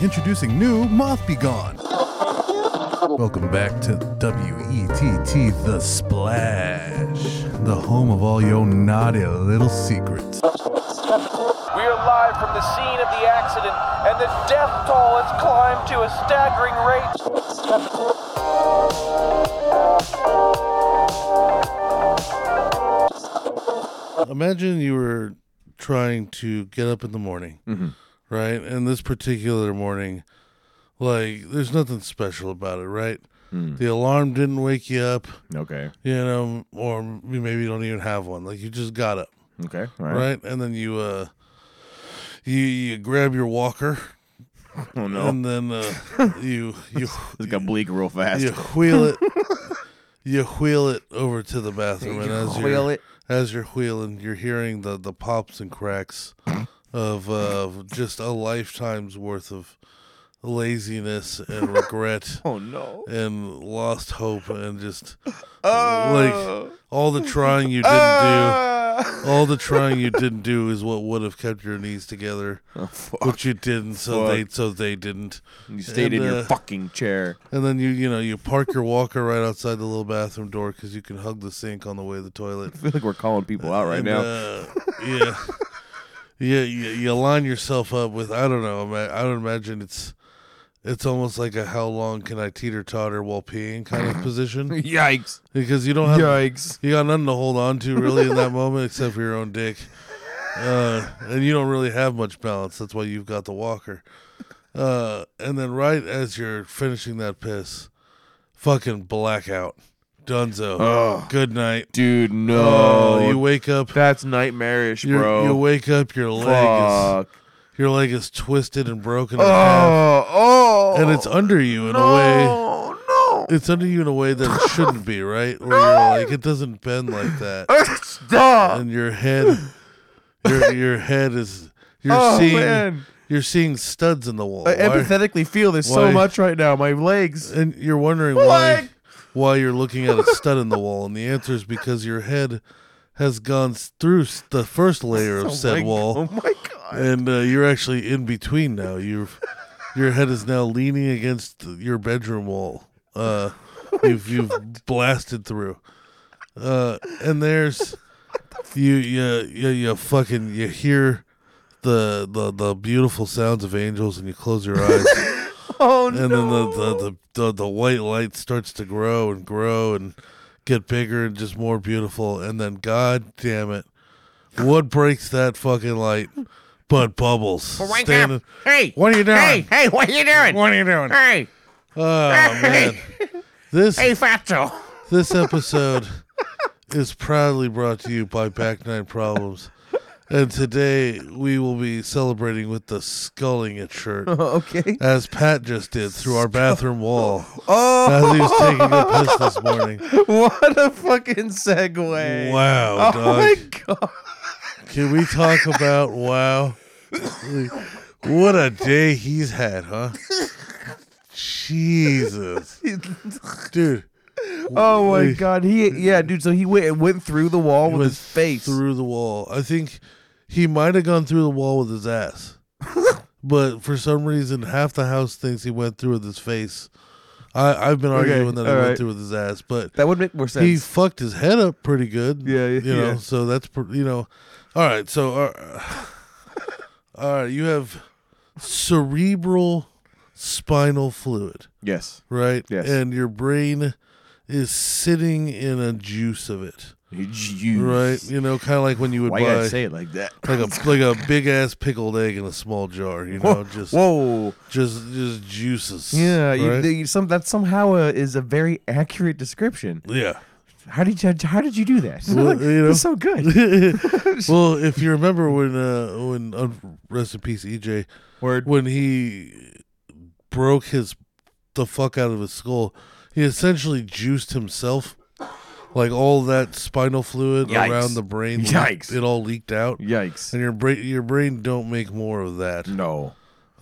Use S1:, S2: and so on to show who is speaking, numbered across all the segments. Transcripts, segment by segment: S1: Introducing new Moth Be Gone. Welcome back to WETT The Splash, the home of all your naughty little secrets.
S2: We are live from the scene of the accident, and the death toll has climbed to a staggering rate.
S3: Imagine you were trying to get up in the morning,
S4: Mm-hmm.
S3: right? And this particular morning, like, there's nothing special about it, right?
S4: Hmm.
S3: The alarm didn't wake you up,
S4: Okay.
S3: you know, or you maybe don't even have one. Like, you just got up,
S4: Okay. All
S3: right?
S4: right.
S3: And then you, uh, you, you grab your walker
S4: Oh no.
S3: and then uh, you you
S4: This got bleak real fast.
S3: you wheel it you wheel it over to the bathroom and as
S4: wheel
S3: you're,
S4: it.
S3: as you're wheeling you're hearing the the pops and cracks of uh, of just a lifetime's worth of laziness and regret
S4: Oh no.
S3: and lost hope and just
S4: Oh.
S3: like all the trying you didn't
S4: Ah.
S3: do all the trying you didn't do is what would have kept your knees together but you didn't so
S4: Oh, Fuck.
S3: they so they didn't
S4: You stayed
S3: And,
S4: in your
S3: uh,
S4: fucking chair.
S3: and then you you know you park your walker right outside the little bathroom door because you can hug the sink on the way to the toilet.
S4: I feel like we're calling people out right
S3: And,
S4: now.
S3: uh, yeah, yeah. You, you line yourself up with I don't know. ima- I don't imagine it's it's almost like a how long can I teeter totter while peeing kind of position
S4: Yikes.
S3: because you don't have
S4: Yikes.
S3: you got nothing to hold on to really in that moment except for your own dick. Uh, and you don't really have much balance. That's why you've got the walker. Uh, and then right as you're finishing that piss, fucking blackout. Dunzo.
S4: Ugh.
S3: Good night.
S4: Dude, Oh. no.
S3: Oh, you wake up.
S4: That's nightmarish,
S3: you're-
S4: bro.
S3: You wake up. Your leg
S4: Fuck.
S3: is your leg is twisted and broken, in half,
S4: Oh, oh.
S3: and it's under you in
S4: no,
S3: a way.
S4: no.
S3: It's under you in a way that it shouldn't be, right? Where you're like, it doesn't bend like that.
S4: Stop.
S3: and your head your your head is you're
S4: Oh,
S3: seeing
S4: man.
S3: you're seeing studs in the wall.
S4: I
S3: Why-
S4: empathetically feel this
S3: why-
S4: so much right now. My legs.
S3: and you're wondering why
S4: Like-
S3: why you're looking at a stud in the wall and the answer is because your head has gone s- through s- the first layer of
S4: Oh
S3: said
S4: my-
S3: wall
S4: Oh my god.
S3: and uh, you're actually in between now. You've your head is now leaning against your bedroom wall. Uh, you've you've blasted through, uh, and there's you you you you fucking you hear the the the beautiful sounds of angels, and you close your eyes,
S4: Oh
S3: and
S4: no.
S3: then the the, the the the white light starts to grow and grow and get bigger and just more beautiful, and then god damn it. What breaks that fucking light? But bubbles.
S5: Wake
S3: Standing-
S5: up. Hey.
S3: What are you doing?
S5: Hey, hey, what are you doing?
S3: are you doing?
S5: Hey,
S3: Oh man.
S5: hey,
S3: This
S5: hey, Fatso.
S3: this episode is proudly brought to you by Back Nine Problems. And today we will be celebrating with the sculling it shirt.
S4: Okay.
S3: As Pat just did through our bathroom wall
S4: Oh,
S3: as he was taking a piss this morning.
S4: what a fucking segue.
S3: Wow,
S4: Oh
S3: dog.
S4: my god.
S3: Can we talk about wow? Like, what a day he's had, huh? Jesus, dude.
S4: Oh my
S3: Like,
S4: god. He yeah, dude, so he went went through the wall
S3: he
S4: with
S3: went
S4: his face.
S3: through the wall. I think he might have gone through the wall with his ass, but for some reason, half the house thinks he went through with his face. I, I've been
S4: Okay,
S3: arguing that he
S4: all
S3: went
S4: right.
S3: through with his ass, but
S4: That would make more sense.
S3: he fucked his head up pretty good.
S4: Yeah, yeah,
S3: you know.
S4: yeah.
S3: So that's pr- you know, all right. So uh, all right, you have cerebral spinal fluid,
S4: yes.
S3: right?
S4: Yes.
S3: And your brain is sitting in a juice of it,
S4: You,
S3: right? You know, kind of like when you would
S4: Why you
S3: buy
S4: gotta say it like that?
S3: like a like a big ass pickled egg in a small jar. You know, just
S4: Whoa.
S3: just just juices.
S4: Yeah, you,
S3: right?
S4: you, some that somehow uh, is a very accurate description.
S3: yeah.
S4: How did you how did you do that?
S3: Well,
S4: That's
S3: you know.
S4: so good.
S3: well, if you remember when uh, when uh, rest in peace E EJ
S4: Word.
S3: when he broke his the fuck out of his skull, he essentially juiced himself. Like all that spinal fluid
S4: Yikes.
S3: around the brain,
S4: Yikes.
S3: it all leaked out,
S4: Yikes.
S3: and your brain your brain don't make more of that,
S4: No.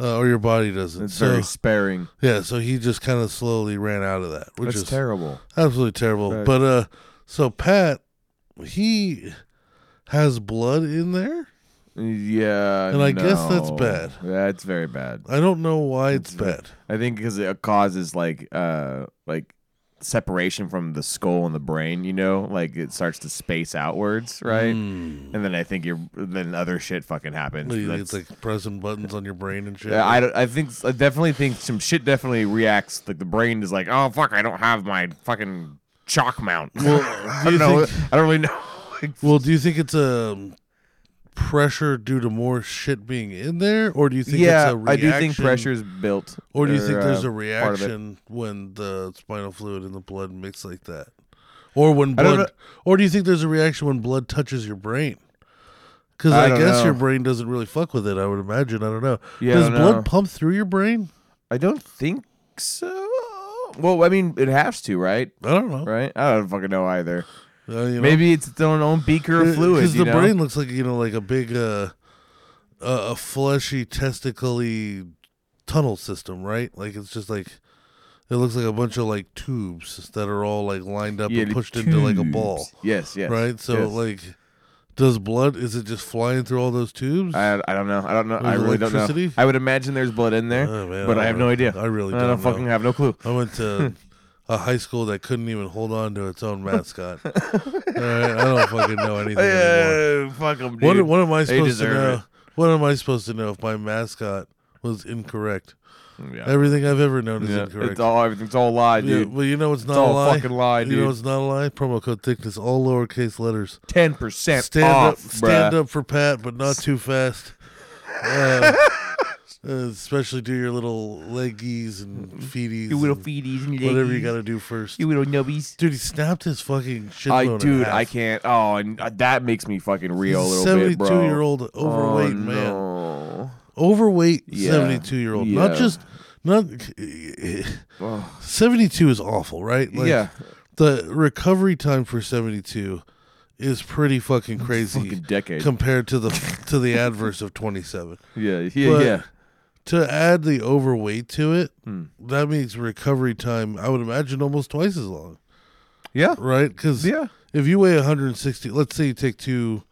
S3: uh, or your body doesn't.
S4: It's
S3: so
S4: very sparing.
S3: yeah, so he just kind of slowly ran out of that, which
S4: That's
S3: is
S4: terrible.
S3: Absolutely terrible.
S4: Right.
S3: But uh so Pat he has blood in there
S4: Yeah.
S3: And I guess that's
S4: no.
S3: bad.
S4: That's very bad.
S3: I don't know why it's
S4: That's-
S3: bad.
S4: I think because it causes like uh like separation from the skull and the brain, you know, like it starts to space outwards, right?
S3: Hmm.
S4: And then I think you're then other shit fucking happens.
S3: It's
S4: That's-
S3: like pressing buttons on your brain and shit.
S4: Yeah, I, don't- I think I definitely think some shit definitely reacts like the brain is like oh fuck I don't have my fucking chalk mount I
S3: do you
S4: don't know
S3: think-
S4: I don't really know Like,
S3: well, do you think it's a pressure due to more shit being in there, or do you think it's
S4: yeah
S3: a reaction?
S4: I do think pressure's built
S3: Or do you think there's
S4: uh,
S3: a
S4: part of it.
S3: reaction when the spinal fluid and the blood mix like that? Or when
S4: I don't
S3: blood or do you think there's a reaction when blood touches your brain? Cuz
S4: I
S3: I,
S4: don't
S3: guess
S4: know.
S3: your brain doesn't really fuck with it, I would imagine. I don't know.
S4: Yeah, I
S3: Does
S4: don't
S3: blood
S4: know.
S3: pump through your brain?
S4: I don't think so well I mean it has to right
S3: I don't know.
S4: right I don't fucking know either
S3: Uh, you know.
S4: maybe it's its own own beaker of fluid
S3: Cuz
S4: you
S3: the
S4: know?
S3: brain looks like, you know, like a big uh uh, a fleshy testically tunnel system, right? Like it's just like it looks like a bunch of like tubes that are all like lined up
S4: Yeah,
S3: and
S4: the
S3: pushed into like a ball.
S4: tubes. yes yes
S3: right? So
S4: yes.
S3: like, does blood is it just flying through all those tubes?
S4: I, I don't know. I don't know. I
S3: There's
S4: really don't know.
S3: electricity?
S4: I would imagine there's blood in there,
S3: Oh, man,
S4: but
S3: I
S4: I have
S3: don't
S4: no
S3: know.
S4: idea.
S3: I really
S4: I don't
S3: don't know.
S4: fucking have no clue.
S3: I went to a high school that couldn't even hold on to its own mascot. all right, I don't fucking know anything anymore.
S4: Yeah, fuck them, dude.
S3: What what am I
S4: They
S3: supposed to
S4: deserve
S3: know?
S4: it.
S3: What am I supposed to know if my mascot was incorrect?
S4: Yeah.
S3: Everything I've ever known is
S4: Yeah,
S3: incorrect.
S4: It's all everything's all a lie,
S3: yeah,
S4: dude.
S3: well, you know it's not
S4: all
S3: a lie.
S4: fucking lie,
S3: You know
S4: dude.
S3: it's not a lie. Promo code thickness, all lowercase letters.
S4: Ten percent
S3: stand
S4: off,
S3: up, stand
S4: bruh.
S3: up for Pat, but not too fast. Uh, uh, especially do your little leggies and feeties,
S5: You little
S3: and
S5: feeties and your
S3: whatever you
S5: leggies.
S3: got to do first.
S5: You little nubbies.
S3: Dude, he snapped his fucking shit.
S4: I, dude, I can't. Oh, and uh, that makes me fucking real a little bit, bro.
S3: year old overweight
S4: oh,
S3: man,
S4: No.
S3: overweight
S4: Yeah.
S3: seventy-two year old. Not
S4: Yeah.
S3: just not
S4: Oh,
S3: seventy-two is awful, right?
S4: yeah,
S3: the recovery time for seventy-two is pretty fucking crazy.
S4: fucking decade.
S3: compared to the to the adverse of 27
S4: yeah, yeah,
S3: but-
S4: yeah.
S3: to add the overweight to it
S4: Hmm.
S3: that means recovery time i would imagine almost twice as long
S4: Yeah.
S3: right because
S4: Yeah.
S3: if you weigh 160 let's say you take two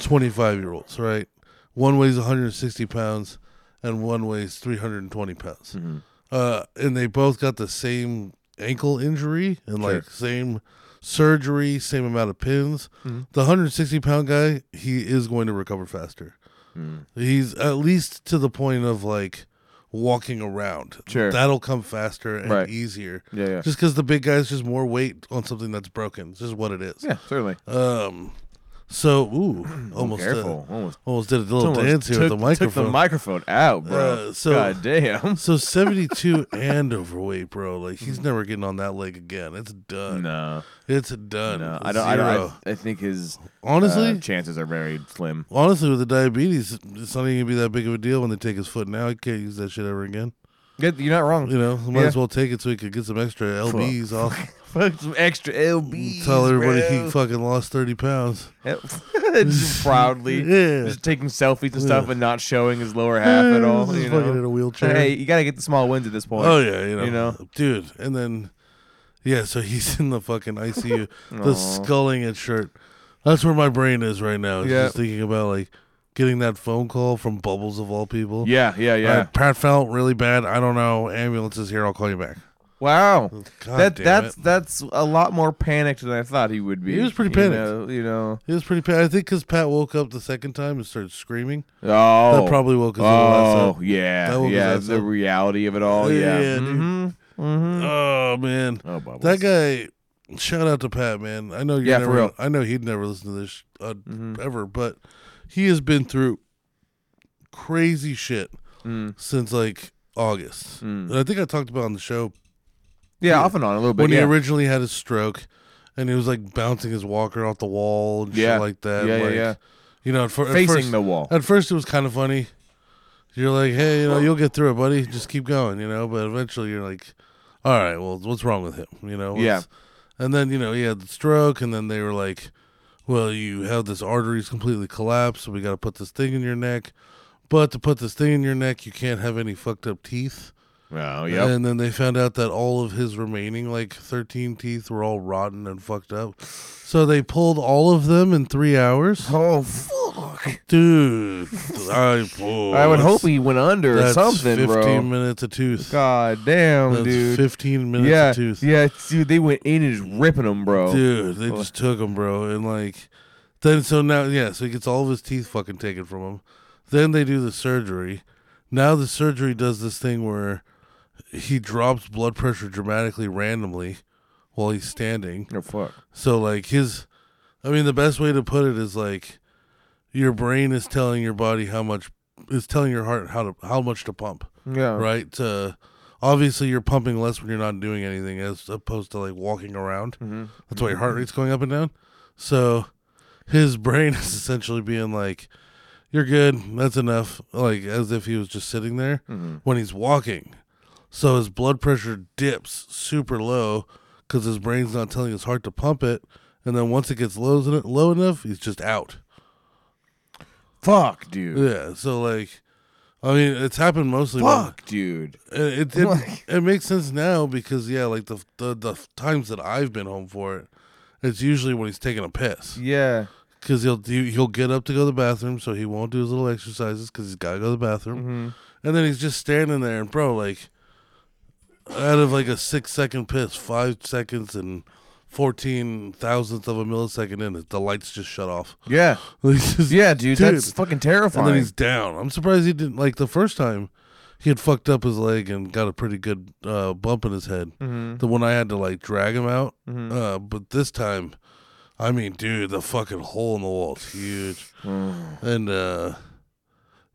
S3: 25 year olds right one weighs 160 pounds and one weighs 320 pounds
S4: Mm-hmm.
S3: uh, and they both got the same ankle injury and like same surgery same amount of pins
S4: Mm-hmm.
S3: the 160 pound guy he is going to recover faster
S4: Mm.
S3: He's at least to the point of like walking around.
S4: Sure.
S3: That'll come faster and
S4: Right.
S3: easier.
S4: Yeah, yeah.
S3: Just because the big guy's just more weight on something that's broken. It's just what it is.
S4: Yeah, certainly.
S3: Um. So, ooh, almost uh,
S4: Careful. Almost.
S3: almost did a little
S4: almost
S3: dance here
S4: took,
S3: with the microphone.
S4: Took the microphone out, bro.
S3: Uh, so-
S4: God damn.
S3: so seventy two and overweight, bro. Like
S4: Mm.
S3: he's never getting on that leg again. It's done.
S4: No,
S3: It's done.
S4: no. I don't. I don't.
S3: Zero.
S4: I, I think his
S3: honestly,
S4: uh, chances are very slim.
S3: honestly, with the diabetes, it's not even gonna be that big of a deal when they take his foot. Now he can't use that shit ever again.
S4: Good, you're not wrong.
S3: You know, might
S4: Yeah.
S3: as well take it so he could get some extra lbs off.
S4: Fuck some extra LBs.
S3: Tell everybody he
S4: bro.
S3: fucking lost thirty pounds.
S4: just proudly,
S3: Yeah.
S4: just taking selfies and stuff, and not showing his lower half at all.
S3: He's
S4: You
S3: fucking
S4: know?
S3: in a wheelchair.
S4: Hey, you gotta get the small wins at this point.
S3: oh yeah, you know,
S4: you know?
S3: dude. And then, yeah, so he's in the fucking ICU, the sculling it shirt. That's where my brain is right now. It's
S4: Yeah.
S3: Just thinking about like getting that phone call from Bubbles of all people.
S4: yeah, yeah, yeah.
S3: Uh, Pat felt really bad. I don't know. Ambulance is here. I'll call you back.
S4: wow,
S3: God
S4: that
S3: damn
S4: that's
S3: it.
S4: that's a lot more panicked than I thought he would be.
S3: He was pretty
S4: you
S3: panicked.
S4: know- You know,
S3: It was pretty bad. I think because Pat woke up the second time and started screaming.
S4: oh,
S3: That probably woke us all
S4: Oh
S3: up.
S4: yeah,
S3: That woke his
S4: yeah.
S3: ass
S4: The
S3: up.
S4: reality of it all.
S3: Yeah,
S4: Yeah.
S3: yeah, dude.
S4: hmm
S3: Oh man,
S4: Oh, bubbles.
S3: that guy. Shout out to Pat, man. I know you
S4: Yeah, for
S3: never.
S4: real.
S3: I know he'd never listen to this sh- uh,
S4: Mm-hmm,
S3: ever, but he has been through crazy shit
S4: mm-hmm.
S3: since like August.
S4: Mm.
S3: And I think I talked about on the show
S4: Yeah, off and on a little bit.
S3: when
S4: yeah.
S3: he originally had his stroke, and he was like bouncing his walker off the wall and
S4: Yeah.
S3: shit like that.
S4: Yeah, yeah,
S3: like,
S4: yeah.
S3: You know, at, fir- at
S4: Facing
S3: first,
S4: the wall.
S3: At first, it was kind of funny. You're like, hey, you know, you'll get through it, buddy. Just keep going, you know. But eventually, you're like, all right, well, what's wrong with him? You know. what's-
S4: Yeah.
S3: And then you know he had the stroke, and then they were like, well, you have this artery's completely collapsed, so we got to put this thing in your neck. But to put this thing in your neck, you can't have any fucked up teeth.
S4: Well, Oh, yep.
S3: And then they found out that all of his remaining like 13 teeth were all rotten and fucked up. So they pulled all of them in three hours.
S4: oh fuck!
S3: Dude, I, oh,
S4: I would
S3: that's-
S4: hope he went under or
S3: that's
S4: something,
S3: 15
S4: bro.
S3: minutes a tooth.
S4: God damn,
S3: that's
S4: dude.
S3: 15 minutes
S4: yeah,
S3: a tooth.
S4: yeah, dude. They went in and just ripping them, bro.
S3: Dude, they
S4: Oh.
S3: just took him, bro. And like, then so now, yeah, so he gets all of his teeth fucking taken from him. Then they do the surgery. Now the surgery does this thing where he drops blood pressure dramatically randomly while he's standing.
S4: Oh fuck.
S3: So like his, I mean, the best way to put it is like, your brain is telling your body how much is telling your heart how to how much to pump
S4: Yeah.
S3: right? To obviously you're pumping less when you're not doing anything as opposed to like walking around.
S4: Mhm.
S3: That's why your heart rate's going up and down. So his brain is essentially being like, "You're good. That's enough." Like as if he was just sitting there
S4: Mhm.
S3: when he's walking. So his blood pressure dips super low because his brain's not telling his heart to pump it. And then once it gets low, low enough, he's just out.
S4: Fuck, dude.
S3: Yeah. So like, I mean, it's happened mostly. when-
S4: Fuck, dude.
S3: Uh, it it, it,
S4: Like-
S3: it makes sense now because yeah, like the, the the times that I've been home for it, it's usually when he's taking a piss
S4: Yeah.
S3: because he'll do he'll get up to go to the bathroom, so he won't do his little exercises because he's gotta go to the bathroom, and then he's just standing there and bro, like out of like a six second piss, five seconds and fourteen thousandth of a millisecond in it, the lights just shut off.
S4: Yeah.
S3: He's just-
S4: Yeah, dude, That's fucking
S3: and
S4: terrifying.
S3: then he's down. I'm surprised he didn't like the first time. He had fucked up his leg and got a pretty good uh, bump in his head.
S4: Mm-hmm.
S3: The one I had to like drag him out. Uh, but this time, I mean, dude, the fucking hole in the wall is huge,
S4: Mm.
S3: and uh,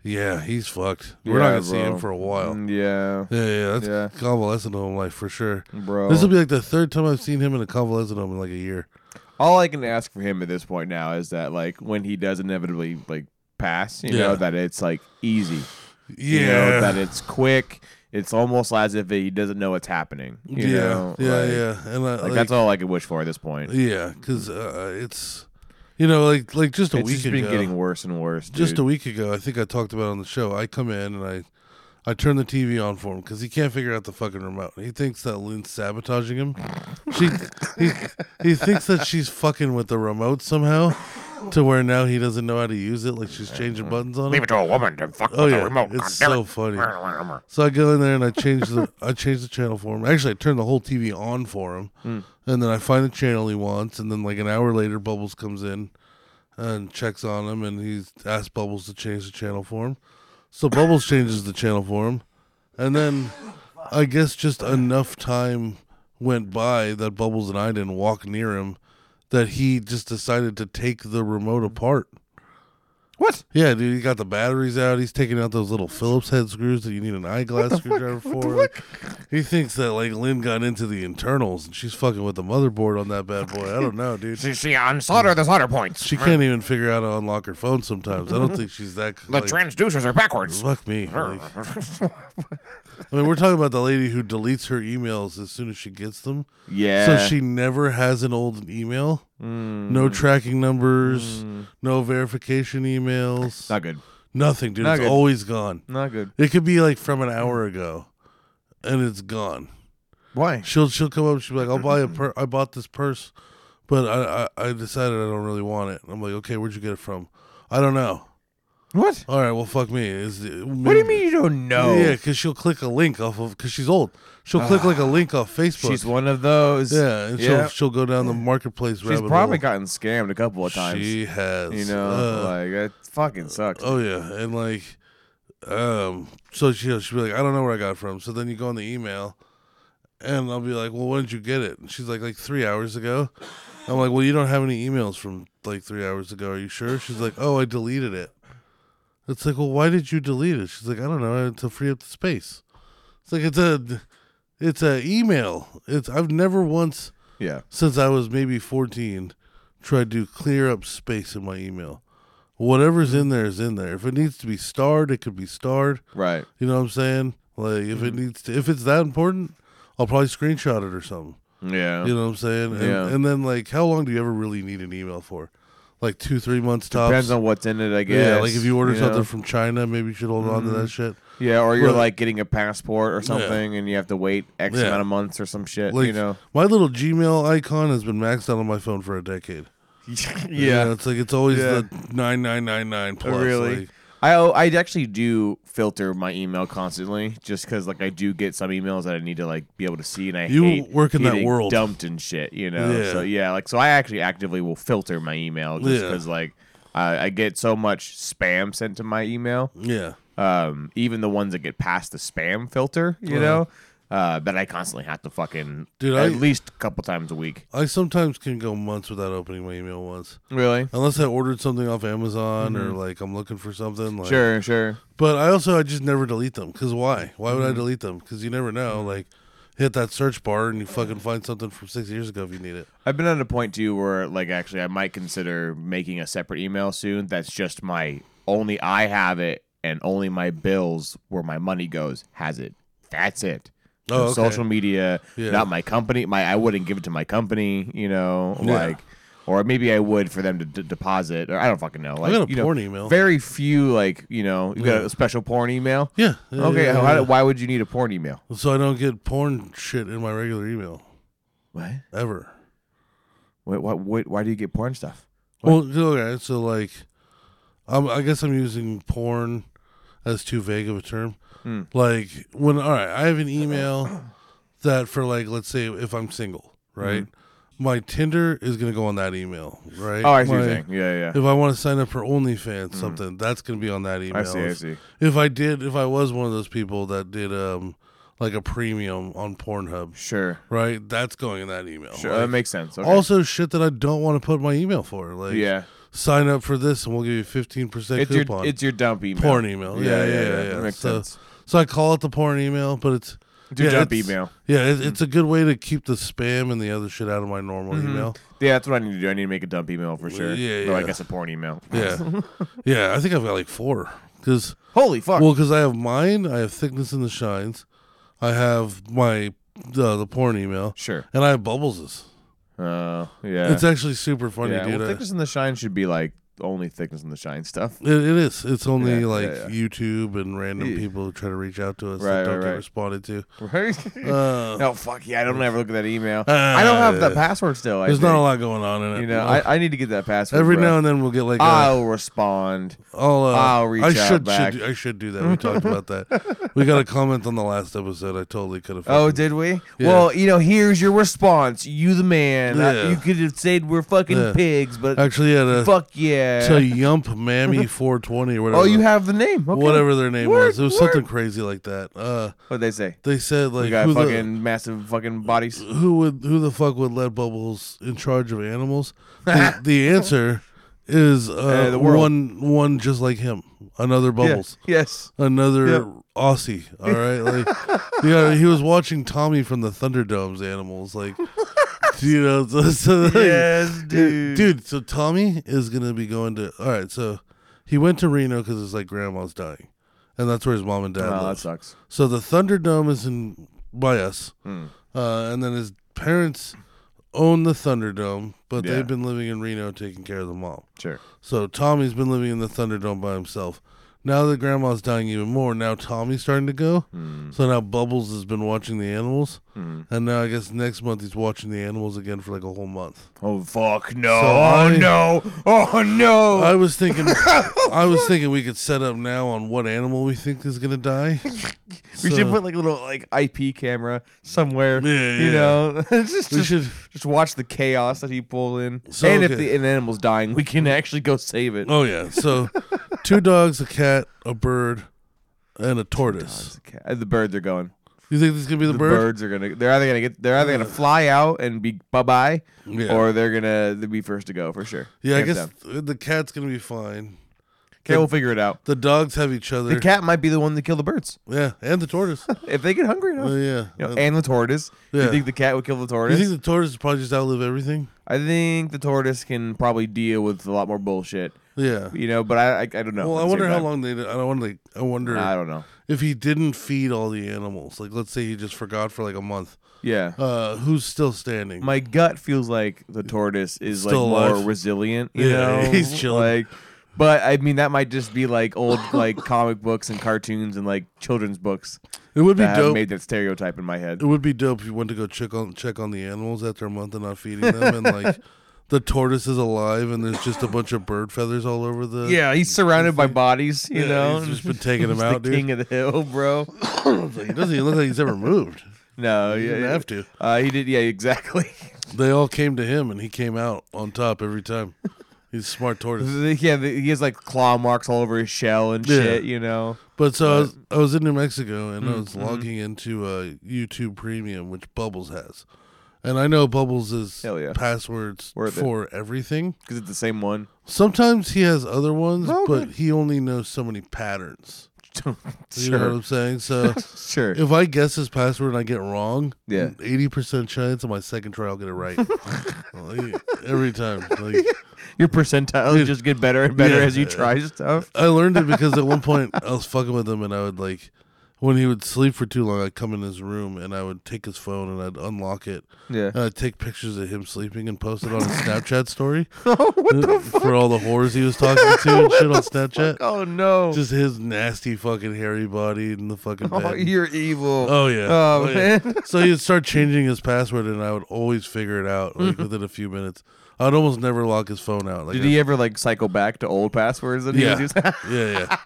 S3: yeah, he's fucked. We're not
S4: Yeah,
S3: gonna see him
S4: bro.
S3: for a while.
S4: Mm, Yeah,
S3: Yeah, yeah, that's
S4: Yeah. Oh.
S3: convalescent home life for sure.
S4: bro.
S3: This will be like the third time I've seen him in a convalescent home in like a year.
S4: All I can ask for him at this point now is that, like, when he does inevitably like pass, you
S3: Yeah.
S4: know, that it's like easy.
S3: Yeah,
S4: you know, that it's quick. It's almost as if he doesn't know what's happening. you
S3: yeah,
S4: know,
S3: yeah,
S4: like-
S3: yeah. And I,
S4: Like, that's all I could wish for at this point. Mm.
S3: Yeah, because uh, it's you know like like just a
S4: It's
S3: week
S4: just
S3: ago,
S4: been getting worse and worse. Dude.
S3: just a week ago, I think I talked about it on the show. I come in and I I turn the TV on for him because he can't figure out the fucking remote. He thinks that Lynn's sabotaging him. She he, he thinks that she's fucking with the remote somehow. To where now he doesn't know how to use it, like she's changing buttons on
S5: Leave
S3: it.
S5: it to a woman to fuck
S3: Oh
S5: with
S3: yeah,
S5: the remote.
S3: it's
S5: God
S3: so
S5: damn
S3: funny.
S5: it.
S3: So I go in there and I change the I change the channel for him. Actually, I turn the whole TV on for him,
S5: Hmm.
S3: and then I find the channel he wants. And then like an hour later, Bubbles comes in and checks on him, and he's asked Bubbles to change the channel for him. So Bubbles changes the channel for him, and then I guess just enough time went by that Bubbles and I didn't walk near him that he just decided to take the remote apart.
S4: What?
S3: Yeah, dude, he got the batteries out. He's taking out those little Phillips head screws that you need an eyeglass screwdriver for. He thinks that like Lynn got into the internals and she's fucking with the motherboard on that bad boy. I don't know, dude.
S5: She, she unsoldered the solder points.
S3: She can't even figure out how to unlock her phone sometimes. I don't think she's that.
S5: the
S3: like,
S5: transducers are backwards.
S3: Fuck me. like- I mean, we're talking about the lady who deletes her emails as soon as she gets them.
S4: Yeah. Mm,
S3: So she never has an old email. No tracking numbers, no verification emails.
S4: not good.
S3: Nothing, dude.
S4: Not
S3: it's
S4: good. Mm.
S3: always gone.
S4: Not good.
S3: It could be like from an hour ago, and it's gone.
S4: Why?
S3: She'll she'll come up. She'll be like, "I'll buy a per- I bought this purse, but I, I I decided I don't really want it." And I'm like, "Okay, where'd you get it from?" I don't know.
S4: What?
S3: All right, well, fuck me. Is it-
S4: What do you mean you don't know?
S3: Yeah, because she'll click a link off of because she's old. She'll click like a link off Facebook.
S4: Ah. She's one of those.
S3: yeah, and she'll
S4: Yeah.
S3: she'll go down the marketplace.
S4: She's
S3: rabbit
S4: probably
S3: hole.
S4: gotten scammed a couple of times.
S3: She has.
S4: you know,
S3: Uh,
S4: like it fucking sucks.
S3: Oh yeah, and like, um, so she she'll be like, I don't know where I got it from. So then you go on the email, and I'll be like, Well, when did you get it? And she's like, Like three hours ago. I'm like, Well, you don't have any emails from like three hours ago. Are you sure? She's like, Oh, I deleted it. It's like, Well, why did you delete it? She's like, I don't know, to free up the space. It's like it's a, it's a email. It's I've never once
S4: Yeah,
S3: since I was maybe 14 tried to clear up space in my email. Whatever's in there is in there. If it needs to be starred, it could be starred.
S4: right.
S3: You know what I'm saying? Like if
S4: Mm-hmm.
S3: it needs to if it's that important, I'll probably screenshot it or something.
S4: Yeah,
S3: You know what I'm saying? And,
S4: Yeah.
S3: and then like how long do you ever really need an email for? Like 2 3 months tops.
S4: depends on what's in it. I guess.
S3: uh, yeah, like if you order
S4: know? Mm-hmm.
S3: something from China, maybe you should hold on to that shit.
S4: Yeah, or you're
S3: Right.
S4: like getting a passport or something, and you have to wait X
S3: Yeah.
S4: amount of months or some shit.
S3: Like
S4: you know?
S3: my little Gmail icon has been maxed out on my phone for a decade. You know, it's like it's always
S4: Yeah.
S3: the nine nine nine nine plus.
S4: really.
S3: like-
S4: I I actually do filter my email constantly, just because like I do get some emails that I need to like be able to see, and I
S3: You
S4: hate
S3: work in that
S4: getting
S3: world.
S4: dumped and shit. You know,
S3: Yeah.
S4: so yeah, like so I actually actively will filter my email just
S3: Yeah.
S4: because like I, I get so much spam sent to my email.
S3: yeah,
S4: um, even the ones that get past the spam filter, you know, uh, that I constantly have to fucking
S3: Dude,
S4: at
S3: I-
S4: least a couple times a week.
S3: I sometimes can go months without opening my email once,
S4: Really?
S3: unless I ordered something off Amazon or like I'm looking for something. Like,
S4: Mm-hmm. Sure, sure.
S3: But I also I just never delete them because why? Why
S4: Mm-hmm.
S3: would I delete them? Because you never know. Like, hit that search bar and you fucking find something from six years ago if you need it.
S4: I've been at a point too where, like, actually, I might consider making a separate email soon. That's just my only I have it, and only my bills where my money goes has it. That's it.
S3: Oh,
S4: No
S3: okay.
S4: social media,
S3: Yeah.
S4: not my company. My I wouldn't give it to my company, you know,
S3: Yeah.
S4: like, or maybe I would for them to d- deposit, or I don't fucking know. Like,
S3: got a
S4: you know,
S3: porn email.
S4: Very few, like, you know, you got
S3: Yeah.
S4: a special porn email.
S3: Yeah. yeah,
S4: Okay,
S3: yeah,
S4: how-
S3: yeah.
S4: why would you need a porn email?
S3: so I don't get porn shit in my regular email
S4: What?
S3: ever.
S4: What? What? what why do you get porn stuff?
S3: Well, okay, so like, I'm, I guess I'm using porn as too vague of a term.
S4: Hmm.
S3: Like when all right, I have an email that for like let's say if I'm single,
S4: Hmm.
S3: right? My Tinder is gonna go on that email, right?
S4: Oh, I see what
S3: My-
S4: you're saying. Yeah, yeah. Hmm.
S3: If I want to sign up for OnlyFans, something that's gonna be on that email.
S4: I see, I see.
S3: If I did, if I was one of those people that did um like a premium on Pornhub,
S4: Sure.
S3: right? That's going in that email.
S4: Sure,
S3: Oh, Like,
S4: that makes sense. Okay.
S3: also shit that I don't want to put my email for. Like
S4: yeah,
S3: sign up for this and we'll give you fifteen percent
S4: it's
S3: coupon.
S4: your it's your dump email,
S3: porn email. Yeah, yeah, yeah. yeah,
S4: That makes
S3: so,
S4: sense.
S3: so I call it the porn email, but it's
S4: It's your
S3: yeah,
S4: dump
S3: it's-
S4: email.
S3: Yeah, it, it's a good way to keep the spam and the other shit out of my normal
S4: Mm-hmm.
S3: email.
S4: Yeah, that's what I need to do. I need to make a dump email for sure.
S3: yeah,
S4: Or I
S3: yeah.
S4: guess a porn email.
S3: Yeah, yeah. I think I've got like four because
S4: Holy fuck.
S3: well, because I have mine. I have thickness in the shines. I have my uh, the the porn email,
S4: sure.
S3: and I have bubbles.
S4: Uh, yeah.
S3: It's actually super funny,
S4: yeah.
S3: dude.
S4: Well,
S3: I-
S4: thickness in the shine should be like only thickness in the shine stuff.
S3: It, it is. It's only
S4: Yeah,
S3: like
S4: yeah, yeah.
S3: YouTube and random
S4: Yeah.
S3: people who try to reach out to us
S4: Right,
S3: that don't
S4: right,
S3: get
S4: right.
S3: responded to.
S4: Right?
S3: Uh,
S4: no, Oh, fuck yeah. I don't ever look at that email. I don't have the
S3: Uh,
S4: password still. I
S3: There's not
S4: think.
S3: a lot going on in it.
S4: You know, I, I need to get that password.
S3: every
S4: bro.
S3: now and then we'll get like a,
S4: I'll respond.
S3: I'll, uh,
S4: I'll reach
S3: I
S4: out
S3: should,
S4: back.
S3: should do- I should do that. We talked about that. We got a comment on the last episode. I totally could have.
S4: Oh, did we?
S3: Yeah.
S4: Well, you know, here's your response. You the man. I-
S3: Yeah.
S4: you could have said we're fucking
S3: Yeah.
S4: pigs, but
S3: actually had a
S4: fuck yeah.
S3: to Yump Mammy 420 or whatever.
S4: oh, you
S3: the-
S4: have the name. Okay.
S3: whatever their name
S4: Word,
S3: was. It was
S4: word.
S3: something crazy like that. Uh,
S4: What'd they say?
S3: they said
S4: We
S3: like
S4: got
S3: who the-
S4: fucking massive fucking bodies.
S3: who would who the fuck would let bubbles in charge of animals? The, the answer is uh,
S4: the world.
S3: one one just like him, another bubbles,
S4: Yeah. Yes.
S3: another
S4: Yep.
S3: Aussie. All right, like yeah, he was watching Tommy from the Thunderdome's animals, like you know, so, so like,
S4: Yes, dude.
S3: dude. So Tommy is gonna be going to all right. So he went to Reno because his like grandma's dying, and that's where his mom and dad.
S4: Oh,
S3: live.
S4: that sucks.
S3: So the Thunderdome is in by us,
S4: Hmm.
S3: uh, and then his parents own the Thunderdome, but
S4: Yeah.
S3: they've been living in Reno taking care of the mom.
S4: Sure.
S3: So Tommy's been living in the Thunderdome by himself. Now that grandma's dying even more, now Tommy's starting to go.
S4: Hmm.
S3: So now Bubbles has been watching the animals, and now I guess next month he's watching the animals again for like a whole month.
S4: Oh fuck no!
S3: So
S4: oh
S3: I-
S4: no! Oh no!
S3: I was thinking, I was thinking we could set up now on what animal we think is gonna die.
S4: we should
S3: So-
S4: put like a little like IP camera somewhere.
S3: Yeah,
S4: You
S3: yeah.
S4: know, just,
S3: We
S4: just-
S3: should-
S4: just watch the chaos that he pulled in.
S3: So,
S4: and if
S3: okay.
S4: the an animal's dying, we can actually go save it.
S3: Oh yeah. So two dogs, a cat, a bird, and a tortoise.
S4: Okay. Uh, The birds are going.
S3: You think this is gonna be the,
S4: The
S3: bird?
S4: birds are gonna. They're either gonna get. They're either gonna fly out and be bye bye,
S3: Yeah.
S4: or they're gonna they'll be first to go for sure.
S3: Yeah, I
S4: Hands
S3: guess
S4: down.
S3: th- the cat's gonna be fine.
S4: Okay, we'll figure it out.
S3: The dogs have each other.
S4: The cat might be the one to kill the birds
S3: yeah, and the tortoise. Uh,
S4: if they get hungry enough.
S3: yeah.
S4: You know,
S3: Uh,
S4: and the tortoise.
S3: yeah.
S4: You think the cat would kill the
S3: you
S4: tortoise?
S3: think the tortoise probably just outlive everything?
S4: I think the tortoise can probably deal with a lot more bullshit.
S3: Yeah.
S4: You know, but I I, I don't know.
S3: Well,
S4: at
S3: I
S4: the
S3: wonder
S4: same
S3: how
S4: time.
S3: long they. I don't want to. I wonder
S4: I don't know.
S3: if he didn't feed all the animals. Like, let's say he just forgot for like a month.
S4: Yeah.
S3: Uh, who's still standing?
S4: my gut feels like the tortoise is
S3: Still
S4: like more
S3: alive.
S4: resilient. You
S3: Yeah,
S4: know,
S3: he's chilling.
S4: Like But I mean, that might just be like old like comic books and cartoons and like children's books
S3: It would be
S4: that have
S3: dope.
S4: made that stereotype in my head.
S3: It would be dope if you went to go check on check on the animals after a month of not feeding them, and like the tortoise is alive, and there's just a bunch of bird feathers all over the.
S4: Yeah, he's surrounded by bodies, you
S3: Yeah,
S4: know.
S3: he's just been taking
S4: He's
S3: them out,
S4: the
S3: dude.
S4: king of the hill, bro.
S3: He doesn't even look like he's ever moved.
S4: No, yeah,
S3: didn't have to.
S4: Uh, he did, yeah, exactly.
S3: They all came to him, and he came out on top every time. He's a smart tortoise.
S4: yeah, the, he has like claw marks all over his shell and
S3: Yeah.
S4: shit, you know.
S3: But so I was, I was in New Mexico, and I
S4: Mm-hmm,
S3: was logging into uh, YouTube Premium, which Bubbles has. And I know Bubbles is
S4: Hell yeah.
S3: passwords
S4: Worth it.
S3: for everything.
S4: Because it's the same one.
S3: Sometimes he has other ones,
S4: Oh, okay.
S3: but he only knows so many patterns.
S4: sure,
S3: You know what I'm saying? So
S4: sure.
S3: if I guess his password and I get it wrong,
S4: Yeah.
S3: eighty percent chance on my second try I'll get it right Like, every time. Like,
S4: Your percentiles just get better and better
S3: Yeah.
S4: as you try stuff.
S3: I learned it because at one point I was fucking with him and I would like when he would sleep for too long, I'd come in his room and I would take his phone and I'd unlock it.
S4: Yeah.
S3: And I'd take pictures of him sleeping and post it on his Snapchat story.
S4: Oh,
S3: uh, For all the whores he was talking to and shit on Snapchat.
S4: Oh no!
S3: Just his nasty fucking hairy body and the fucking bed.
S4: oh, you're evil.
S3: Oh yeah.
S4: Oh,
S3: yeah.
S4: man.
S3: so he'd start changing his password, and I would always figure it out like within a few minutes. I'd almost never lock his phone out. Like,
S4: Mm-hmm. Did he ever like cycle back to old passwords that he
S3: yeah,
S4: was using?
S3: yeah, yeah.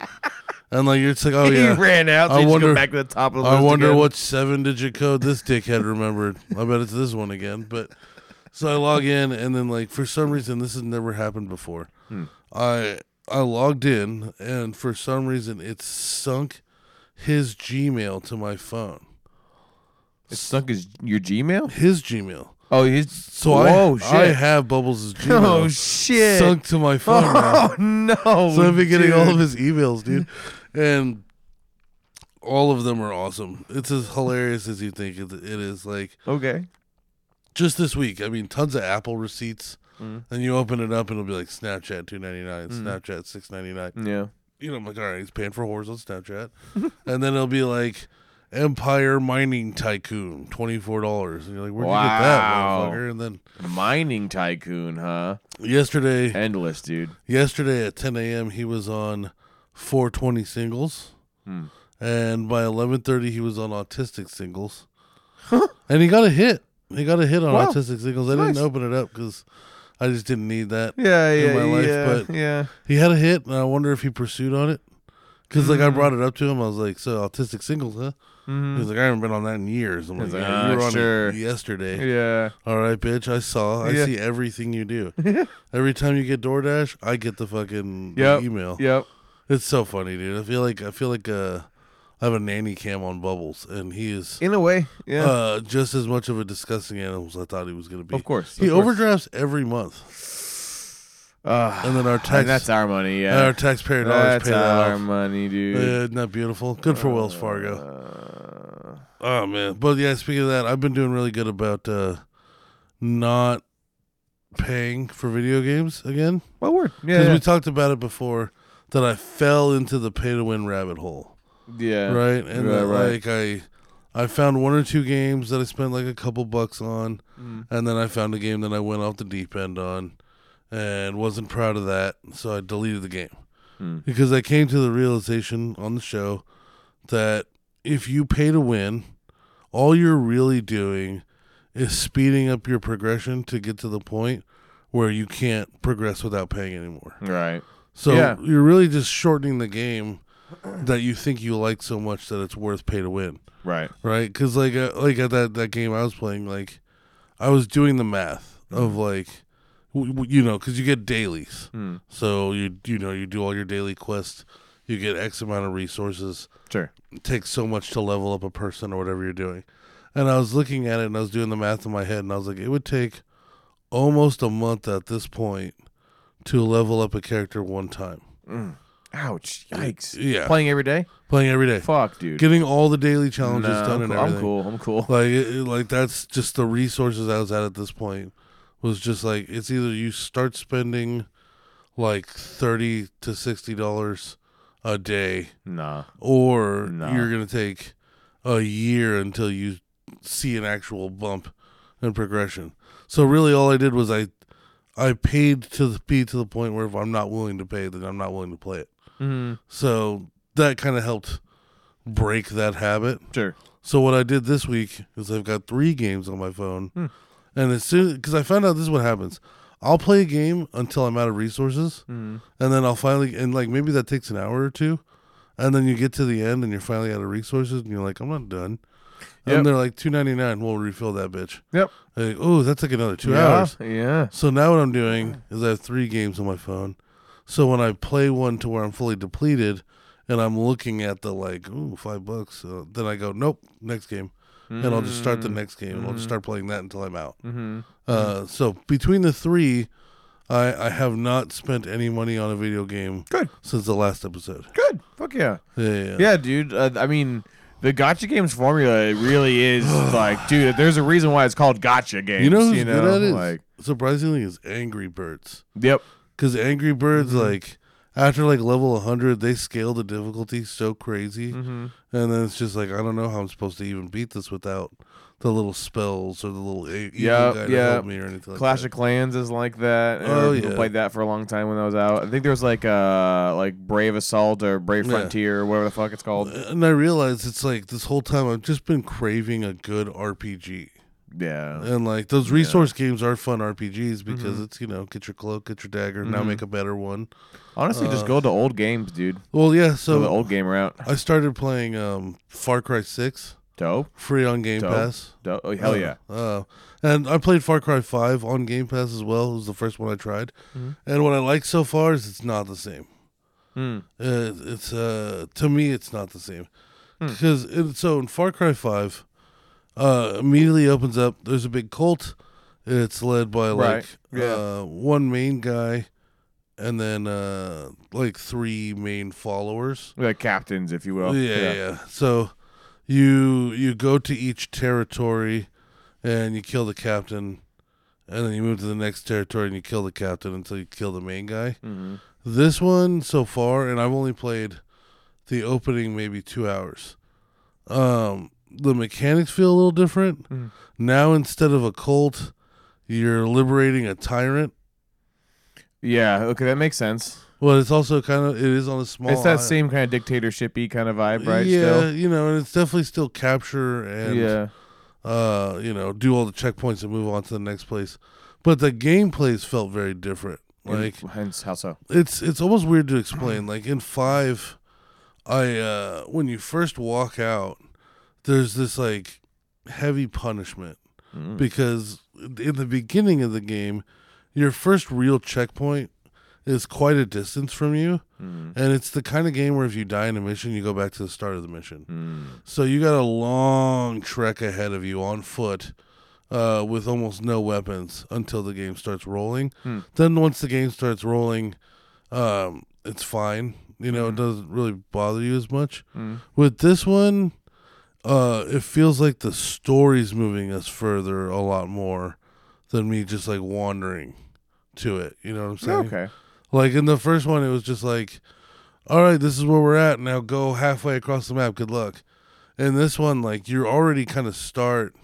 S3: And like it's like, oh yeah.
S4: he ran out. So
S3: I
S4: he just
S3: wonder-
S4: go back to the top of the list.
S3: I wonder
S4: again.
S3: what seven-digit code this dickhead remembered. I bet it's this one again. But so I log in, and then like for some reason this has never happened before.
S4: Hmm.
S3: I I logged in, and for some reason it sunk his Gmail to my phone.
S4: It sunk his your Gmail.
S3: His Gmail.
S4: Oh, his.
S3: So
S4: Whoa,
S3: I, I
S4: shit.
S3: have Bubbles' Gmail
S4: oh shit.
S3: sunk to my phone now.
S4: oh no.
S3: So I've been getting all of
S4: dude.
S3: his emails, dude. And all of them are awesome. It's as hilarious as you think it, it is. Like,
S4: Okay.
S3: just this week, I mean, tons of Apple receipts. And you open it up and it'll be like Snapchat two ninety nine, Snapchat six ninety nine.
S4: Yeah.
S3: You know, I'm like, all right, he's paying for whores on Snapchat. and then it'll be like Empire Mining Tycoon, twenty four dollars. And you're like, where'd you get
S4: Wow.
S3: that, motherfucker? And then
S4: Mining tycoon, huh?
S3: yesterday
S4: Endless, dude.
S3: yesterday at 10 a.m. he was on 420 singles,
S4: Hmm.
S3: and by 11:30 he was on autistic singles, and he got a hit. He got a hit on
S4: Wow.
S3: autistic singles. I
S4: Nice.
S3: didn't open it up because I just didn't need that.
S4: Yeah,
S3: in
S4: yeah,
S3: my life,
S4: yeah,
S3: but-
S4: yeah.
S3: He had a hit, and I wonder if he pursued on it. Cause like I
S4: Hmm.
S3: brought it up to him, I was like, "So autistic singles, huh?" He was like, "I haven't been on that in years." I'm like,
S4: Mm-hmm. He's like,
S3: "Yeah, "You
S4: "Ah,
S3: were on
S4: sure."
S3: it yesterday."
S4: Yeah.
S3: All right, bitch. I saw. I
S4: Yeah.
S3: see everything you do. Every time you get DoorDash, I get the fucking
S4: Yep.
S3: email.
S4: Yep.
S3: It's so funny, dude. I feel like I feel like uh, I have a nanny cam on Bubbles, and he is
S4: In a way. Yeah.
S3: uh, just as much of a disgusting animal as I thought he was going to be.
S4: Of course,
S3: he
S4: of course.
S3: overdrafts every month,
S4: Ah,
S3: and then our
S4: and
S3: tax
S4: that's our money.
S3: and
S4: Yeah.
S3: our taxpayer dollars
S4: That's
S3: pay that
S4: our
S3: off.
S4: money,
S3: Yeah,
S4: Uh, dude.
S3: isn't that beautiful? Good for Wells Fargo.
S4: Uh,
S3: Oh man, but yeah. Speaking of that, I've been doing really good about uh, not paying for video games again.
S4: My word. Yeah.
S3: because
S4: yeah.
S3: we talked about it before that I fell into the pay to win rabbit hole,
S4: yeah.
S3: right? And
S4: Right,
S3: that,
S4: right.
S3: like I, I found one or two games that I spent like a couple bucks on,
S4: Mm.
S3: and then I found a game that I went off the deep end on, and wasn't proud of that, so I deleted the game
S4: Hmm.
S3: because I came to the realization on the show that if you pay to win, all you're really doing is speeding up your progression to get to the point where you can't progress without paying anymore.
S4: Right.
S3: So
S4: Yeah.
S3: you're really just shortening the game that you think you like so much that it's worth pay to win,
S4: Right.
S3: right? Because like uh, like at that that game I was playing, like I was doing the math of like w- w- you know because you get dailies, so you you know you do all your daily quests, you get X amount of resources
S4: Sure.
S3: takes so much to level up a person or whatever you're doing. And I was looking at it and I was doing the math in my head and I was like, it would take almost a month at this point to level up a character one time.
S4: Ouch. Yikes.
S3: Yeah.
S4: Playing every day.
S3: Playing every day.
S4: Fuck, dude.
S3: Getting all the daily challenges
S4: Nah,
S3: done and
S4: I'm, cool.
S3: everything.
S4: I'm cool. I'm cool.
S3: Like, it, it- like that's just the resources I was at at this point was just like, it's either you start spending like 30 to $60 a day
S4: Nah.
S3: or
S4: No.
S3: you're going to take a year until you see an actual bump in progression. So really all I did was I I paid to the, be to the point where if I'm not willing to pay, then I'm not willing to play it.
S4: Mhm.
S3: So that kind of helped break that habit.
S4: Sure.
S3: So what I did this week is I've got three games on my phone,
S4: Hmm.
S3: and as soon because I found out this is what happens, I'll play a game until I'm out of resources,
S4: Hmm.
S3: and then I'll finally and like maybe that takes an hour or two, and then you get to the end and you're finally out of resources and you're like I'm not done,
S4: Yep.
S3: and they're like two ninety nine we'll refill that bitch.
S4: Yep.
S3: Like, oh that's like another two
S4: yeah.
S3: hours.
S4: Yeah.
S3: So now what I'm doing is I have three games on my phone. So when I play one to where I'm fully depleted and I'm looking at the like, ooh, five bucks, uh, then I go, nope, next game. And I'll just start the next game. and I'll just start playing that until I'm out.
S4: Mhm.
S3: Uh, so between the three, I, I have not spent any money on a video game
S4: Good.
S3: since the last episode.
S4: Good. Fuck yeah.
S3: Yeah, yeah.
S4: Yeah, dude. Uh, I mean, the gotcha games formula really is like, dude. There's a reason why it's called gotcha games.
S3: You know who's good at it?
S4: Like,
S3: Surprisingly, is Angry Birds.
S4: yep.
S3: Because Angry Birds,
S4: Mm-hmm.
S3: like, after like level 100, they scale the difficulty so crazy.
S4: Mm-hmm.
S3: And then it's just like, I don't know how I'm supposed to even beat this without the little spells or the little e- evil
S4: Yeah,
S3: guy to
S4: yeah.
S3: help me or anything like
S4: Clash
S3: that.
S4: of Clans is like that.
S3: Oh,
S4: Oh people
S3: yeah.
S4: Played that for a long time when that was out. I think there was like uh like Brave Assault or Brave
S3: Yeah.
S4: Frontier or whatever the fuck it's called.
S3: and I realized it's like this whole time I've just been craving a good RPG.
S4: Yeah. Mm-hmm.
S3: And like those resource games are fun RPGs because it's, you know, get your cloak, get your dagger, now make a better one.
S4: Honestly,
S3: Uh,
S4: just go to old games, dude.
S3: Well, yeah,
S4: Go the
S3: so
S4: old game route.
S3: I started playing um, Far Cry 6
S4: Dope.
S3: free on Game
S4: Dope.
S3: Pass.
S4: Dope. Oh, hell yeah.
S3: Uh, and I played Far Cry 5 on Game Pass as well. It was the first one I tried. And what I like so far is it's not the same.
S4: Hmm.
S3: Uh, it's uh, To me, it's not the same. Because so in Far Cry 5, uh, immediately opens up, there's a big cult. It's led by like
S4: Right. Yeah.
S3: uh, one main guy and then uh, like three main followers.
S4: The captains, if you will.
S3: Yeah, yeah, So you you go to each territory and you kill the captain and then you move to the next territory and you kill the captain until you kill the main guy.
S4: Mhm.
S3: This one so far and I've only played the opening maybe 2 hours. Um the mechanics feel a little different.
S4: Mm-hmm.
S3: Now instead of a cult, you're liberating a tyrant.
S4: Yeah. Okay, that makes sense.
S3: Well, it's also kind of it is on a small
S4: it's that
S3: island.
S4: same kind of dictatorshipy kind of vibe, right?
S3: Yeah, you know, and it's definitely still capture
S4: Still?
S3: and
S4: Yeah.
S3: uh, you know, do all the checkpoints and move on to the next place. But the gameplays felt very different.
S4: Mm.
S3: Like
S4: hence how so?
S3: it's it's almost weird to explain. Like in five, I uh when you first walk out, there's this like heavy punishment because in the beginning of the game, your first real checkpoint is quite a distance from you. And it's the kind of game where if you die in a mission, you go back to the start of the mission. So you got a long trek ahead of you on foot uh, with almost no weapons until the game starts rolling. Then once the game starts rolling, um, it's fine. You know, it doesn't really bother you as much. With this one, uh, it feels like the story's moving us further a lot more than me just like wandering to it. You know what I'm saying?
S4: Okay.
S3: Like in the first one, it was just like, all right, this is where we're at. Now go halfway across the map. Good luck. And this one, like, you're already kind of start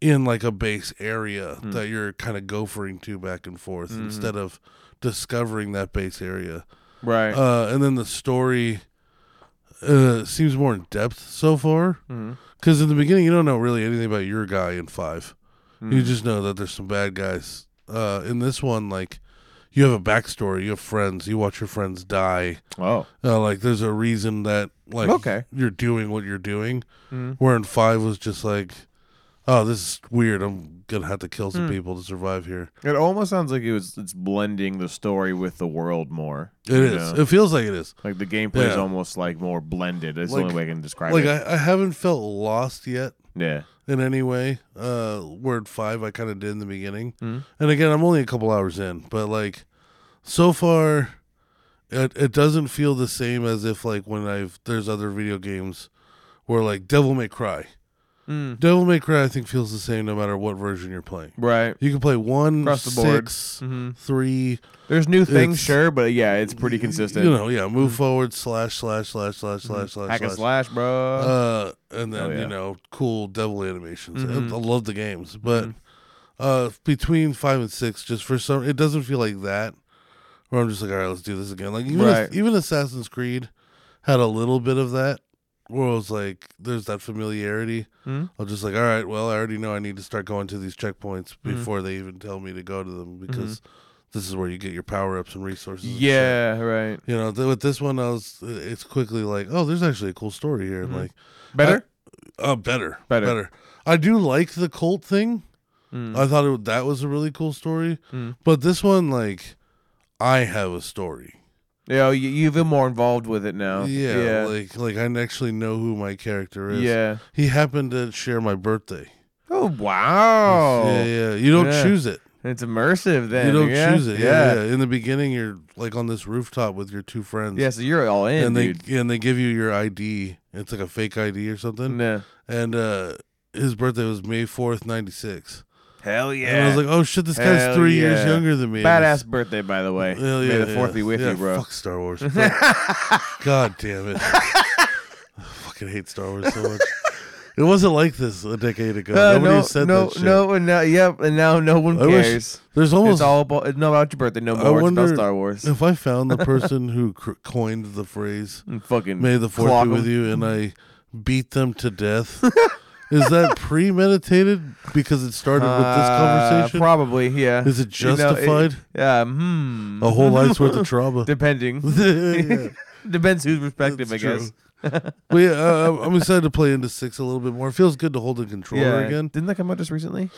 S3: in like a base area that you're kind of gophering to back and forth instead of discovering that base area.
S4: Right.
S3: Uh, and then the story uh, seems more in depth so far.
S4: Mm-hmm.
S3: Because in the beginning, you don't know really anything about your guy in five.
S4: Hmm.
S3: You just know that there's some bad guys. Uh, in this one, like, you have a backstory. You have friends. You watch your friends die.
S4: oh.
S3: Uh, like, there's a reason that, like,
S4: Okay. Hmm.
S3: you're doing what you're doing. Where in five was just like, oh, this is weird. I'm going to have to kill some
S4: Hmm.
S3: people to survive here.
S4: It almost sounds like it was it's blending the story with the world more.
S3: It is. It feels like it is.
S4: Like the gameplay
S3: Yeah.
S4: is almost like more blended. That's
S3: Like-
S4: the only way I can describe
S3: Like,
S4: it.
S3: I, I haven't felt lost yet.
S4: yeah.
S3: in any way. Uh, word five, I kind of did in the beginning,
S4: Mm-hmm.
S3: and again, I'm only a couple hours in, but like so far, it it doesn't feel the same as if like when I've there's other video games where like Devil May Cry, Devil May Cry, I think feels the same no matter what version you're playing.
S4: Right.
S3: You can play one,
S4: Across the board.
S3: six, three,
S4: There's new things,
S3: It's-
S4: sure, but yeah, it's pretty consistent. Mm-hmm.
S3: You know, yeah, move forward, slash, slash, slash, slash, slash, slash,
S4: Hack and
S3: slash.
S4: slash, bro.
S3: uh, and then
S4: Oh, yeah. Mm-hmm.
S3: you know cool devil animations. I, I love the games, but uh, between five and six, just for some, it doesn't feel like that. Where I'm just like, all right, let's do this again. Like even
S4: Right.
S3: even Assassin's Creed had a little bit of that, where it was like, there's that familiarity.
S4: Mhm.
S3: I'm just like, all right, well, I already know I need to start going to these checkpoints
S4: Hmm.
S3: before they even tell me to go to them because this is where you get your power ups and resources. and shit.
S4: Mm-hmm. Yeah, right.
S3: You know, th- with this one, I was. It's quickly like, oh, there's actually a cool story here.
S4: Mm-hmm.
S3: I'm like,
S4: Better?
S3: uh, better,
S4: Better.
S3: I do like the cult thing.
S4: Mm.
S3: I hmm. thought it, that was a really cool story,
S4: Mm.
S3: but this one, like, I have a story.
S4: Yeah, you, know, you- you've been more involved with it now.
S3: yeah,
S4: Oh, Yeah.
S3: like, like I actually know who my character is.
S4: yeah.
S3: he happened to share my birthday.
S4: Oh wow.
S3: yeah, yeah. You don't
S4: Oh. Yeah.
S3: choose it.
S4: It's immersive then.
S3: you don't
S4: yeah?
S3: choose it. Yeah, yeah. In the beginning, you're like on this rooftop with your two friends.
S4: Yeah, so you're all in,
S3: and
S4: dude.
S3: they and they give you your ID. It's like a fake ID or something.
S4: Nah.
S3: And uh, his birthday was May fourth, ninety six.
S4: Hell yeah.
S3: And I was like, oh shit, this guy's
S4: Hell
S3: three years
S4: yeah.
S3: younger than me.
S4: Badass birthday, by the way.
S3: And it's- Hell
S4: May
S3: yeah,
S4: the fourth
S3: yeah.
S4: be with
S3: Yeah,
S4: you, bro.
S3: Fuck Star Wars. God damn it. I fucking hate Star Wars so much. It wasn't like this a decade ago.
S4: Uh,
S3: Nobody
S4: no,
S3: said
S4: no,
S3: that shit.
S4: no, and now, yep, and now no one
S3: I wish-
S4: cares.
S3: There's almost
S4: it's all about it's not about your birthday no
S3: I
S4: more. it's
S3: wonder-
S4: about Star Wars.
S3: if I found the person who cr- coined the phrase
S4: And Mm, fucking
S3: "May the Fourth
S4: clock
S3: be
S4: 'em.
S3: with you" and I beat them to death, is that premeditated because it started with this
S4: Uh,
S3: conversation?
S4: Probably, yeah.
S3: Is it
S4: You know, it-
S3: justified? Oh.
S4: yeah. Hmm.
S3: a whole life's worth of trauma.
S4: Depending.
S3: yeah,
S4: Depends whose perspective,
S3: that's
S4: I guess.
S3: true. but yeah, I, I'm- I'm excited to play into six a little bit more. It feels good to hold the controller
S4: Yeah.
S3: again.
S4: Didn't that come out just recently?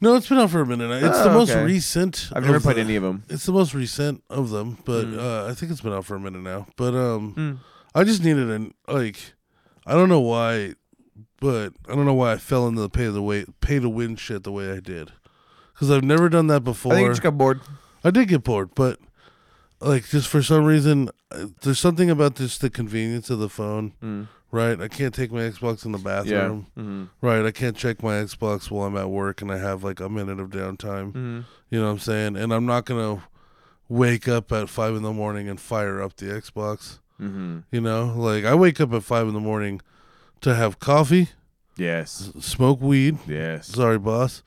S3: No, it's been out for a minute. It's the
S4: Oh,
S3: most
S4: okay.
S3: recent.
S4: I've never
S3: of
S4: played
S3: the-
S4: any Hmm. of them.
S3: It's the most recent of them, but uh, I think it's been out for a minute now. But um,
S4: Hmm.
S3: I just needed an like, I don't know why, but I don't know why I fell into the pay the way pay to win shit the way I did, because I've never done that before.
S4: I think I just got bored.
S3: I did get bored, but like just for some reason, uh, there's something about just the convenience of the phone, right? I can't take my Xbox in the
S4: Hmm. Yeah.
S3: bathroom,
S4: Mhm.
S3: right? I can't check my Xbox while I'm at work and I have like a minute of downtime.
S4: Mm-hmm.
S3: You know what I'm saying? And I'm not gonna wake up at five in the morning and fire up the Xbox.
S4: Mhm.
S3: You know, like I wake up at five in the morning to have coffee,
S4: Yes.
S3: smoke weed.
S4: Yes.
S3: Sorry, boss.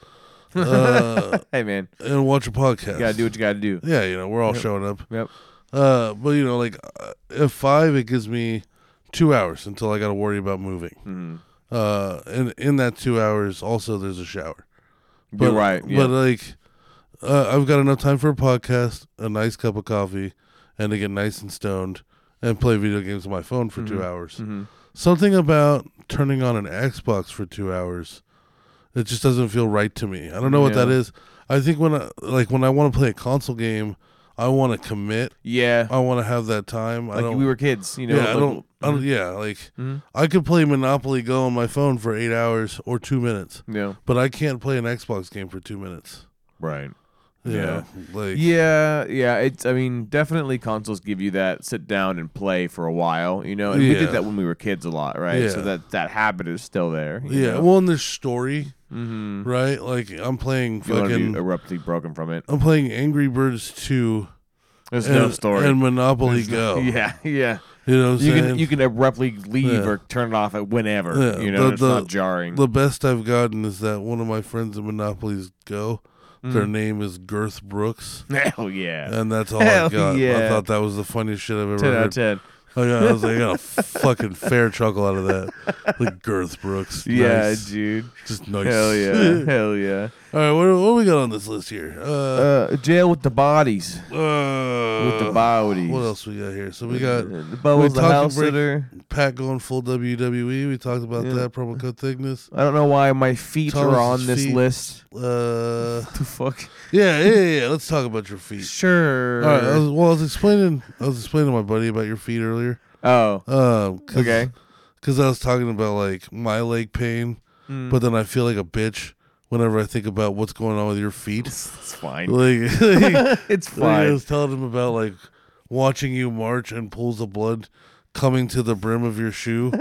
S3: Uh,
S4: Hey man,
S3: and watch a podcast.
S4: you gotta do what you gotta do.
S3: Yeah, you know, we're all showing up.
S4: Yep.
S3: Uh, but you know, like uh, at five, it gives me two hours until I got to worry about moving.
S4: Mhm.
S3: Uh, and in that two hours, also there's a shower.
S4: You're right.
S3: But
S4: yeah.
S3: like, uh, I've got enough time for a podcast, a nice cup of coffee, and to get nice and stoned and play video games on my phone for two hours.
S4: Mhm.
S3: Something about turning on an Xbox for two hours, it just doesn't feel right to me. I don't know what
S4: Yeah.
S3: that is. I think when I like when I want to play a console game, I want to commit.
S4: yeah.
S3: I want to have that time. I
S4: Like
S3: don't.
S4: we were kids, you know.
S3: yeah, I
S4: like-
S3: don't. I don't. Yeah, like
S4: Mhm.
S3: I could play Monopoly Go on my phone for eight hours or two minutes,
S4: Yeah.
S3: but I can't play an Xbox game for two minutes.
S4: Right.
S3: You
S4: Yeah.
S3: know, like
S4: Yeah, yeah. It's I mean, definitely consoles give you that sit down and play for a while, you know. And we
S3: Yeah.
S4: did that when we were kids a lot, right?
S3: Yeah.
S4: So that that habit is still there. you
S3: yeah.
S4: know?
S3: Well, in this story,
S4: Mhm.
S3: right? Like I'm playing
S4: You want to
S3: fucking.
S4: be abruptly broken from it.
S3: I'm playing Angry Birds two
S4: There's
S3: and,
S4: no story.
S3: and Monopoly Go.
S4: yeah, yeah.
S3: You know, what I'm
S4: You
S3: saying?
S4: can you can abruptly leave
S3: Yeah.
S4: or turn it off at whenever.
S3: Yeah,
S4: You know,
S3: the-
S4: it's
S3: the-
S4: not jarring.
S3: The best I've gotten is that one of my friends in Monopoly's Go.
S4: Mm.
S3: Their name is Girth Brooks,
S4: Hell yeah.
S3: and that's all I
S4: Hell
S3: got. I
S4: yeah.
S3: thought that was the funniest shit I've ever
S4: ten out
S3: heard.
S4: of ten.
S3: I got, Oh, I was like, I got a fucking fair chuckle out of that. Like Girth Brooks.
S4: Yeah,
S3: Nice.
S4: dude.
S3: Just nice.
S4: Hell yeah. Hell yeah.
S3: All right, what, what we got on this list here? Uh,
S4: Uh, jail with the bodies.
S3: uh,
S4: with the bodies.
S3: What else we got here? So we got
S4: Uh, the bones,
S3: we're
S4: the
S3: talking
S4: house
S3: break-
S4: sitter.
S3: Pat going full WWE. We talked about
S4: Yeah.
S3: that promo code thickness.
S4: I don't know why my feet are
S3: Thomas's
S4: on this
S3: feet.
S4: list.
S3: Uh,
S4: The fuck?
S3: yeah, yeah, yeah, yeah. Let's talk about your feet.
S4: Sure.
S3: All right. I was, well, I was explaining. I was explaining to my buddy about your feet earlier.
S4: oh,
S3: Um, cause,
S4: okay.
S3: Because I was talking about like my leg pain,
S4: Mm.
S3: but then I feel like a bitch whenever I think about what's going on with your feet.
S4: It's fine.
S3: Like,
S4: It's
S3: I
S4: fine.
S3: was telling him about like watching you march and pools of blood coming to the brim of your shoe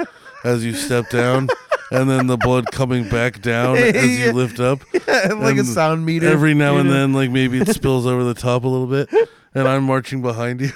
S3: as you step down, and then the blood coming back down as you
S4: Yeah.
S3: lift up.
S4: like a
S3: And
S4: sound meter.
S3: Every now
S4: you
S3: and
S4: know?
S3: then, like maybe it spills over the top a little bit, and I'm marching behind you.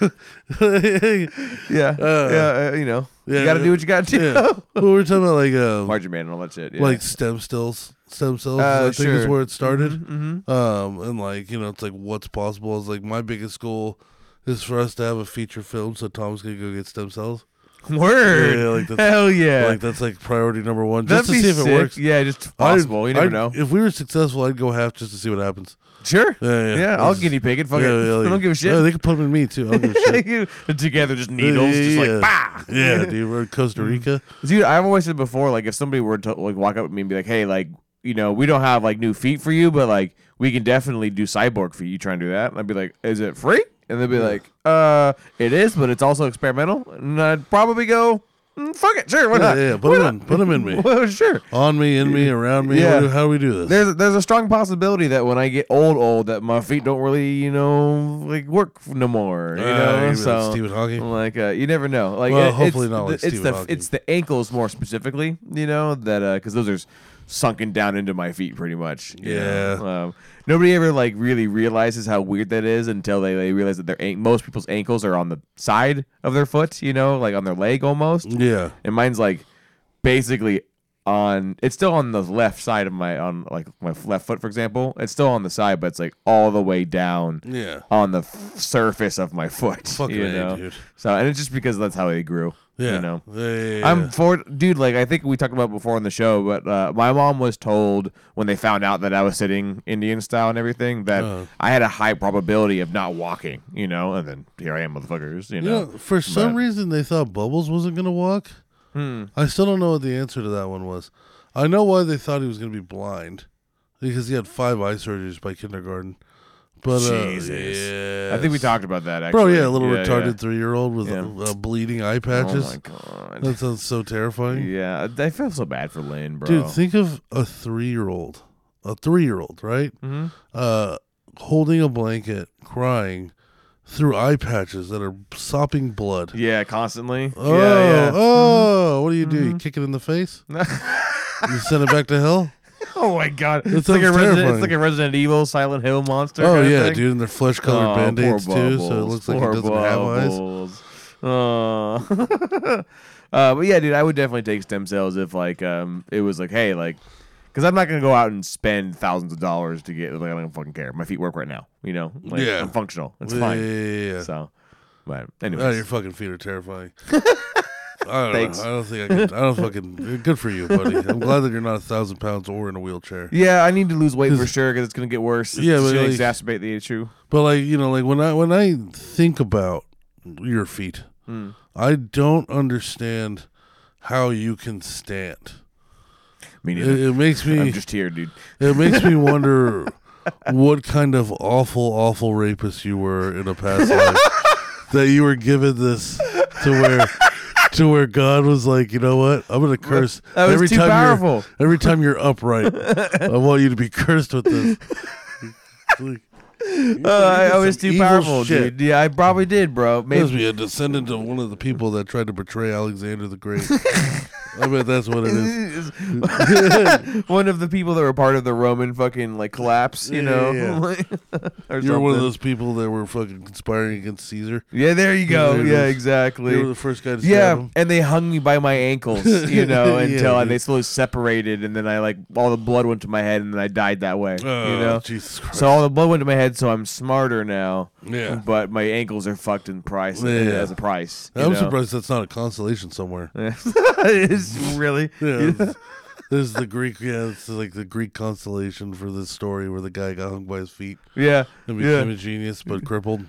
S4: Yeah.
S3: Uh,
S4: yeah. uh, you know.
S3: yeah,
S4: you got to
S3: yeah.
S4: do what you got to do.
S3: yeah. Well, we we're talking about like um,
S4: Margin Man and all that shit. Yeah.
S3: like stem cells. Stem cells,
S4: Uh,
S3: I think, is
S4: sure.
S3: where it started.
S4: Mhm,
S3: Um, and like you know, it's like what's possible is like my biggest goal is for us to have a feature film, so Tom's gonna go get stem cells.
S4: mhm. word.
S3: Yeah, like that's,
S4: Hell yeah.
S3: like that's like priority number one, just
S4: That'd
S3: to
S4: be
S3: see if
S4: sick.
S3: it works.
S4: Yeah, just
S3: I'd-
S4: possible. you never
S3: I'd-
S4: know.
S3: If we were successful, I'd go half just to see what happens.
S4: Sure.
S3: Yeah, yeah.
S4: Yeah, I'll
S3: It's-
S4: guinea pig it. Fuck it.
S3: yeah,
S4: I
S3: like-
S4: don't give a shit.
S3: Yeah, they could put them in me too. I don't give a shit.
S4: Together, just needles,
S3: yeah,
S4: just
S3: yeah.
S4: like bah.
S3: yeah, dude, we're in Costa
S4: Mm-hmm.
S3: Rica.
S4: Dude, I've always said before, like if somebody were to like walk up to me and be like, "Hey, like you know, we don't have like new feet for you, but like we can definitely do cyborg for you. You try and do that?" And I'd be like, "Is it free?" And they'd be like, "Uh, it is, but it's also experimental." And I'd probably go, mm, "Fuck it, sure, why
S3: Yeah,
S4: not?
S3: yeah, yeah, put
S4: Why
S3: 'em
S4: not?
S3: in, put 'em in me.
S4: well, sure.
S3: On me, in me, around me.
S4: Yeah.
S3: How, do, how do we do this?
S4: There's there's a strong possibility that when I get old, old, that my feet don't really, you know, like work no more. You
S3: Uh,
S4: know,
S3: you mean
S4: so
S3: Stephen Hawking.
S4: like uh, you never know. Like
S3: Well,
S4: it-
S3: hopefully
S4: it's,
S3: not
S4: the-
S3: like
S4: it's
S3: Stephen
S4: the
S3: Hawking.
S4: it's the ankles more specifically. You know that because those are s- sunken down into my feet pretty much. you know? Um, nobody ever like really realizes how weird that is until they, they realize that their an- most people's ankles are on the side of their foot. You know, like on their leg almost.
S3: yeah,
S4: And mine's like basically on it's still on the left side of my on like my left foot for example it's still on the side but it's like all the way down
S3: yeah,
S4: on the f- surface of my foot.
S3: Fucking
S4: you
S3: A,
S4: know?
S3: dude.
S4: So, and it's just because that's how they grew.
S3: yeah.
S4: You know.
S3: Yeah, yeah, yeah,
S4: I'm for dude. Like I think we talked about it before on the show, but uh, my mom was told when they found out that I was sitting Indian style and everything that
S3: Uh-huh.
S4: I had a high probability of not walking. You know, and then here I am, motherfuckers. You
S3: You
S4: know.
S3: know, for some
S4: but- Hmm.
S3: reason they thought Bubbles wasn't gonna walk. I still don't know what the answer to that one was. I know why they thought he was gonna be blind because he had five eye surgeries by kindergarten. But
S4: Jesus.
S3: uh, yes.
S4: I think we talked about that. Actually.
S3: Bro, yeah, a little
S4: yeah.
S3: retarded three-year-old with
S4: Yeah.
S3: uh, uh, bleeding eye
S4: Oh
S3: patches.
S4: my god.
S3: That sounds so terrifying.
S4: yeah, I- I feel so bad for Lynn, bro.
S3: Dude, think of a three-year-old, a three-year-old, right?
S4: Mhm.
S3: Uh, holding a blanket, crying through eye patches that are sopping blood.
S4: yeah, constantly.
S3: Oh,
S4: yeah, Mm-hmm. yeah.
S3: oh, what do you do? You kick it in the face? You send it back to hell?
S4: Oh my god!
S3: That
S4: It's like, a
S3: sounds
S4: Resident,
S3: terrifying.
S4: it's like a Resident Evil Silent Hill monster.
S3: Oh
S4: kinda
S3: yeah,
S4: thing.
S3: dude, and they're flesh colored
S4: Oh,
S3: band aids
S4: poor
S3: too, so it
S4: Bubbles,
S3: looks like he
S4: poor
S3: doesn't have eyes.
S4: Bubbles. Aw. uh, but yeah, dude, I would definitely take stem cells if like um it was like hey like because I'm not gonna go out and spend thousands of dollars to get like I don't fucking care. My feet work right now, you know. Like,
S3: Yeah.
S4: I'm functional. It's
S3: yeah,
S4: fine.
S3: Yeah, yeah, yeah.
S4: So, but
S3: Oh, your
S4: anyways,
S3: fucking feet are terrifying. I don't
S4: Thanks.
S3: know. I don't think I can. I don't fucking. Good for you, buddy. I'm glad that you're not a thousand pounds or in a wheelchair.
S4: yeah, I need to lose weight for sure because it's gonna get worse. It's
S3: Yeah,
S4: just
S3: but,
S4: gonna
S3: like-
S4: exacerbate the issue.
S3: But like you know, like when I when I think about your feet,
S4: Hmm.
S3: I don't understand how you can stand.
S4: Me
S3: It,
S4: neither.
S3: it makes me.
S4: I'm just here, dude.
S3: It makes me wonder what kind of awful, awful rapist you were in a past life that you were given this to where to where God was like, you know what? I'm gonna curse
S4: That was
S3: every
S4: too
S3: time
S4: powerful.
S3: you're every time you're upright. I want you to be cursed with this. Like,
S4: Uh, I, I was
S3: some
S4: too
S3: evil
S4: powerful,
S3: shit.
S4: dude. Yeah, I probably did, bro. Maybe
S3: Must be a descendant of one of the people that tried to betray Alexander the Great. I bet that's what it is.
S4: one of the people that were part of the Roman fucking like collapse, you
S3: Yeah,
S4: know.
S3: yeah,
S4: or
S3: You're one of
S4: something.
S3: those people that were fucking conspiring against Caesar.
S4: Yeah, there you go.
S3: There it is.
S4: Yeah,
S3: You were
S4: exactly.
S3: the first guy to stab
S4: Yeah,
S3: him.
S4: and they hung me by my ankles, you know,
S3: Yeah,
S4: until and
S3: dude.
S4: they slowly separated, and then I like all the blood went to my head, and then I died that way,
S3: Oh,
S4: you know.
S3: Jesus Christ.
S4: So all the blood went to my head, so I'm smarter now.
S3: Yeah.
S4: but my ankles are fucked in price uh,
S3: Yeah.
S4: as a price. you
S3: I'm
S4: know?
S3: surprised that's not a constellation somewhere.
S4: It's really.
S3: Yeah. it's- There's the Greek, yeah, it's like the Greek constellation for this story where the guy got hung by his feet
S4: Yeah,
S3: and
S4: yeah.
S3: became a genius but crippled.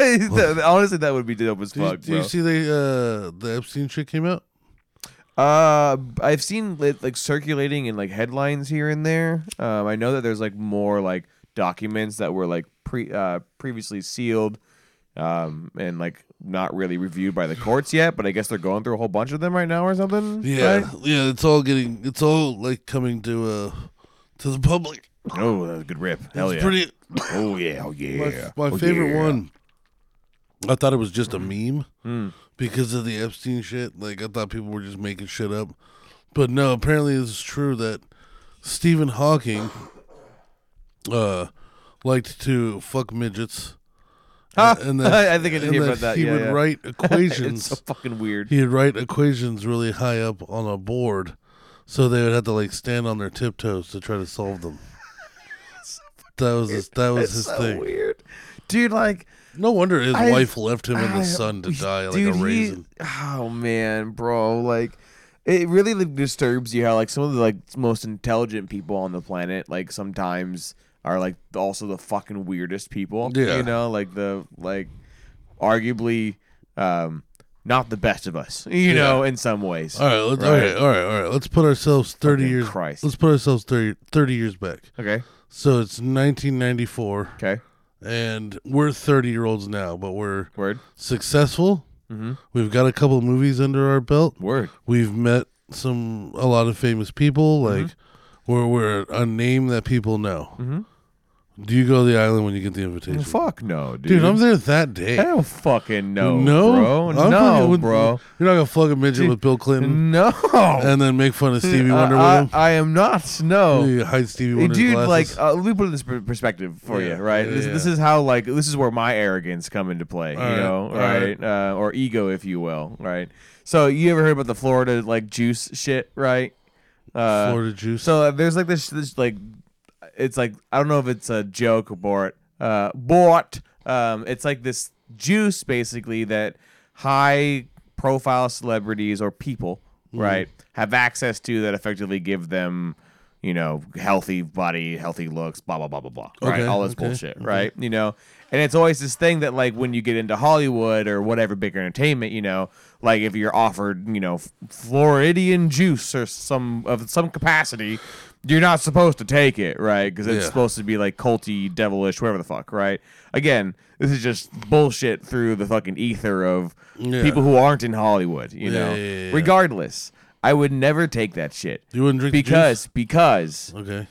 S4: Honestly, that would be dope as
S3: Do you,
S4: fuck.
S3: do you
S4: bro.
S3: see the uh, the Epstein shit came out?
S4: Uh, I've seen it like circulating in like headlines here and there. Um, I know that there's like more like documents that were like pre uh previously sealed, um, and like not really reviewed by the courts yet. But I guess they're going through a whole bunch of them right now or something.
S3: Yeah,
S4: right?
S3: yeah, it's all getting, it's all like coming to uh to the public.
S4: Oh, that's a good rip. Hell
S3: It's
S4: yeah.
S3: pretty.
S5: Oh yeah, oh yeah.
S3: My, my
S5: oh,
S3: favorite
S5: yeah.
S3: one. I thought it was just a
S4: Mm.
S3: meme because of the Epstein shit. Like I thought people were just making shit up, but no. Apparently, it's true that Stephen Hawking uh liked to fuck midgets
S4: Huh?
S3: and then-
S4: I think I did
S3: and
S4: hear
S3: then
S4: about that.
S3: He
S4: yeah,
S3: would
S4: yeah.
S3: write
S4: It's
S3: equations.
S4: so fucking weird.
S3: he would write equations really high up on a board, so they would have to like stand on their tiptoes to try to solve them. that was his, that was his
S4: so
S3: thing.
S4: weird, dude. Like,
S3: No wonder his
S4: I-
S3: wife left him and
S4: I-
S3: the son to die like
S4: dude,
S3: a
S4: he-
S3: raisin.
S4: oh man, bro, like. It really like, disturbs you how like some of the like most intelligent people on the planet like sometimes are like also the fucking weirdest people.
S3: Yeah.
S4: you know, like the like arguably um not the best of us. You know, in some ways.
S3: All right, let's, all right, all right, all right. Let's put ourselves thirty
S4: Fucking
S3: years.
S4: Christ.
S3: Let's put ourselves 30, 30 years back.
S4: Okay.
S3: So it's nineteen ninety four,
S4: Okay.
S3: and we're thirty year olds now, but we're
S4: Word.
S3: successful.
S4: Mm-hmm.
S3: We've got a couple movies under our belt.
S4: Word.
S3: We've met some a lot of famous people,
S4: Mm-hmm.
S3: like we're we're a name that people know. Do you go to the island when you get the invitation?
S4: Fuck no, dude.
S3: Dude, I'm there that day.
S4: I don't fucking know.
S3: no,
S4: bro.
S3: I'm fucking
S4: no,
S3: with-
S4: bro.
S3: You're not gonna flug a midget with Bill Clinton
S4: No.
S3: and then make fun of Stevie
S4: Uh, I-
S3: Wonder
S4: I,
S3: with him.
S4: I am not. No.
S3: You hide Stevie
S4: Hey,
S3: Wonder's
S4: dude,
S3: glasses.
S4: like, uh, let me put this per- perspective for
S3: Yeah,
S4: you, right?
S3: yeah,
S4: this, this
S3: yeah.
S4: is how, like, this is where my arrogance come into play,
S3: All
S4: you
S3: right,
S4: know,
S3: all
S4: right? Uh, or ego, if you will, right? So, you ever heard about the Florida like juice shit, right? Uh,
S3: Florida juice.
S4: So uh, there's like this, this like, it's like I don't know if it's a joke or bort, uh, bort. Um, it's like this juice basically that high profile celebrities or people,
S3: Mm-hmm.
S4: right, have access to that effectively give them, you know, healthy body, healthy looks, blah blah blah blah blah, right?
S3: Okay,
S4: All this
S3: okay,
S4: bullshit, right? You know, and it's always this thing that like when you get into Hollywood or whatever big entertainment, you know, like if you're offered, you know, F- Floridian juice or some of some capacity, you're not supposed to take it, right? Because it's
S3: Yeah.
S4: supposed to be like culty, devilish, whatever the fuck, right? Again, this is just bullshit through the fucking ether of
S3: Yeah.
S4: people who aren't in Hollywood, you
S3: Yeah,
S4: know.
S3: yeah, yeah, yeah.
S4: Regardless, I would never take that shit.
S3: you wouldn't drink the juice?
S4: because because
S3: Okay.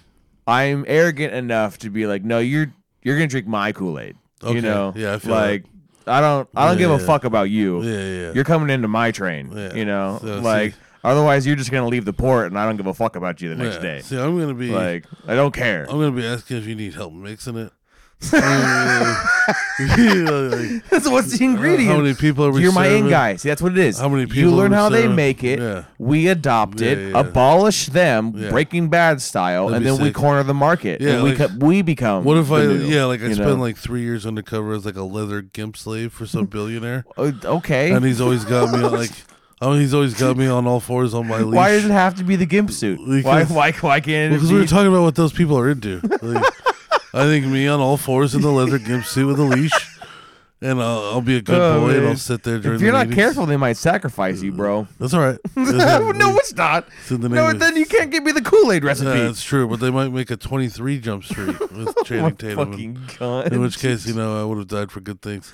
S4: I'm arrogant enough to be like, no, you're you're gonna drink my Kool Aid.
S3: Okay,
S4: You know,
S3: yeah, I feel
S4: like I don't I don't give
S3: Yeah,
S4: a
S3: yeah.
S4: fuck about you.
S3: Yeah, yeah, yeah.
S4: You're coming into my train.
S3: Yeah,
S4: You know,
S3: so see-
S4: like otherwise you're just gonna leave the port, and I don't give a fuck about you the next
S3: Yeah.
S4: day.
S3: See, Oh. I'm gonna be
S4: Like I don't care.
S3: I'm gonna be asking if you need help mixing it. I'm gonna be like, like,
S4: That's what's the
S3: Uh, how many people are we
S4: You're my in
S3: serving?
S4: guy. See, that's what it is.
S3: How many
S4: You
S3: people
S4: learn
S3: are we
S4: how they
S3: serving?
S4: make it.
S3: Yeah.
S4: We adopt
S3: Yeah,
S4: it,
S3: yeah.
S4: abolish them,
S3: Yeah.
S4: Breaking Bad style,
S3: That'd
S4: and
S3: be
S4: then we
S3: sick.
S4: corner the market.
S3: Yeah,
S4: and we
S3: like-
S4: co- we become.
S3: What if
S4: the
S3: I
S4: noodle,
S3: yeah, like I
S4: you
S3: spend
S4: know?
S3: like three years undercover as like a leather gimp slave for some billionaire,
S4: Uh, okay.
S3: and he's always got me on, like, oh, he's always got me on all fours on my leash.
S4: Why does it have to be the gimp suit? Why,
S3: Because-
S4: why, why can't it
S3: Because
S4: be?
S3: we were talking about what those people are into. Like, I think me on all fours in the leather gimp suit with a leash, and I'll, I'll be a good
S4: Oh,
S3: boy and
S4: man.
S3: I'll sit there during.
S4: if you're
S3: the
S4: not
S3: meetings.
S4: careful, they might sacrifice you, bro.
S3: that's all right.
S4: no, it's not.
S3: in the
S4: no,
S3: name of-
S4: then you can't give me the Kool Aid recipe.
S3: Yeah, that's true, but they might make a 23 Jump Street with
S4: Oh my
S3: Channing Tatum. and-
S4: fucking god.
S3: in which case, you know, I would have died for good things.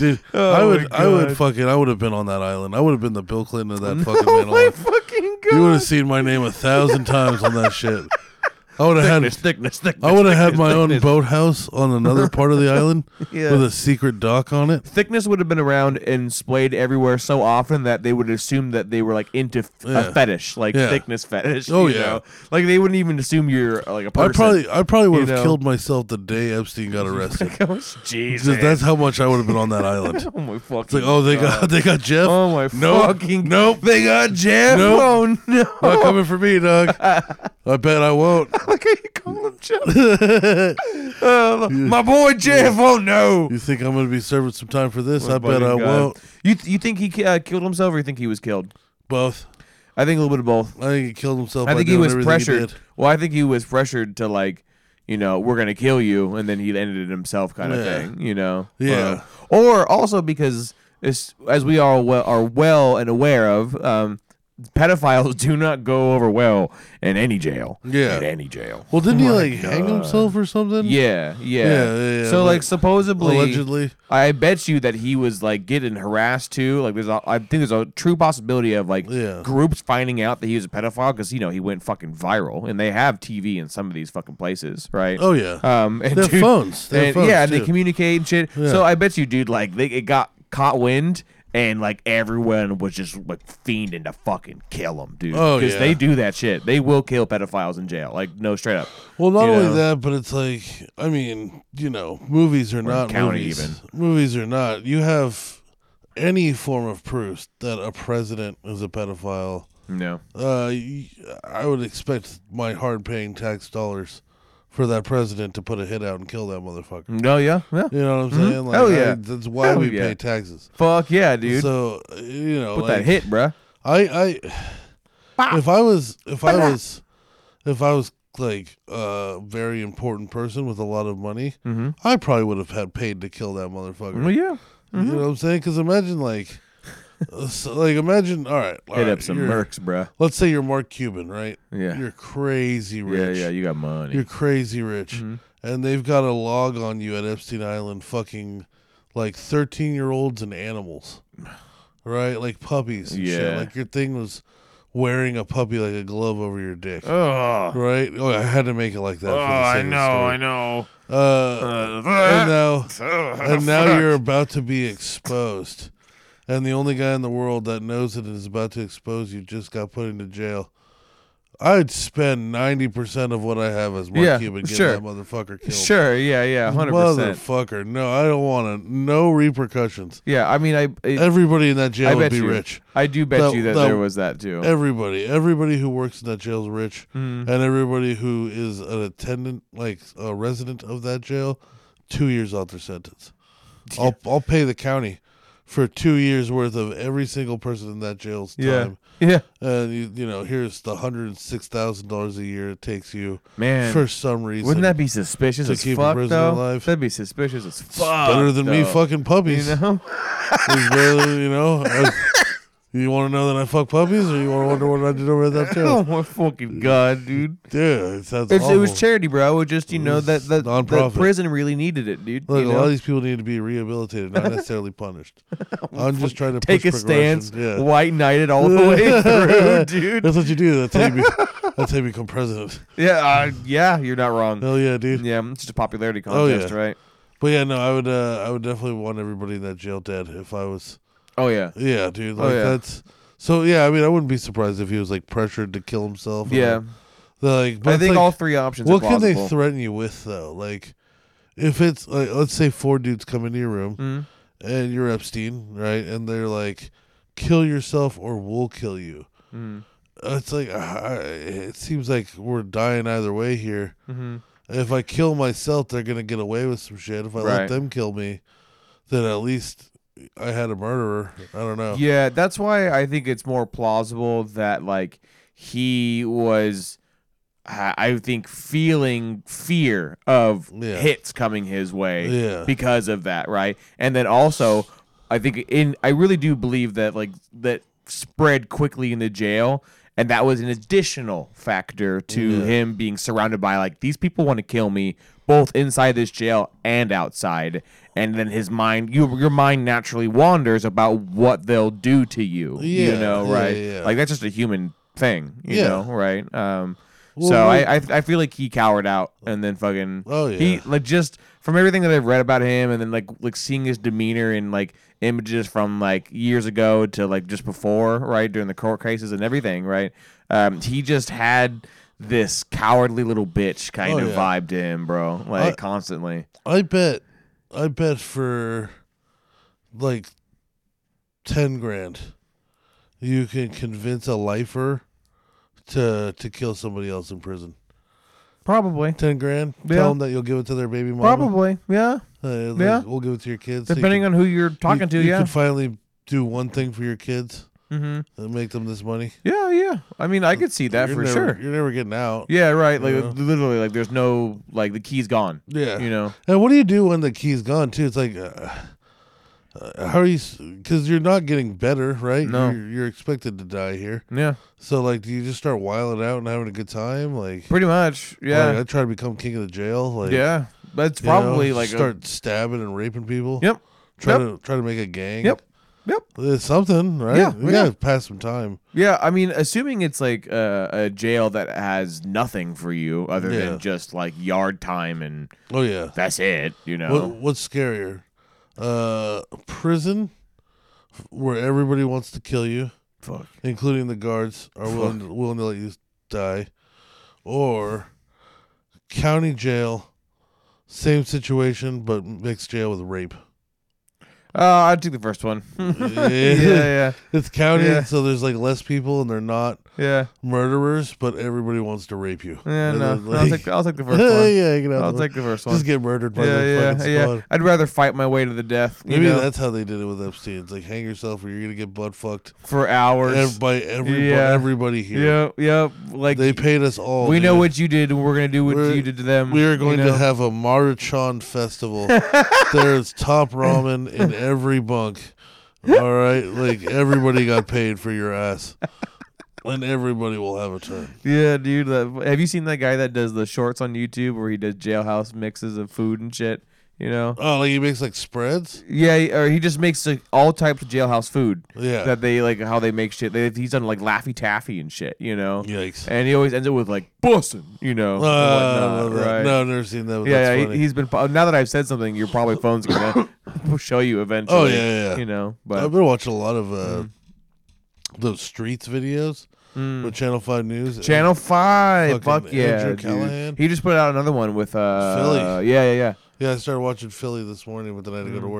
S3: Dude, I
S4: Oh my
S3: would, I
S4: God.
S3: would fucking, I would have been on that island. I would have been the Bill Clinton of that fucking
S4: oh
S3: man
S4: my
S3: alive.
S4: fucking god.
S3: You would have seen my name a thousand times on that shit. I would have had,
S4: thickness, thickness.
S3: I would have had my own boathouse on another part of the island
S4: Yeah.
S3: with a secret dock on it.
S4: Thickness would have been around and splayed everywhere so often that they would assume that they were like into f-
S3: Yeah.
S4: a fetish, like
S3: Yeah.
S4: thickness fetish.
S3: Oh,
S4: you
S3: yeah.
S4: know? like they wouldn't even assume you're uh, like a
S3: I
S4: person.
S3: probably, I probably would
S4: you
S3: have
S4: know.
S3: killed myself the day Epstein got arrested.
S4: Jesus.
S3: Because that's how much I would have been on that island.
S4: oh my fucking.
S3: It's like, oh, they got they got Jeff.
S4: Oh my
S3: Nope.
S4: fucking!
S3: Nope.
S4: they got Jeff.
S3: Nope.
S4: Oh no!
S3: Not coming for me, dog. I bet I won't.
S4: Look at you call him Jeff. Uh, my boy Jeff. Oh no!
S3: You think I'm going to be serving some time for this? I
S4: Oh,
S3: bet
S4: fucking
S3: I
S4: God.
S3: won't.
S4: You you think he ki- uh, killed himself, or you think he was killed?
S3: Both.
S4: I think a little bit of both.
S3: I think he killed himself.
S4: I
S3: by
S4: think he
S3: doing
S4: was
S3: everything
S4: pressured.
S3: did.
S4: well, I think he was pressured to like, you know, we're gonna kill you, and then he ended it himself, kind of
S3: Yeah.
S4: thing. You know.
S3: Yeah.
S4: Uh, or also because as as we are well, are well and aware of, um, pedophiles do not go over well in any jail.
S3: Yeah.
S4: In any jail.
S3: Well, didn't he like hang himself or something?
S4: Oh Yeah,
S3: Yeah,
S4: yeah.
S3: yeah, yeah,
S4: so
S3: like,
S4: like supposedly
S3: Allegedly.
S4: I bet you that he was like getting harassed too. Like there's a, I think there's a true possibility of like
S3: Yeah.
S4: groups finding out that he was a pedophile cuz you know he went fucking viral and they have TV in some of these fucking places, right?
S3: Oh yeah.
S4: Um and
S3: They have
S4: dude-
S3: phones. They have
S4: and-
S3: phones,
S4: yeah, and they
S3: too.
S4: communicate and shit. So I bet you dude like they it got caught wind and like everyone was just like fiending to fucking kill him, dude.
S3: Oh, yeah.
S4: they do that shit. They will kill pedophiles in jail. Like no, straight up.
S3: Well, not
S4: You
S3: only
S4: know?
S3: that, but it's like I mean, you know, movies are not
S4: county
S3: movies.
S4: even.
S3: Movies are not. You have any form of proof that a president is a pedophile.
S4: No.
S3: Uh, y- I would expect my hard-paying tax dollars for that president to put a hit out and kill that motherfucker.
S4: No. Yeah. Yeah.
S3: You know what I'm saying? Like,
S4: Mm-hmm. Hell
S3: I-
S4: yeah.
S3: that's why
S4: Hell
S3: we
S4: yeah.
S3: pay taxes.
S4: Fuck yeah, dude.
S3: So uh, you know,
S4: Put
S3: like,
S4: that hit, bruh.
S3: I I if I was if I was if I was like a very important person with a lot of money,
S4: Mm-hmm.
S3: I probably would have had paid to kill that motherfucker.
S4: Well, yeah.
S3: You know what I'm saying? Because imagine like, uh, so, like imagine all right, all
S4: Hit
S3: right,
S4: up some
S3: you're-
S4: mercs, bruh.
S3: Let's say you're Mark Cuban, right?
S4: Yeah.
S3: you're crazy rich.
S4: Yeah, yeah. You got money. Mm-hmm.
S3: You're crazy rich, and they've got a log on you at Epstein Island, fucking like thirteen year olds and animals, right? Like puppies. And shit.
S4: Yeah.
S3: like your thing was wearing a puppy like a glove over your dick,
S5: Ugh.
S3: right? Oh, I had to make it like that.
S5: Oh,
S3: for the sake
S5: I
S3: of the
S5: know,
S3: story.
S5: I know.
S3: Uh, and
S5: Uh,
S3: now,
S5: ugh,
S3: and now
S5: fuck.
S3: you're about to be exposed, and the only guy in the world that knows it is about to expose you just got put into jail. I'd spend ninety percent of what I have as Mark
S4: Yeah,
S3: Cuban getting
S4: sure.
S3: that motherfucker killed.
S4: Sure. Yeah. Yeah. Hundred percent.
S3: Motherfucker, no, I don't want to. No repercussions.
S4: Yeah. I mean, I. I,
S3: Everybody in that
S4: I
S3: jail would
S4: bet
S3: be
S4: you.
S3: rich.
S4: I do bet
S3: That-
S4: you that,
S3: that-
S4: there was that too.
S3: Everybody, everybody who works in that jail is rich,
S4: Mm-hmm.
S3: and everybody who is an attendant, like a resident of that jail, two years off their sentence. I'll I'll pay the county for two years worth of every single person in that jail's
S4: yeah.
S3: time.
S4: Yeah.
S3: And you, you know, here's the hundred and six thousand dollars a year it takes you
S4: Man.
S3: for some reason.
S4: Wouldn't that be suspicious
S3: to
S4: as
S3: keep a
S4: fuck
S3: prisoner
S4: though?
S3: alive.
S4: That'd be suspicious as fuck.
S3: better than me
S4: though.
S3: fucking puppies?
S4: You know?
S3: It's better than- you know. I- you want to know that I fuck puppies, or you want to wonder what I did over at that jail?
S4: Oh my fucking god, dude!
S3: Dude, it sounds
S4: It's, it was
S3: awful.
S4: charity, bro. It was just you know that that, that
S3: Nonprofit.
S4: prison really needed it, dude.
S3: Look,
S4: you
S3: a lot
S4: know?
S3: of these people need to be rehabilitated, not necessarily punished. I'm just trying to
S4: Take a
S3: push progression.
S4: stance,
S3: Yeah.
S4: white knighted all the way through, dude.
S3: That's what you do. That's how you, be, that's how you become president.
S4: Yeah, uh, yeah, you're not wrong.
S3: Hell Oh, yeah, dude.
S4: Yeah, it's just a popularity
S3: Oh, yeah.
S4: contest, right?
S3: But yeah, no, I would, uh, I would definitely want everybody in that jail dead if I was.
S4: Oh yeah,
S3: Yeah, dude.
S4: Oh,
S3: Like
S4: yeah.
S3: that's. So yeah, I mean, I wouldn't be surprised if he was like pressured to kill himself. or-
S4: yeah.
S3: Like, but
S4: I
S3: it's
S4: think
S3: like,
S4: all three options.
S3: What
S4: are
S3: can they
S4: plausible.
S3: threaten you with though? Like, if it's like, let's say four dudes come into your room,
S4: Mhm.
S3: and you're Epstein, right? And they're like, "Kill yourself, or we'll kill you."
S4: Mhm.
S3: Uh, It's like I, it seems like we're dying either way here.
S4: Mhm.
S3: If I kill myself, they're gonna get away with some shit. If I
S4: Right.
S3: let them kill me, then at least I had a murderer. I don't know.
S4: Yeah, that's why I think it's more plausible that like he was I I think feeling fear of
S3: Yeah.
S4: hits coming his way
S3: Yeah.
S4: because of that, right? And then also I think in I really do believe that like that spread quickly in the jail and that was an additional factor to
S3: Yeah.
S4: him being surrounded by like these people want to kill me both inside this jail and outside and then his mind you, your mind naturally wanders about what they'll do to you you
S3: Yeah,
S4: know
S3: yeah,
S4: right
S3: yeah.
S4: like that's just a human thing you
S3: Yeah.
S4: know right um
S3: Well,
S4: so
S3: like-
S4: I, I I feel like he cowered out and then fucking
S3: Oh, yeah.
S4: he like just from everything that I've read about him and then like like seeing his demeanor and like images from like years ago to like just before right during the court cases and everything right um he just had this cowardly little bitch kind
S3: Oh,
S4: of
S3: yeah.
S4: vibe to him bro like
S3: I-
S4: constantly
S3: I bet, I bet for like ten grand, you can convince a lifer to to kill somebody else in prison.
S4: probably
S3: Ten grand,
S4: Yeah.
S3: tell them that you'll give it to their baby mama.
S4: probably yeah
S3: Uh, like,
S4: Yeah.
S3: we'll give it to your kids. so you
S4: depending
S3: can-
S4: on who you're talking
S3: you,
S4: to
S3: you
S4: yeah
S3: can finally do one thing for your kids
S4: mm-hmm.
S3: and make them this money.
S4: yeah yeah I mean I could see that
S3: You're
S4: for
S3: never-
S4: sure
S3: You're never getting out.
S4: yeah right like
S3: Yeah.
S4: literally like there's no like the key's gone
S3: Yeah.
S4: you know
S3: And what do you do when the key's gone too? It's like, uh, uh, how are you? Because you're not getting better, right?
S4: No.
S3: you're, you're expected to die here.
S4: yeah
S3: So like, do you just start wiling out and having a good time? Like,
S4: pretty much
S3: like,
S4: yeah
S3: I try to become king of the jail. Like,
S4: yeah that's
S3: you know,
S4: probably like a-
S3: start stabbing and raping people.
S4: yep
S3: Try
S4: yep.
S3: to try to make a gang.
S4: Yep. Yep.
S3: It's something, right?
S4: Yeah,
S3: We
S4: yeah.
S3: gotta pass some time.
S4: Yeah, I mean, assuming it's like a, a jail that has nothing for you other
S3: Yeah.
S4: than just like yard time and
S3: Oh yeah.
S4: that's it, you know.
S3: What what's scarier, uh, prison, where everybody wants to kill you,
S4: Fuck.
S3: including the guards, are willing to, willing to let you die, or county jail, same situation but mixed jail with rape.
S4: Uh, I took the first one. yeah, yeah,
S3: It's county,
S4: Yeah.
S3: so there's like less people, and they're not
S4: yeah.
S3: murderers, but everybody wants to rape you.
S4: Yeah,
S3: And
S4: no.
S3: then,
S4: I'll take, I'll take the first one.
S3: yeah, you can have
S4: I'll
S3: the-
S4: take the first one.
S3: Just get murdered by
S4: Yeah,
S3: the
S4: yeah,
S3: fucking
S4: yeah.
S3: squad.
S4: I'd rather fight my way to the death. You
S3: Maybe
S4: know,
S3: that's how they did it with Epstein. It's like hang yourself, or you're gonna get butt fucked
S4: for hours.
S3: ev- by every
S4: Yeah.
S3: everybody here.
S4: Yep, yep. Like
S3: They paid us all.
S4: we know
S3: dude.
S4: what you did, and we're gonna do what
S3: We're-
S4: you did to them.
S3: We are going
S4: you know?
S3: to have a Maruchan festival. There's top ramen in every bunk. All right, like everybody got paid for your ass, and everybody will have a turn.
S4: Yeah, dude. that- have you seen that guy that does the shorts on YouTube where he does jailhouse mixes of food and shit? You know.
S3: Oh, like he makes like spreads.
S4: Yeah, or he just makes like, all types of jailhouse food.
S3: Yeah.
S4: That they like how they make shit. They, he's done like Laffy Taffy and shit, you know.
S3: Yikes!
S4: And he always ends it with like bussin, you know. and
S3: Uh, I
S4: whatnot,
S3: love that.
S4: right?
S3: No, I've never seen that. But
S4: yeah,
S3: that's
S4: yeah,
S3: funny.
S4: he, he's been. po- Now that I've said something, your probably phone's gonna show you eventually.
S3: Oh, yeah, yeah.
S4: You know,
S3: I've
S4: but
S3: been watching a lot of uh,
S4: Mm.
S3: those streets videos with Channel Five News. and
S4: Channel Five,
S3: Fucking
S4: fuck yeah,
S3: Andrew
S4: dude.
S3: Callahan.
S4: He just put out another one with uh,
S3: Philly.
S4: Yeah, yeah, yeah.
S3: yeah, I started watching Philly this morning, but then I had to go
S4: Mm-hmm.
S3: to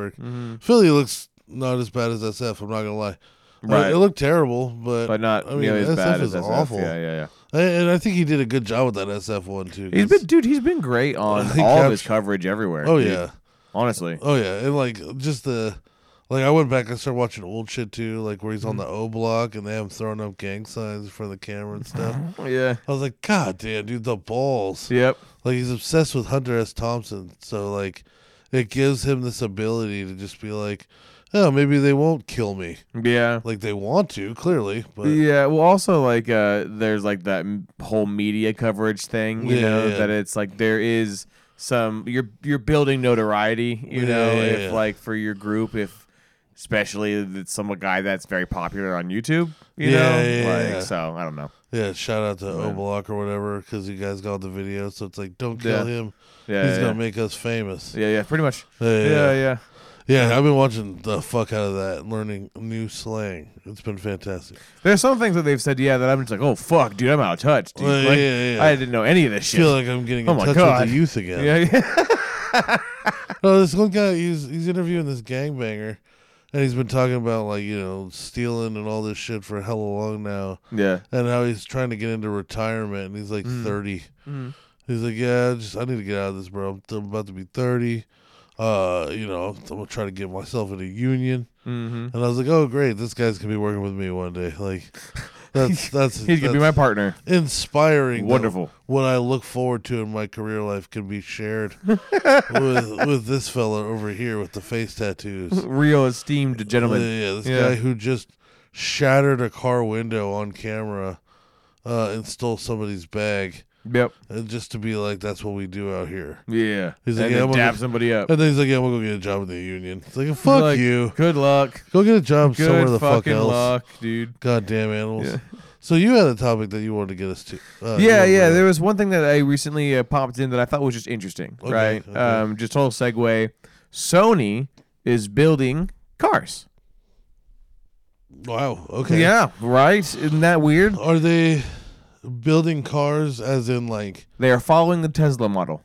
S3: work. Philly looks not as bad as SF. I'm not gonna lie. I mean,
S4: Right.
S3: it looked terrible, but
S4: But not
S3: I mean,
S4: nearly as
S3: SF
S4: bad
S3: is
S4: as SF.
S3: awful.
S4: Yeah, yeah, yeah.
S3: And- And I think he did a good job with that SF one too.
S4: He's
S3: 'cause-
S4: been, dude. He's been great on
S3: He
S4: all of his
S3: captured-
S4: coverage everywhere.
S3: Oh
S4: dude.
S3: yeah,
S4: honestly.
S3: oh yeah, and like just the. Like I went back, I started watching old shit too, like where he's
S4: Mm-hmm.
S3: on the O block and they have him throwing up gang signs in front of the camera and stuff.
S4: Mm-hmm. Yeah.
S3: I was like, God damn, dude, the balls.
S4: Yep.
S3: like he's obsessed with Hunter S. Thompson, so like it gives him this ability to just be like, oh, maybe they won't kill me.
S4: Yeah.
S3: Like they want to, clearly, but
S4: yeah. Well, also like uh, there's like that m- whole media coverage thing. You
S3: Yeah,
S4: know
S3: yeah.
S4: that it's like there is some you're you're building notoriety. You
S3: Yeah,
S4: know
S3: yeah,
S4: if
S3: yeah.
S4: like for your group if especially if it's some guy that's very popular on YouTube. You
S3: Yeah,
S4: know.
S3: yeah,
S4: like
S3: yeah.
S4: so I don't know.
S3: yeah, shout out to O Block or whatever because you guys got the video, so it's like, don't kill
S4: Yeah.
S3: him.
S4: Yeah.
S3: he's
S4: yeah.
S3: gonna make us famous.
S4: yeah. Yeah. Pretty much.
S3: Yeah, yeah,
S4: yeah.
S3: yeah.
S4: yeah.
S3: Yeah, I've been watching the fuck out of that, and learning new slang. It's been fantastic.
S4: There's some things that they've said, yeah, that I'm just like, oh fuck, dude, I'm out of touch, dude.
S3: Well, yeah,
S4: Like,
S3: yeah, yeah.
S4: I didn't know any of this
S3: I
S4: shit.
S3: feel like I'm getting in
S4: Oh my
S3: touch
S4: God.
S3: with the youth again.
S4: yeah, yeah.
S3: No, this one guy he's he's interviewing this gangbanger, and he's been talking about like you know stealing and all this shit for hella long now,
S4: yeah.
S3: and how he's trying to get into retirement, and he's like
S4: Mm.
S3: thirty. He's like, yeah, just I need to get out of this, bro. I'm, t- I'm about to be thirty. Uh, you know, I'm gonna try to get myself in a union.
S4: Mm-hmm.
S3: And I was like, oh great, this guy's gonna be working with me one day. Like, that's that's
S4: He's gonna be my
S3: that's
S4: partner.
S3: inspiring. that
S4: Wonderful.
S3: What I look forward to in my career life can be shared with with this fella over here with the face tattoos.
S4: Real esteemed
S3: Yeah,
S4: gentleman.
S3: yeah, this
S4: Yeah.
S3: guy who just shattered a car window on camera uh, and stole somebody's bag,
S4: Yep.
S3: and just to be like, that's what we do out here.
S4: Yeah.
S3: He's like,
S4: and
S3: yeah, I'm
S4: then
S3: gonna-
S4: dab somebody up.
S3: And then he's like, yeah, we'll go get a job in the union. It's like, fuck
S4: Like,
S3: you.
S4: Good luck.
S3: Go get a job somewhere
S4: Good
S3: the fuck
S4: fucking
S3: else.
S4: luck, dude.
S3: Goddamn animals.
S4: Yeah.
S3: So you had a topic that you wanted to get us to. Uh, you
S4: yeah,
S3: wanted
S4: yeah.
S3: to-
S4: There was one thing that I recently uh, popped in that I thought was just interesting,
S3: Okay,
S4: right?
S3: okay.
S4: Um, just whole segue. Sony is building cars.
S3: Wow. Okay.
S4: Yeah, right. Isn't that weird?
S3: Are they building cars as in like?
S4: They are following the Tesla model,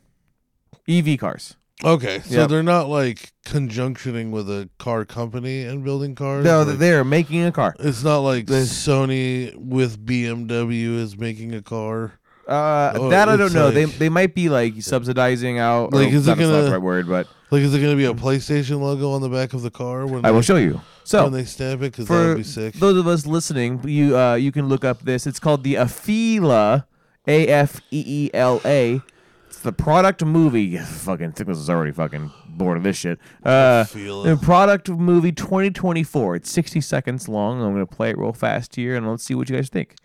S4: EV cars.
S3: Okay, so
S4: Yep.
S3: they're not like conjunctioning with a car company and building cars.
S4: No,
S3: like-
S4: they're making a car.
S3: It's not like
S4: There's-
S3: Sony with BMW is making a car.
S4: Uh,
S3: Oh,
S4: that I don't
S3: it's
S4: know. they
S3: like-
S4: they might be like subsidizing out.
S3: Like,
S4: Like,
S3: is
S4: is
S3: it
S4: not
S3: gonna-
S4: the right word? But
S3: Like, is it going to be a PlayStation logo on the back of the car when
S4: I
S3: they,
S4: will show you.
S3: when
S4: So
S3: they stamp it? Because that
S4: for
S3: would be sick.
S4: those of us listening, you uh, you can look up this. It's called the Afila, A F E E L A. It's the product movie. Fucking Thickness is already fucking bored of this shit. Uh,
S3: Feel
S4: the
S3: it.
S4: product movie 2024. It's 60 seconds long. I'm gonna play it real fast here, and let's see what you guys think.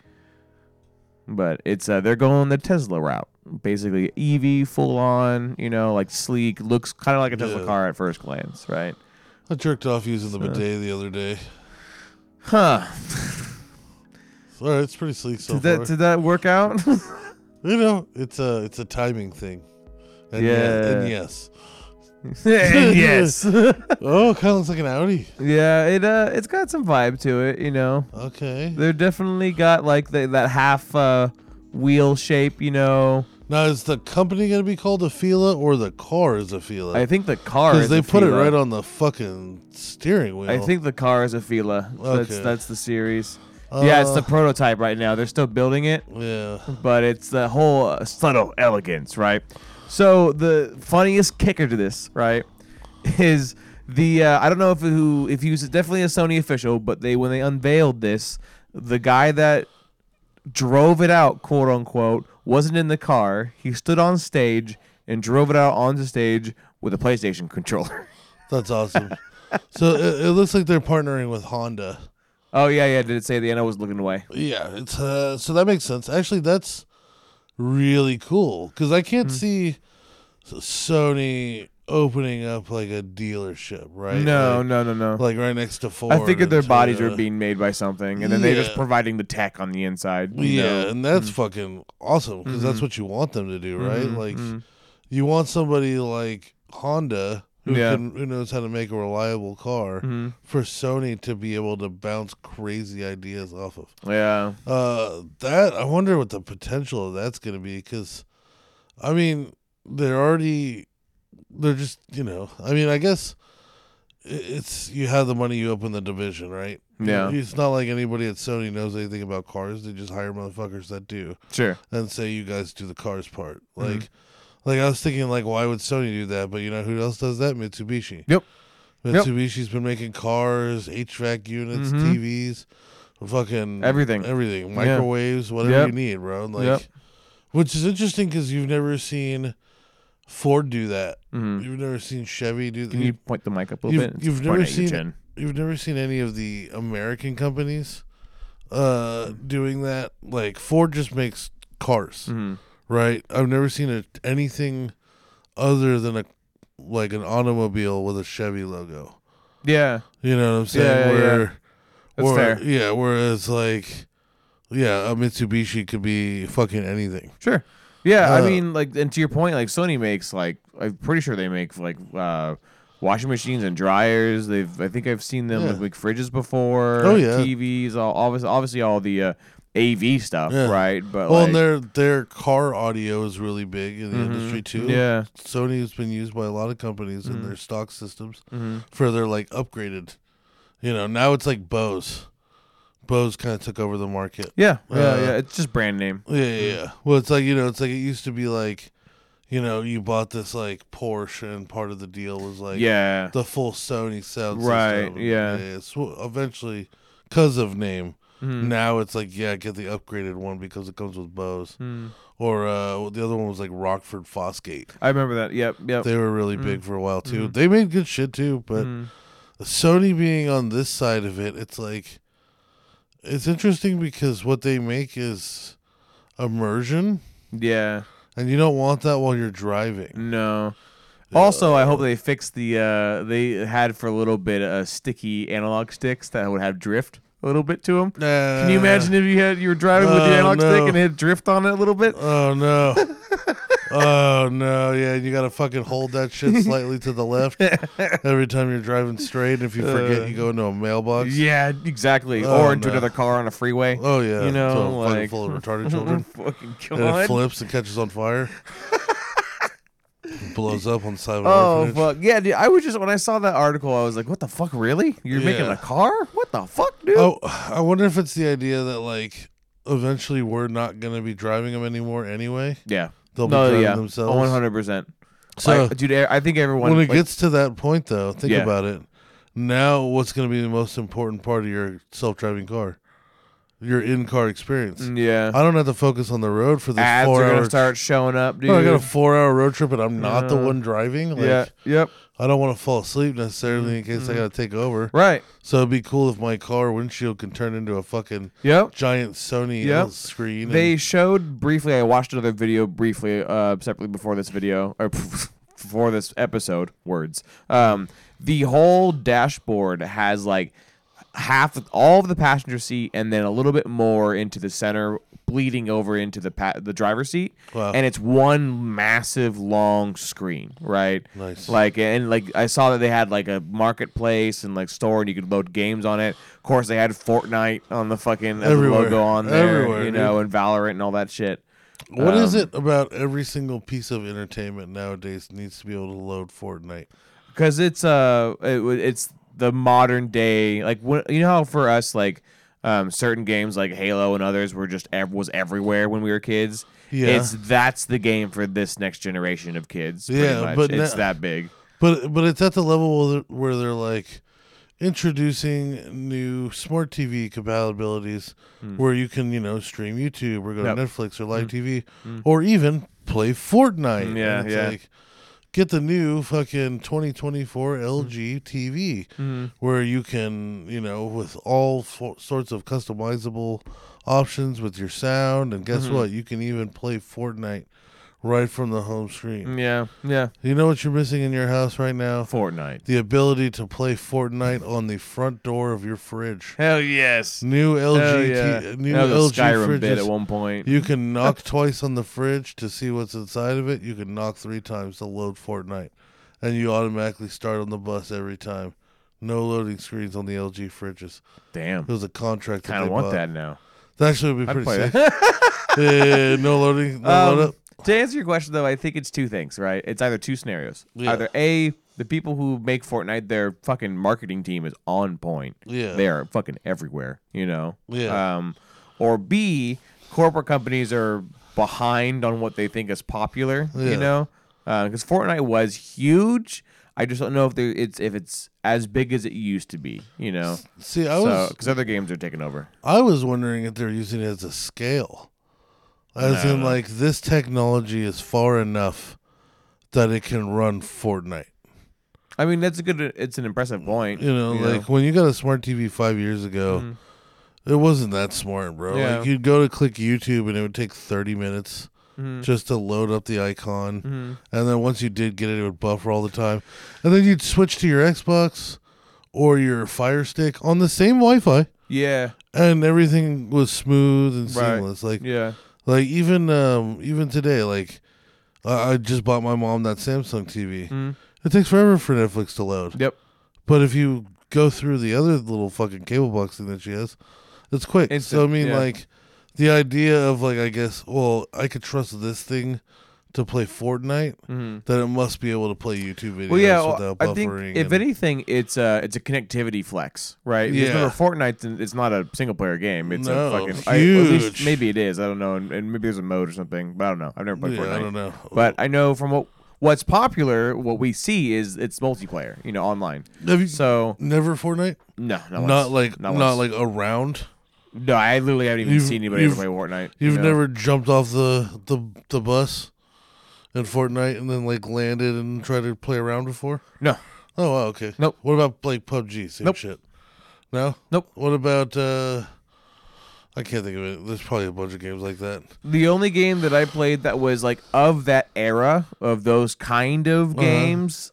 S4: But it's uh, they're going the Tesla route, basically EV full on. You know, like sleek, looks kind of like a Tesla
S3: Yeah.
S4: car at first glance, right?
S3: I jerked off using the bidet the other day.
S4: Huh?
S3: All right, it's pretty sleek so
S4: did that
S3: far.
S4: did that work out?
S3: you know, it's a it's a timing thing. And yeah, and
S4: Yeah.
S3: yes,
S4: yes.
S3: Oh, kind of looks like an Audi.
S4: Yeah, it uh, it's got some vibe to it, you know.
S3: Okay.
S4: They're definitely got like the, that half uh, wheel shape, you know.
S3: Now is the company gonna be called Afila or the car is Afila?
S4: I think the car
S3: because
S4: is
S3: they
S4: a
S3: put it
S4: Fila.
S3: right on the fucking steering wheel.
S4: I think the car is a Fila. That's
S3: Okay.
S4: that's the series. yeah, it's the
S3: Uh,
S4: prototype right now. They're still building it,
S3: Yeah.
S4: but it's the whole uh, subtle elegance, right? So the funniest kicker to this, right, is the uh, I don't know if who if he was definitely a Sony official, but they when they unveiled this, the guy that drove it out, quote unquote, wasn't in the car. He stood on stage and drove it out onto stage with a PlayStation controller.
S3: That's awesome. so it, it looks like they're partnering with Honda.
S4: oh yeah, yeah. Did it say the end? I was looking away.
S3: Yeah, it's uh, so that makes sense. Actually, that's really cool because I
S4: Hmm.
S3: can't see Sony opening up like a dealership, right?
S4: No,
S3: like,
S4: no, no, no.
S3: like right next to Ford.
S4: I figured their
S3: and
S4: bodies were
S3: Toyota.
S4: being made by something, and then they're just
S3: Yeah.
S4: providing the tech on the inside. you
S3: Yeah,
S4: know?
S3: and that's fucking awesome because that's what you want them to do, right? Like, you want somebody like Honda who
S4: Yeah. Mm.
S3: can, who knows how to make a reliable car for Sony to be able to bounce crazy ideas off of.
S4: Yeah.
S3: Uh, that I wonder what the potential of that's going to be because, I mean, they're already, they're just you know, I mean, I guess i- it's you have the money, you open the division, right?
S4: Yeah.
S3: it's not like anybody at Sony knows anything about cars. They just hire motherfuckers that do
S4: Sure.
S3: and say you guys do the cars part. Like, like I was thinking, like why would Sony do that? But you know who else does that? Mitsubishi.
S4: Yep. Yep.
S3: Mitsubishi's been making cars, HVAC units,
S4: Mhm.
S3: TVs, fucking
S4: Everything.
S3: everything,
S4: Yeah.
S3: microwaves, whatever
S4: Yep.
S3: you need, bro. Like,
S4: Yep.
S3: which is interesting because you've never seen Ford do that.
S4: Mhm.
S3: You've never seen Chevy do that.
S4: Can you point the mic up a little
S3: You've-
S4: bit? It's
S3: you've never
S4: pointing at you,
S3: seen-
S4: Jen.
S3: You've never seen any of the American companies uh doing that. Like Ford just makes cars,
S4: Mm-hmm.
S3: right? I've never seen a, anything other than a like an automobile with a Chevy logo.
S4: Yeah.
S3: You know what I'm saying?
S4: Yeah, yeah, yeah.
S3: where,
S4: That's
S3: where-
S4: fair.
S3: Yeah, whereas like, yeah, a Mitsubishi could be fucking anything.
S4: Sure. Yeah.
S3: Uh,
S4: I mean, like, and to your point, like Sony makes like I'm pretty sure they make like uh, washing machines and dryers. They've I think I've seen them
S3: Yeah.
S4: with like fridges before.
S3: Oh, yeah.
S4: TVs. All obviously, obviously all the uh, AV stuff,
S3: Yeah.
S4: right? But
S3: Well,
S4: like,
S3: and
S4: Mm-hmm.
S3: their their car audio is really big in the industry too.
S4: yeah. Mm-hmm.
S3: Sony has been used by a lot of companies in their stock systems for their like upgraded. You know, now it's like Bose. Bose kind of took over the market.
S4: Yeah. Yeah.
S3: Uh,
S4: yeah. It's just brand name.
S3: Yeah, yeah, yeah. Well, it's like you know, it's like it used to be like, you know, you bought this like Porsche, and part of the deal was like
S4: yeah.
S3: the full Sony sound
S4: Right,
S3: system.
S4: yeah.
S3: so eventually, because of name,
S4: Mhm.
S3: now it's like yeah, get the upgraded one because it comes with Bose. Or uh, the other one was like Rockford Fosgate.
S4: I remember that. Yep. Yep.
S3: They were really
S4: Mm-hmm.
S3: big for a while too. They made good shit too, but
S4: Mm.
S3: Sony being on this side of it, it's like it's interesting because what they make is immersion,
S4: yeah.
S3: and you don't want that while you're driving.
S4: No. Also, I hope they fix the. Uh, they had for a little bit uh, sticky analog sticks that would have drift a little bit to them. Can you imagine if you had you were driving with
S3: Oh,
S4: the analog
S3: Uh, no.
S4: stick and it had drift on it a little bit?
S3: Oh no. oh no, yeah, you gotta fucking hold that shit slightly to the left every time you're driving straight. And if you forget,
S4: Uh,
S3: you go into a mailbox.
S4: Yeah, exactly.
S3: Oh,
S4: or into
S3: no.
S4: another car on a freeway.
S3: Oh yeah,
S4: You know,
S3: so fucking
S4: like-
S3: full of retarded children.
S4: Fucking
S3: and it
S4: god.
S3: flips and catches on fire. blows up on the side of an
S4: Oh
S3: orphanage.
S4: fuck yeah! Dude, I was just when I saw that article, I was like, "What the fuck, really? You're making
S3: Yeah.
S4: a car? What the fuck, dude?"
S3: Oh, I wonder if it's the idea that like eventually we're not gonna be driving them anymore anyway.
S4: yeah,
S3: They'll be
S4: no,
S3: driving
S4: Oh, yeah,
S3: themselves.
S4: one hundred percent.
S3: So
S4: dude, e, I think everyone
S3: when it
S4: like,
S3: gets to that point, though, think
S4: Yeah.
S3: about it. Now, what's gonna be the most important part of your self-driving car? Your in-car experience.
S4: yeah.
S3: I don't have to focus on the road for this
S4: Mm. ads are
S3: four-hour.
S4: gonna start showing up, dude.
S3: Oh, I got a four-hour road trip, and I'm not the
S4: Yeah.
S3: one driving. Like,
S4: yeah. Mm-hmm. Yep.
S3: I don't want to fall asleep necessarily in case I got to take over.
S4: Right.
S3: So it'd be cool if my car windshield can turn into a fucking
S4: Yep.
S3: giant Sony
S4: Yep.
S3: L screen. and-
S4: They showed briefly. I watched another video briefly, uh, separately before this video or before this episode. Words. Um, the whole dashboard has like half all of the passenger seat and then a little bit more into the center bleeding over into the pa- the driver's seat
S3: Wow.
S4: and it's one massive long screen right
S3: Nice.
S4: like and like i saw that they had like a marketplace and like store and you could load games on it of course they had fortnite on the fucking as a
S3: Everywhere.
S4: logo on there
S3: Everywhere,
S4: you know and valorant and all that shit
S3: What is
S4: Um,
S3: it about every single piece of entertainment nowadays needs to be able to load Fortnite?
S4: because it's uh it, w- it's the modern day like when, you know how for us like um certain games like Halo and others were just ev- was everywhere when we were kids.
S3: Yeah.
S4: It's that's the game for this next generation of kids. pretty
S3: Yeah,
S4: much.
S3: but
S4: it's
S3: no-
S4: that big.
S3: But but it's at the level where they're, where they're like introducing new smart TV compatibilities where you can, you know, stream YouTube or go
S4: Hmm. Yep. Hmm.
S3: to Netflix or live TV or even play Fortnite. And
S4: Yeah,
S3: it's
S4: yeah.
S3: like get the new fucking 2024
S4: Hmm.
S3: LG TV where you can, you know, with all fo- sorts of customizable options with your sound and
S4: Mm-hmm.
S3: guess what? You can even play Fortnite right from the home screen.
S4: Mm, Yeah, yeah.
S3: You know what you're missing in your house right now?
S4: Fortnite.
S3: the ability to play Fortnite on the front door of your fridge.
S4: Hell yes.
S3: New LG,
S4: Hell yeah.
S3: t- new
S4: that was
S3: LG
S4: a Skyrim bit at
S3: fridges.
S4: one point.
S3: You can knock twice on the fridge to see what's inside of it. You can knock three times to load Fortnite, and you automatically start on the bus every time. No loading screens on the LG fridges.
S4: Damn.
S3: It was a contract.
S4: Kind of want that now.
S3: That actually would be
S4: I'd
S3: pretty
S4: play
S3: sick. Yeah, yeah, yeah, no loading. No
S4: Um,
S3: load up.
S4: to answer your question, though, I think it's two things, right? It's either two scenarios.
S3: Yeah.
S4: Either A, the people who make Fortnite, their fucking marketing team is on point.
S3: Yeah.
S4: They are fucking everywhere, you know?
S3: Yeah.
S4: Um, or B, corporate companies are behind on what they think is popular,
S3: Yeah.
S4: you know? Because Fortnite was huge. I just don't know if they- it's if it's as big as it used to be, you know?
S3: See, I
S4: Because
S3: was
S4: other games are taking over.
S3: I was wondering if they're using it as a scale. As in, like, this technology is far enough that it can run Fortnite.
S4: I mean, that's a good, it's an impressive point.
S3: You know, like, when you got a smart TV five years ago, it wasn't that smart, bro.
S4: Mm-hmm. Yeah.
S3: Like, you'd go to click YouTube and it would take 30 minutes
S4: Mm-hmm.
S3: just to load up the icon. And then once you did get it, it would buffer all the time. And then you'd switch to your Xbox or your Fire Stick on the same Wi Fi.
S4: yeah,
S3: And everything was smooth and
S4: Right.
S3: seamless. Like,
S4: yeah.
S3: like even um even today like i I just bought my mom that samsung tv
S4: Mm-hmm.
S3: it takes forever for netflix to load
S4: Yep.
S3: but if you go through the other little fucking cable box thing that she has it's quick so i
S4: Instant,
S3: mean
S4: yeah.
S3: like the idea of like i guess well i could trust this thing to play Fortnite, then it must be able to play YouTube videos
S4: Mm-hmm. Well, yeah, well,
S3: without buffering.
S4: I think if
S3: and-
S4: anything, it's a it's a connectivity flex, right? Because
S3: Yeah.
S4: remember, Fortnite it's not a single player game. It's
S3: No,
S4: a fucking I- well, at least
S3: huge.
S4: maybe it is. I don't know, and, and maybe there's a mode or something, but I don't know. I've never played
S3: yeah,
S4: Fortnite.
S3: I don't know.
S4: But I know from what what's popular, what we see is it's multiplayer, you know, online.
S3: Have you
S4: So
S3: never Fortnite?
S4: no, not,
S3: Not,
S4: once.
S3: like
S4: not,
S3: not,
S4: once.
S3: like around.
S4: no. I literally haven't even
S3: You've-
S4: seen anybody ever
S3: you've-
S4: play Fortnite. you
S3: You've
S4: know?
S3: never jumped off the, the the bus in Fortnite and then like landed and tried to play around before?
S4: no.
S3: Oh, wow, okay.
S4: Nope.
S3: What about like PUBG? Same
S4: Nope.
S3: shit. No.
S4: Nope.
S3: What about? uh I can't think of it. There's probably a bunch of games like that.
S4: The only game that I played that was like of that era of those kind of
S3: Uh-huh.
S4: games,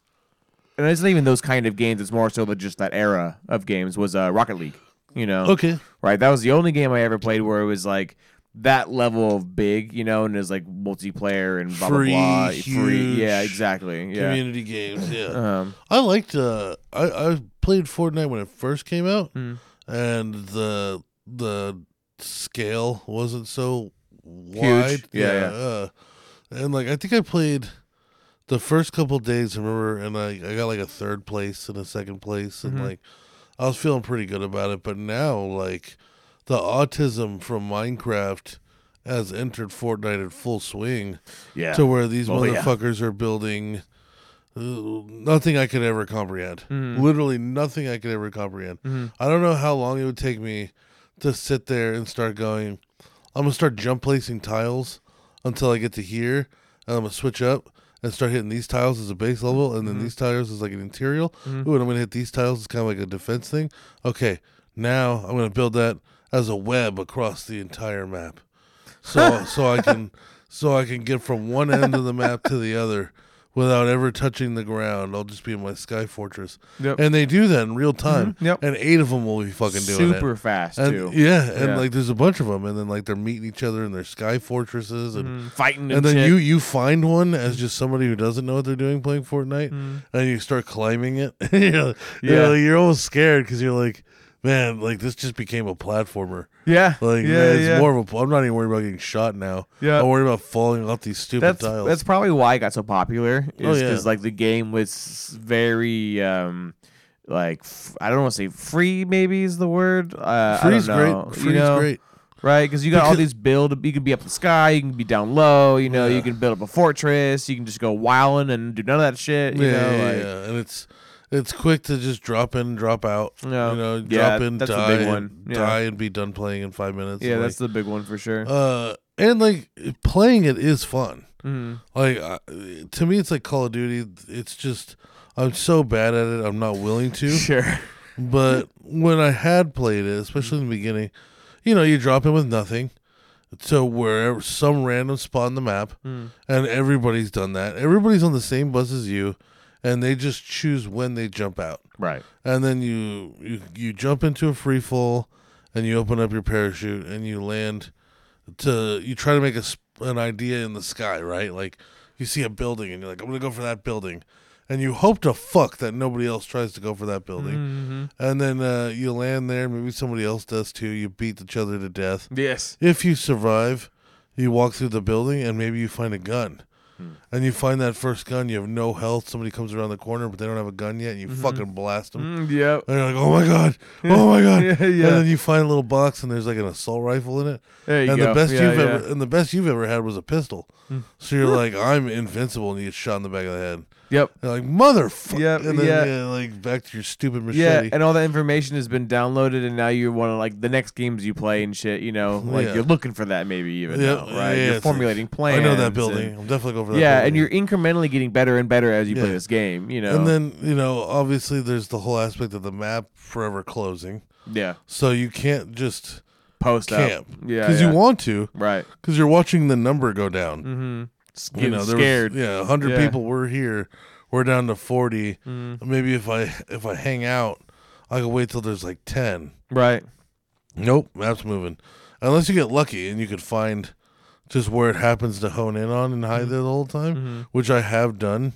S4: and it's not even those kind of games. It's more so the just that era of games was uh, Rocket League. You know,
S3: Okay.
S4: right? That was the only game I ever played where it was like that level of big, you know, and it was like multiplayer and blah
S3: Free,
S4: blah blah, free. Yeah,
S3: huge
S4: exactly. Yeah,
S3: Community games. Yeah.
S4: um,
S3: I liked. uh I I played Fortnite when it first came out,
S4: Mm-hmm.
S3: and the the scale wasn't so wide.
S4: Yeah, yeah.
S3: Uh, and like I think I played the first couple days. I remember, and I I got like a third place and a second place,
S4: Mm-hmm.
S3: and like I was feeling pretty good about it. But now like the autism from Minecraft has entered Fortnite in full swing
S4: yeah.
S3: to where these
S4: Oh, yeah.
S3: motherfuckers are building uh, nothing I could ever comprehend.
S4: Mm-hmm.
S3: Literally nothing I could ever comprehend. I don't know how long it would take me to sit there and start going. I'm gonna start jump placing tiles until I get to here, and I'm gonna switch up and start hitting these tiles as a base level, and then
S4: Mm-hmm.
S3: these tiles is like an interior. Ooh, and I'm gonna hit these tiles as kind of like a defense thing. Okay, now I'm gonna build that as a web across the entire map so so I can so I can get from one end of the map to the other without ever touching the ground. I'll just be in my sky fortress.
S4: Yep.
S3: And they do that in real time.
S4: Mhm, yep.
S3: And eight of them will be fucking doing
S4: super
S3: it.
S4: fast
S3: And-
S4: too.
S3: yeah, and
S4: Yeah.
S3: like there's a bunch of them, and then like they're meeting each other in their sky fortresses, and
S4: Mm-hmm. Fighting
S3: and
S4: and
S3: then
S4: shit.
S3: you you find one as
S4: Mm.
S3: just somebody who doesn't know what they're doing playing Fortnite, and you start climbing it. you're,
S4: Mm-hmm. Yeah.
S3: yeah, you're, almost scared because you're like, man, like this just became a platformer.
S4: yeah,
S3: Like,
S4: yeah,
S3: man, it's
S4: yeah.
S3: more of a. pl- I'm not even worried about getting shot now.
S4: Yeah.
S3: I'm worried about falling off these stupid
S4: that's
S3: tiles.
S4: that's probably why it got so popular. Is
S3: Oh, yeah.
S4: because like the game was very um like f- I don't want to say free maybe is the word. Uh,
S3: Free's
S4: I don't know.
S3: great.
S4: You
S3: Free's
S4: know?
S3: great.
S4: right? Because you got all
S3: Because-
S4: these build. You can be up in the sky. You can be down low. You know, you
S3: Yeah.
S4: can build up a fortress. You can just go wilding and do none of that shit. You
S3: yeah,
S4: know,
S3: yeah,
S4: like,
S3: yeah. and it's it's quick to just drop in, drop out.
S4: Yeah.
S3: You know,
S4: Yeah,
S3: drop in,
S4: that's the
S3: die,
S4: big
S3: and-
S4: one. Yeah.
S3: die, and be done playing in five minutes.
S4: Yeah,
S3: And,
S4: that's the big one for sure.
S3: like, uh, and like playing it is fun.
S4: Mhm.
S3: Like uh, to me, it's like Call of Duty. It's just I'm so bad at it. I'm not willing to.
S4: Sure.
S3: But when I had played it, especially in the beginning, you know, you drop in with nothing to wherever some random spot on the map, and everybody's done that. Everybody's on the same bus as you, and they just choose when they jump out.
S4: Right.
S3: And then you you, you jump into a free fall, and you open up your parachute and you land. To you try to make a s- an idea in the sky, right? Like you see a building and you're like, I'm gonna go for that building. And you hope to fuck that nobody else tries to go for that building and then uh, you land there. Maybe somebody else does too. You beat each other to death.
S4: Yes.
S3: If you survive, you walk through the building and maybe you find a gun. And you find that first gun. You have no health. Somebody comes around the corner, but they don't have a gun yet. And you fucking blast them.
S4: Mm, yep.
S3: And you're like, oh my god, oh my god.
S4: Yeah,
S3: And
S4: yeah.
S3: then you find a little box, and there's like an assault rifle in it.
S4: There you
S3: and
S4: go.
S3: the best
S4: Yeah,
S3: you've
S4: yeah. Hmm.
S3: ever and the best you've ever had was a pistol. So you're like, I'm invincible, and you get shot in the back of the head.
S4: Yep.
S3: You're like motherfucker.
S4: Yep,
S3: and then
S4: yeah.
S3: yeah, like back to your stupid machete.
S4: Yeah, and all that information has been downloaded, and now you want to like the next games you play and shit. You know, like
S3: Yeah.
S4: you're looking for that maybe even
S3: Yeah,
S4: now,
S3: yeah,
S4: right?
S3: yeah,
S4: you're
S3: it's-
S4: formulating plans.
S3: I know that
S4: and-
S3: building. I'm definitely going for that.
S4: yeah,
S3: building.
S4: and you're incrementally getting better and better as you play
S3: Yeah.
S4: this game. You know,
S3: And then you know, obviously, there's the whole aspect of the map forever closing,
S4: yeah,
S3: so you can't just
S4: post
S3: camp.
S4: up. Yeah,
S3: because
S4: yeah.
S3: you want to,
S4: right.
S3: because you're watching the number go down.
S4: Mm-hmm. Getting
S3: You know, there was-
S4: scared.
S3: yeah, hundred
S4: Yeah. Mm-hmm.
S3: people were here. We're down to forty. Maybe if I if I hang out, I can wait till there's like ten.
S4: Right.
S3: Nope, map's moving. Unless you get lucky and you could find just where it happens to hone in on and hide there the whole time, which I have done.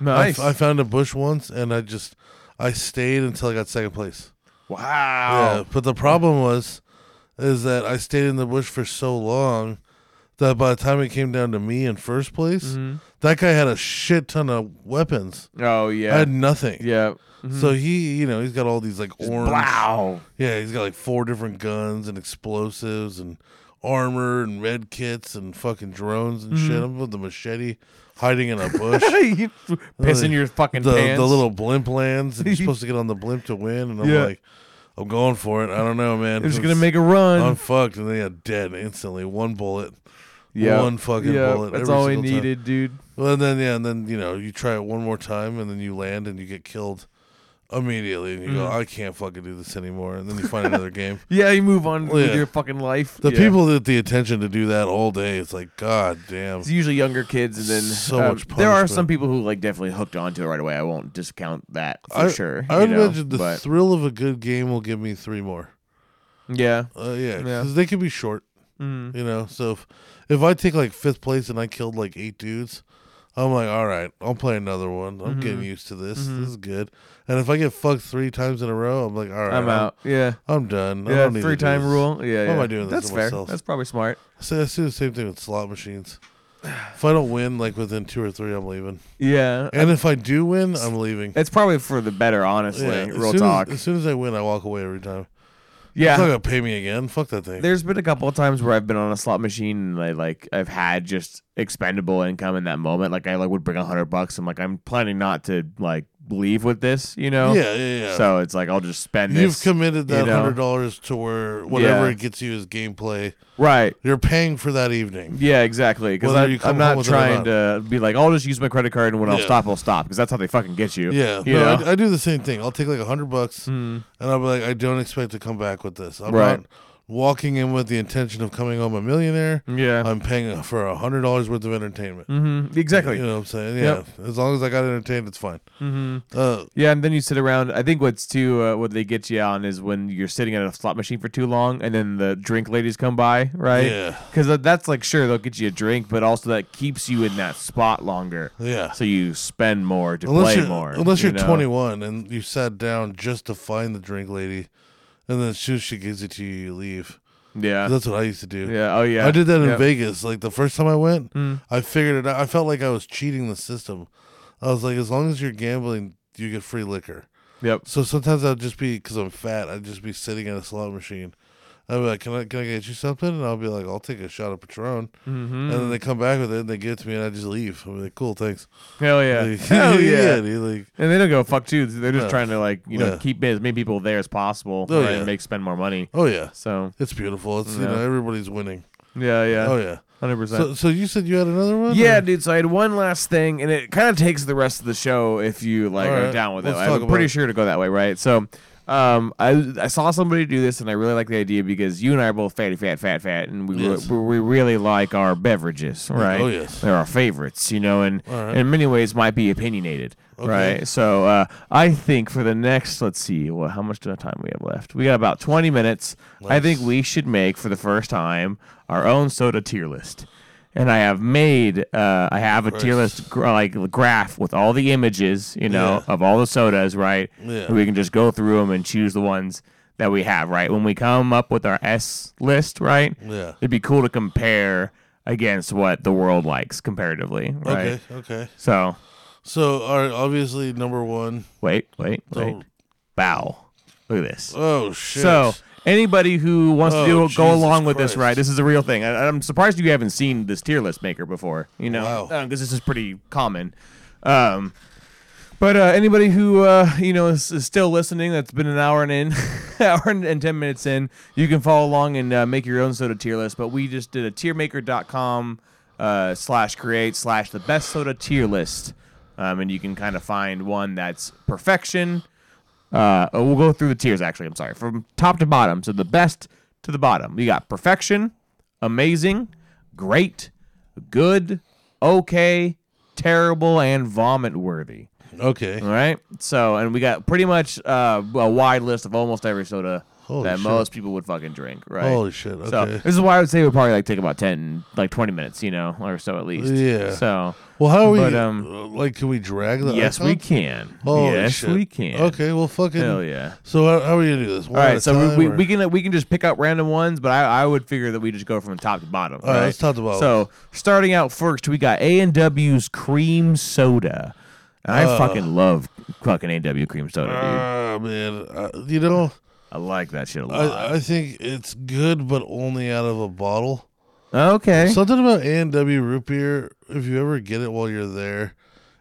S3: I
S4: Mm-hmm. Nice.
S3: f- I found a bush once, and I just I stayed until I got second place.
S4: wow.
S3: Yeah, but the problem was, is that I stayed in the bush for so long that by the time it came down to me in first place,
S4: Mm-hmm.
S3: that guy had a shit ton of weapons.
S4: Oh yeah.
S3: I had nothing.
S4: yeah. Mm-hmm.
S3: So he, you know, he's got all these like orange.
S4: Wow.
S3: Yeah, he's got like four different guns and explosives and armor and red kits and fucking drones and
S4: Mm-hmm.
S3: shit. I'm with the machete hiding in a bush.
S4: you pissing your fucking
S3: the,
S4: pants.
S3: the little blimp lands and you're supposed to get on the blimp to win and I'm
S4: Yeah.
S3: like I'm going for it. I don't know, man.
S4: It's gonna
S3: It's-
S4: make a run.
S3: I'm fucked and they are dead instantly. One bullet.
S4: yeah.
S3: one fucking
S4: yeah.
S3: bullet
S4: That's
S3: every
S4: all we
S3: single time.
S4: needed, dude.
S3: Well and then yeah, and then you know, you try it one more time and then you land and you get killed immediately and you
S4: Mm-hmm.
S3: go, I can't fucking do this anymore and then you find another game.
S4: Yeah, you move on with
S3: Yeah.
S4: your fucking life.
S3: The
S4: Yeah.
S3: people that the attention to do that all day, it's like, God damn.
S4: It's usually younger kids, and then
S3: So
S4: uh,
S3: much
S4: there are
S3: punishment.
S4: some people who like definitely hooked onto it right away. I won't discount that for
S3: I,
S4: sure.
S3: I would
S4: you know,
S3: imagine the
S4: but-
S3: thrill of a good game will give me three more.
S4: yeah,
S3: Uh, yeah,
S4: Yeah.
S3: because they can be short.
S4: Mhm.
S3: You know, so if, if I take like fifth place and I killed like eight dudes, I'm like, all right, I'll play another one. I'm
S4: Mm-hmm.
S3: getting used to this. This is good. And if I get fucked three times in a row, I'm like, all right,
S4: I'm out. Yeah,
S3: I'm done. I
S4: yeah,
S3: don't need to
S4: three
S3: do
S4: time
S3: this.
S4: rule. Yeah,
S3: Why am
S4: yeah.
S3: I doing this
S4: That's
S3: to
S4: fair.
S3: myself?
S4: That's probably smart.
S3: So I do the same thing with slot machines. If I don't win, like within two or three, I'm leaving.
S4: Yeah,
S3: And if I do win, I'm leaving.
S4: it's probably for the better, honestly.
S3: Yeah, as
S4: real
S3: soon as-
S4: talk.
S3: as soon as I win, I walk away every time. It's not
S4: yeah,
S3: gonna pay me again. Fuck that thing.
S4: there's been a couple of times where I've been on a slot machine and I like I've had just expendable income in that moment. Like I like would bring a hundred bucks. I'm like I'm planning not to like leave with this, you know.
S3: Yeah, yeah, yeah.
S4: So it's like I'll just spend
S3: You've
S4: this.
S3: committed that
S4: you know?
S3: hundred dollars to where whatever
S4: Yeah.
S3: it gets you is gameplay.
S4: right.
S3: You're paying for that evening.
S4: Yeah, exactly. Because
S3: Whether you
S4: I'm
S3: come home
S4: not
S3: with it or
S4: trying to be like, "Oh, I'll just use my credit card and when I'll
S3: Yeah.
S4: stop, I'll stop. Because that's how they fucking get you.
S3: Yeah,
S4: You
S3: no,
S4: know?
S3: I, I do the same thing. I'll take like a hundred bucks, and I'll be like, I don't expect to come back with this. I'm
S4: Hmm. Right.
S3: not walking in with the intention of coming home a millionaire.
S4: Yeah.
S3: I'm paying for a hundred dollars worth of entertainment.
S4: Mm-hmm. Exactly.
S3: You know what I'm saying? Yeah.
S4: Yep. Mm-hmm.
S3: As long as I got entertained, it's fine. Uh,
S4: Yeah, and then you sit around. I think what's too uh, what they get you on is when you're sitting at a slot machine for too long, and then the drink ladies come by, right?
S3: Yeah.
S4: Because that's like sure they'll get you a drink, but also that keeps you in that spot longer.
S3: Yeah.
S4: So you spend more to
S3: unless
S4: play
S3: you're,
S4: more.
S3: Unless
S4: you
S3: you're
S4: know?
S3: 21 and you sat down just to find the drink lady, and then as soon as she gives it to you, you leave.
S4: Yeah.
S3: That's what I used to do.
S4: Yeah. Oh yeah.
S3: I did that in
S4: Yeah. Mm.
S3: Vegas. Like the first time I went, I figured it out. I felt like I was cheating the system. I was like, as long as you're gambling, you get free liquor.
S4: Yep.
S3: So sometimes I'll just be because I'm fat. I'd just be sitting at a slot machine. I'll be like, "Can I can I get you something?" And I'll be like, "I'll take a shot of Patron." Mm-hmm. And
S4: Mm.
S3: then they come back with it and they give it to me, and I just leave. I'm like, "Cool, thanks."
S4: Hell yeah.
S3: Like,
S4: Hell yeah.
S3: dude, like,
S4: And they don't go fuck too. They're just trying to like you know
S3: Yeah.
S4: keep as many people there as possible
S3: Oh,
S4: right,
S3: yeah.
S4: and make spend more money.
S3: oh yeah,
S4: So
S3: it's beautiful. It's you
S4: Yeah.
S3: know everybody's winning.
S4: yeah, yeah.
S3: Oh yeah.
S4: Hundred percent.
S3: So so you said you had another one?
S4: Yeah,
S3: or-
S4: dude. So I had one last thing, and it kind of takes the rest of the show if you like
S3: All
S4: are
S3: right,
S4: down with
S3: let's
S4: it.
S3: talk
S4: I'm
S3: about
S4: pretty
S3: it.
S4: sure to go that way, right? So, um, I I saw somebody do this, and I really like the idea because you and I are both fatty, fat, fat, fat, and we re-
S3: Yes.
S4: we, we really like our beverages, right?
S3: oh, yes.
S4: they're our favorites, you know, and
S3: All right.
S4: in many ways might be opinionated, right? So uh, I think for the next, let's see, well, how much time we have left? We got about 20 minutes. I think we should make for the first time our own soda tier list. And I have made, uh, I have a tier list gr- like graph with all the images, you know,
S3: Yeah.
S4: of all the sodas, right?
S3: Yeah.
S4: And we can just go through them and choose the ones that we have, right? When we come up with our S list, right?
S3: Yeah.
S4: It'd be cool to compare against what the world likes comparatively,
S3: Okay.
S4: right?
S3: Okay.
S4: So
S3: So all right, obviously number one.
S4: wait, wait, wait.
S3: Don't-
S4: Bow. Look at this.
S3: Oh shit.
S4: So anybody who wants
S3: Oh,
S4: to do,
S3: Jesus
S4: go along with this,
S3: Christ.
S4: right? This is a real thing. I, I'm surprised you haven't seen this tier list maker before. You know,
S3: Wow.
S4: because this is pretty common. Um, but uh, anybody who uh, you know is, is still listening, that's been an hour and in, hour and, and ten minutes in, you can follow along and uh, make your own soda tier list. But we just did a tiermaker.com uh, slash create slash the best soda tier list, um, and you can kind of find one that's perfection. Uh, oh, we'll go through the tiers. Actually, I'm sorry, from top to bottom. So the best to the bottom, you got perfection, amazing, great, good, okay, terrible, and vomit worthy.
S3: okay.
S4: All right. So, and we got pretty much uh, a wide list of almost every soda
S3: Holy
S4: that
S3: shit.
S4: most people would fucking drink. Right.
S3: Holy shit. Okay.
S4: So this is why I would say it would probably like take about ten, like twenty minutes, you know, or so at least.
S3: Yeah.
S4: So
S3: Well, how are we?
S4: But, um,
S3: uh, like, can we drag the?
S4: yes, we
S3: icon?
S4: can.
S3: Uh-huh. Holy
S4: yes,
S3: shit.
S4: we can.
S3: Okay, well, fucking.
S4: Hell yeah.
S3: So how, how are we gonna do this?
S4: All right, so we, we, we can we can just pick out random ones, but I, I would figure that we just go from top to bottom.
S3: All right, let's top to bottom.
S4: So starting out first, we got A and W's cream soda. And I
S3: Uh.
S4: fucking love fucking A and W cream soda, dude.
S3: Ah, man, uh, you know,
S4: I like that shit a lot.
S3: I, I think it's good, but only out of a bottle.
S4: okay.
S3: Something about A and W root beer. If you ever get it while you're there,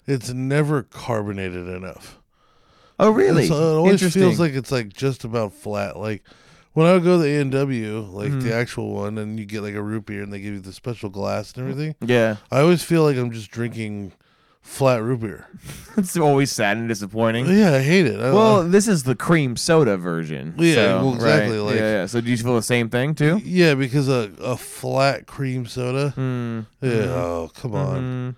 S3: it's never carbonated enough.
S4: oh really?
S3: It's- it always
S4: Interesting.
S3: feels like it's like just about flat. Like when I would go to the A and W, like
S4: Mm-hmm.
S3: the actual one, and you get like a root beer, and they give you the special glass
S4: Mm.
S3: and everything.
S4: yeah.
S3: I always feel like I'm just drinking flat root beer.
S4: It's always sad and disappointing.
S3: Yeah, I hate it. I,
S4: Well, this is the cream soda version.
S3: Yeah,
S4: so,
S3: well, exactly,
S4: right.
S3: like-
S4: yeah, yeah. So do you feel the same thing too?
S3: yeah, because a a flat cream soda.
S4: Mm,
S3: Yeah,
S4: mm-hmm.
S3: oh come on.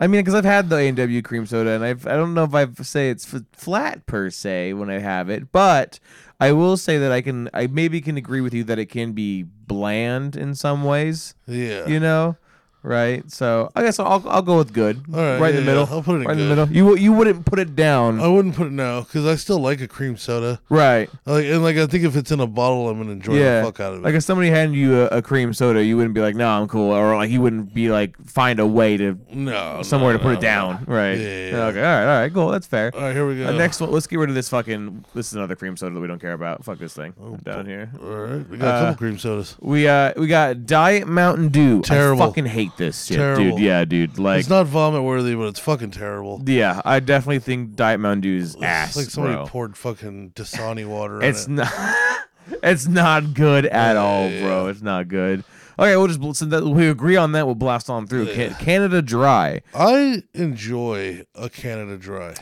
S4: I mean, because I've had the A and W cream soda, and I've I don't know if I say it's f- flat per se when I have it, but I will say that I can I maybe can agree with you that it can be bland in some ways.
S3: Yeah,
S4: Mm-hmm. You know, right? So I guess I'll I'll go with good.
S3: All right,
S4: right in the
S3: yeah, yeah,
S4: middle.
S3: I'll put it in
S4: right in the
S3: good.
S4: middle. You wou- you wouldn't put it down,
S3: I wouldn't put it now because I still like a cream soda.
S4: right?
S3: Like and like I think if it's in a bottle, I'm gonna enjoy
S4: yeah.
S3: the fuck out of it.
S4: Like if somebody handed you a, a cream soda, you wouldn't be like, "No, I'm cool," or like you wouldn't be like, find a way to
S3: no,
S4: somewhere
S3: Oh, no,
S4: to put
S3: no.
S4: it down, right?
S3: Yeah, yeah,
S4: Okay. All right. All right. Cool. That's fair.
S3: All right, here we go.
S4: Uh, next one, let's get rid of this fucking. This is another cream soda that we don't care about. Fuck this thing.
S3: Oh,
S4: I'm down here.
S3: All right, we got
S4: uh,
S3: a couple cream sodas.
S4: We uh we got Diet Mountain Dew.
S3: Terrible.
S4: I fucking hate this shit,
S3: Terrible.
S4: dude. Yeah, dude. Like,
S3: it's not vomit worthy, but it's fucking terrible.
S4: yeah, I definitely think Diet Mountain Dew is ass,
S3: it's like somebody
S4: bro.
S3: poured fucking Dasani water.
S4: It's
S3: on it.
S4: not. it's not good at all,
S3: yeah,
S4: bro. It's not good. Okay, we'll just bl- since that we agree on that. We'll blast on through Can- Canada Dry.
S3: I enjoy a Canada Dry.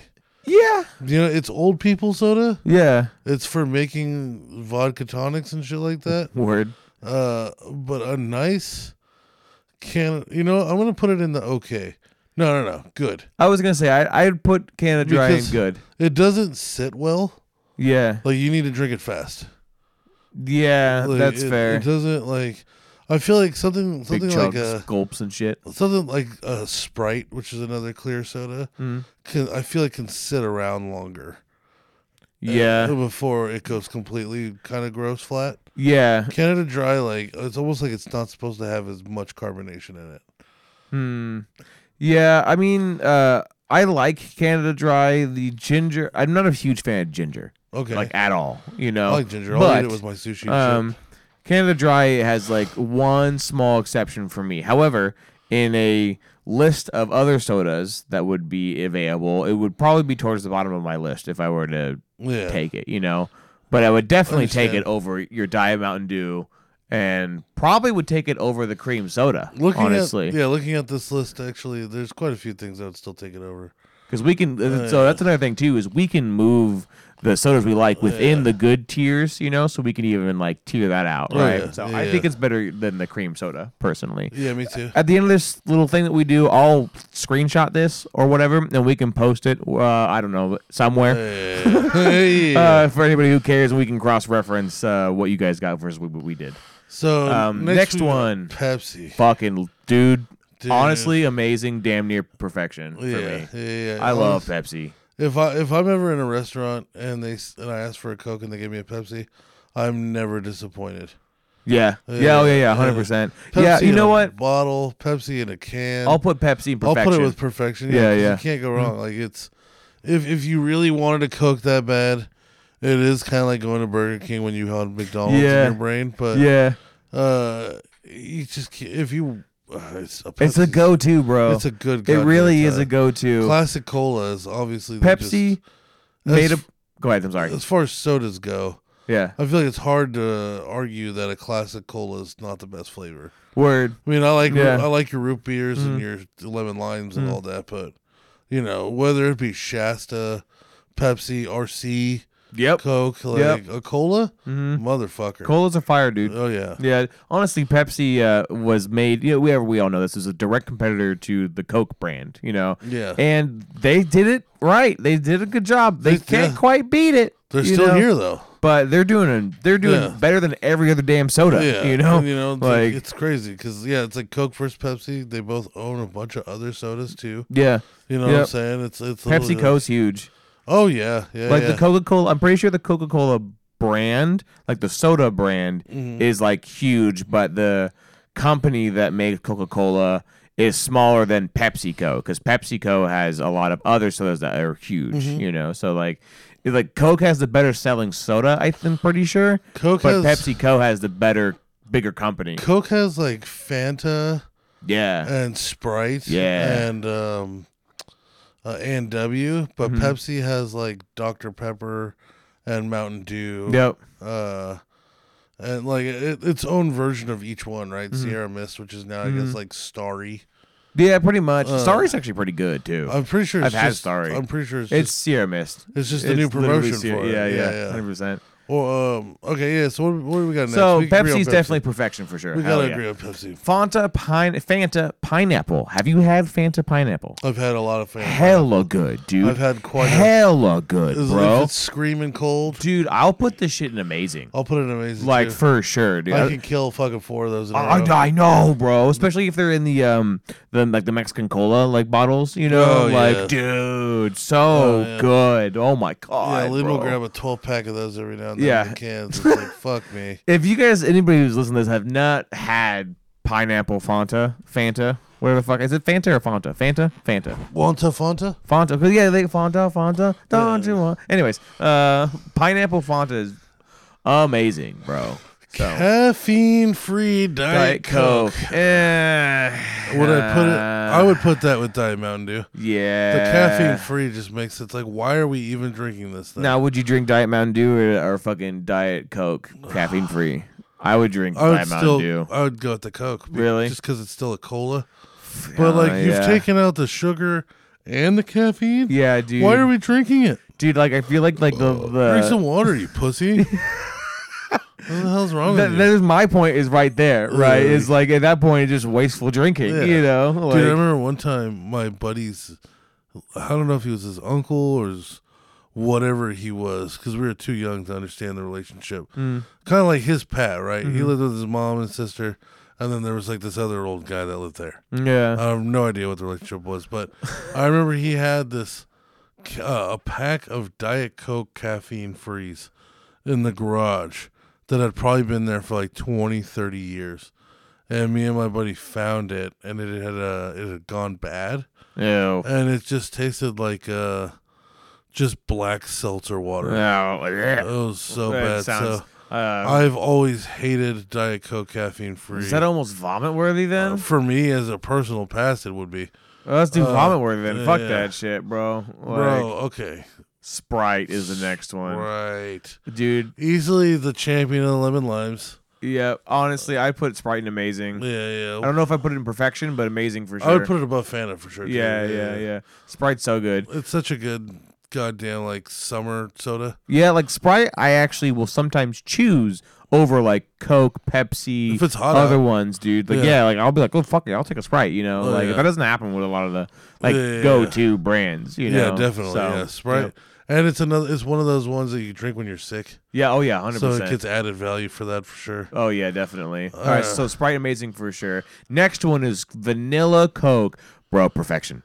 S4: Yeah.
S3: You know, it's old people soda.
S4: Yeah.
S3: It's for making vodka tonics and shit like that.
S4: Word.
S3: Uh, but a nice can. You know, I'm gonna put it in the okay. No, no, no. Good.
S4: I was gonna say I I'd put Canada Dry
S3: Because-
S4: in good.
S3: It doesn't sit well.
S4: Yeah.
S3: Like you need to drink it fast.
S4: Yeah.
S3: Like,
S4: that's
S3: it-
S4: fair.
S3: It doesn't like. I feel like something
S4: Big
S3: something like a
S4: chunks, gulps, and shit.
S3: something like a Sprite, which is another clear soda.
S4: Mm.
S3: Can I feel like can sit around longer.
S4: Yeah.
S3: Before it goes completely kind of gross flat.
S4: Yeah.
S3: Canada Dry, like it's almost like it's not supposed to have as much carbonation in it.
S4: Hmm. Yeah, I mean, uh, I like Canada Dry. The ginger, I'm not a huge fan of ginger,
S3: Okay,
S4: like at all. You know,
S3: I like ginger. I'll
S4: but,
S3: eat it with my sushi.
S4: um, Canada Dry has like one small exception for me. However, in a list of other sodas that would be available, it would probably be towards the bottom of my list if I were to
S3: and shit. yeah.
S4: take it. You know, but I would definitely take
S3: Understand.
S4: it over your Diet Mountain Dew, and probably would take it over the cream soda.
S3: Looking
S4: honestly,
S3: at yeah, looking at this list, actually, there's quite a few things I would still take it over.
S4: Because we can, so that's another thing too, is we can move the sodas we like within the good tiers, you know, so we can even like tier that out,
S3: Oh,
S4: right?
S3: yeah.
S4: So
S3: Yeah,
S4: I
S3: yeah.
S4: think it's better than the cream soda, personally.
S3: Yeah, me too.
S4: At the end of this little thing that we do, I'll screenshot this or whatever, and we can post it. Uh, I don't know somewhere
S3: Yeah. Hey.
S4: uh, for anybody who cares, and we can cross-reference uh, what you guys got versus what we did.
S3: so
S4: um, next
S3: we got
S4: one.
S3: Pepsi.
S4: Fucking dude,
S3: Dude.
S4: honestly, amazing, damn near perfection for
S3: yeah,
S4: me.
S3: yeah, yeah, yeah.
S4: I love Pepsi.
S3: If I if I'm ever in a restaurant and they s- and I ask for a Coke and they give me a Pepsi, I'm never disappointed.
S4: Yeah. Yeah.
S3: Yeah,
S4: Oh yeah. Yeah. Hundred
S3: yeah.
S4: percent.
S3: Pepsi
S4: Yeah. You
S3: in
S4: know
S3: a
S4: what?
S3: Bottle Pepsi in a can.
S4: I'll put Pepsi in
S3: I'll
S4: perfection.
S3: put it with perfection. Yeah,
S4: Yeah,
S3: 'cause
S4: yeah. Mm-hmm.
S3: You can't go wrong. Like it's if if you really wanted a Coke that bad, it is kind of like going to Burger King when you had McDonald's
S4: Yeah.
S3: in your brain. But
S4: yeah,
S3: uh, you just can't, if you uh, it's a
S4: it's a
S3: Pepsi's-
S4: go-to, bro.
S3: It's a good.
S4: it
S3: goddamn
S4: really is
S3: time.
S4: a go-to.
S3: Classic cola is obviously the
S4: Pepsi
S3: just-
S4: made a.
S3: as-
S4: Go ahead.
S3: just-
S4: I'm sorry.
S3: as far as sodas go,
S4: Yeah.
S3: I feel like it's hard to argue that a classic cola is not the best flavor.
S4: Word.
S3: I mean, I like
S4: Yeah. Mm.
S3: I like your root beers and your lemon limes and all that, but you know whether it be Shasta, Pepsi, RC,
S4: Yep.
S3: Coke, like
S4: Yep. Mm-hmm.
S3: a cola, motherfucker.
S4: Cola's a fire, dude.
S3: oh yeah,
S4: Yeah. Honestly, Pepsi uh, was made. You know, we we all know this is a direct competitor to the Coke brand. You know.
S3: Yeah.
S4: And they did it right. They did a good job. They
S3: They-
S4: can't
S3: yeah.
S4: quite beat it.
S3: they're
S4: you
S3: still
S4: know?
S3: here though.
S4: but they're doing it. They're doing
S3: Yeah.
S4: better than every other damn soda.
S3: Yeah,
S4: You know.
S3: and, you know, it's like,
S4: like.
S3: it's crazy because yeah, it's like Coke versus Pepsi. They both own a bunch of other sodas too.
S4: yeah.
S3: You know what I'm
S4: Yep.
S3: saying? It's it's a little-
S4: PepsiCo's huge.
S3: Oh yeah, yeah,
S4: like
S3: yeah.
S4: the Coca Cola. I'm pretty sure the Coca Cola brand, like the soda brand,
S3: Mm-hmm.
S4: is like huge, but the company that makes Coca Cola is smaller than PepsiCo because PepsiCo has a lot of other sodas that are huge.
S3: Mm-hmm.
S4: You know, so like. it- Like Coke has the better selling soda, I think, pretty sure.
S3: Coke has-
S4: but PepsiCo has the better, bigger company.
S3: Coke has like Fanta.
S4: Yeah,
S3: and Sprite,
S4: Yeah.
S3: and um, uh, and W. But
S4: Mm-hmm.
S3: Pepsi has like Dr Pepper and Mountain Dew.
S4: yep,
S3: Uh, and like it, its own version of each one, right?
S4: Mm-hmm.
S3: Sierra Mist, which is now I guess like Starry.
S4: yeah, pretty much.
S3: Uh,
S4: Starry's actually pretty good too.
S3: I'm pretty sure it's
S4: I've had
S3: just,
S4: Starry.
S3: I'm pretty sure it's
S4: it's
S3: just,
S4: Sierra Mist.
S3: it's just a new
S4: literally
S3: promotion
S4: Sierra-
S3: for it.
S4: Yeah,
S3: Yeah,
S4: yeah,
S3: yeah.
S4: hundred percent.
S3: well, um, okay, yeah. So what, what do we got next?
S4: So
S3: We can agree on
S4: Pepsi's
S3: Pepsi.
S4: definitely perfection for sure.
S3: we
S4: Hell
S3: gotta
S4: yeah.
S3: agree on Pepsi.
S4: Fanta pine Fanta pineapple. Have you had Fanta pineapple?
S3: I've had a lot of fans.
S4: Hella good, dude.
S3: I've had quite a-
S4: hella good,
S3: Is- If
S4: bro.
S3: it's screaming cold,
S4: Dude, I'll put this shit in amazing.
S3: I'll put it in amazing.
S4: Like
S3: too.
S4: for sure, dude.
S3: I
S4: I-
S3: can kill fucking four of those. In a
S4: I,
S3: row.
S4: I know, bro. Especially if they're in the um the like the Mexican cola like bottles, you know,
S3: Oh,
S4: like
S3: yeah.
S4: dude, so
S3: Oh, yeah.
S4: good. Oh my god,
S3: Yeah, Lynn will
S4: bro.
S3: grab a 12 pack of those every now and then.
S4: Yeah.
S3: Yeah. In cans. It's like, fuck me.
S4: if you guys, anybody who's listening to this, have not had pineapple Fanta, Fanta, whatever the fuck is it, Fanta or Fanta, Fanta, Fanta,
S3: Wanta Fanta?
S4: Fanta. 'Cause, yeah, they Fanta, Fanta. Don't you want? Anyways, uh, pineapple Fanta is amazing, bro. So
S3: Caffeine free Diet,
S4: Diet Coke. Eh,
S3: Would I put it? I would put that with Diet Mountain Dew.
S4: Yeah.
S3: The caffeine free just makes it it's like, why are we even drinking this thing?
S4: Now, would you drink Diet Mountain Dew or, or fucking Diet Coke, caffeine free? I would drink
S3: I would
S4: Diet Mountain
S3: still,
S4: Dew.
S3: I would go with the Coke. be-
S4: Really?
S3: Just because it's still a cola. But like,
S4: Uh,
S3: you've
S4: yeah.
S3: taken out the sugar and the caffeine.
S4: Yeah, dude.
S3: Why are we drinking it?
S4: dude? Like, I feel like like the
S3: Drink some
S4: the
S3: water, you pussy. what the hell's wrong
S4: that,
S3: with you?
S4: that is my point is right there, right?
S3: Ugh.
S4: Is like at that point, it's just wasteful drinking,
S3: Yeah.
S4: you know? Like,
S3: Dude, I remember one time my buddy's, I don't know if he was his uncle or his whatever he was, because we were too young to understand the relationship. Kind of like his Pat, right? He lived with his mom and sister, and then there was like this other old guy that lived there.
S4: yeah,
S3: I have no idea what the relationship was, but I remember he had this uh, a pack of Diet Coke caffeine freeze in the garage that had probably been there for like 20, 30 years. And me and my buddy found it, and it had uh, it had gone bad,
S4: Ew.
S3: and it just tasted like uh, just black seltzer water. It
S4: no,
S3: was uh, so
S4: That
S3: bad.
S4: sounds-
S3: so
S4: uh,
S3: I've always hated Diet Coke caffeine free.
S4: is that almost vomit worthy then?
S3: For me, as a personal past, it would be.
S4: Well, let's do
S3: Uh,
S4: vomit worthy then. Fuck
S3: yeah.
S4: that shit, bro. Like,
S3: Bro, Oh, okay.
S4: Sprite is the next one,
S3: Right.
S4: dude.
S3: Easily the champion of the lemon limes.
S4: Yeah, honestly, I put Sprite in amazing.
S3: Yeah, yeah.
S4: I don't know if I put it in perfection, but amazing for sure.
S3: I would put it above Fanta for sure. too.
S4: yeah, yeah, yeah. Sprite's so good.
S3: It's such a good goddamn like summer soda.
S4: Yeah, like Sprite, I actually will sometimes choose over like Coke, Pepsi,
S3: If it's hot
S4: other
S3: out.
S4: ones, dude. Like, yeah.
S3: Yeah.
S4: like I'll be like, oh fuck it, I'll take a Sprite. You know,
S3: Oh,
S4: like
S3: yeah.
S4: that doesn't happen with a lot of the like
S3: Yeah, yeah, yeah.
S4: go-to brands. You know,
S3: yeah, definitely.
S4: So,
S3: yeah, Sprite.
S4: yeah.
S3: And it's another. It's one of those ones that you drink when you're sick,
S4: Yeah. Oh yeah, hundred
S3: so it
S4: percent.
S3: gets added value for that for sure.
S4: Oh yeah, definitely. All right,
S3: Uh.
S4: so Sprite amazing for sure. Next one is vanilla Coke, bro. Perfection,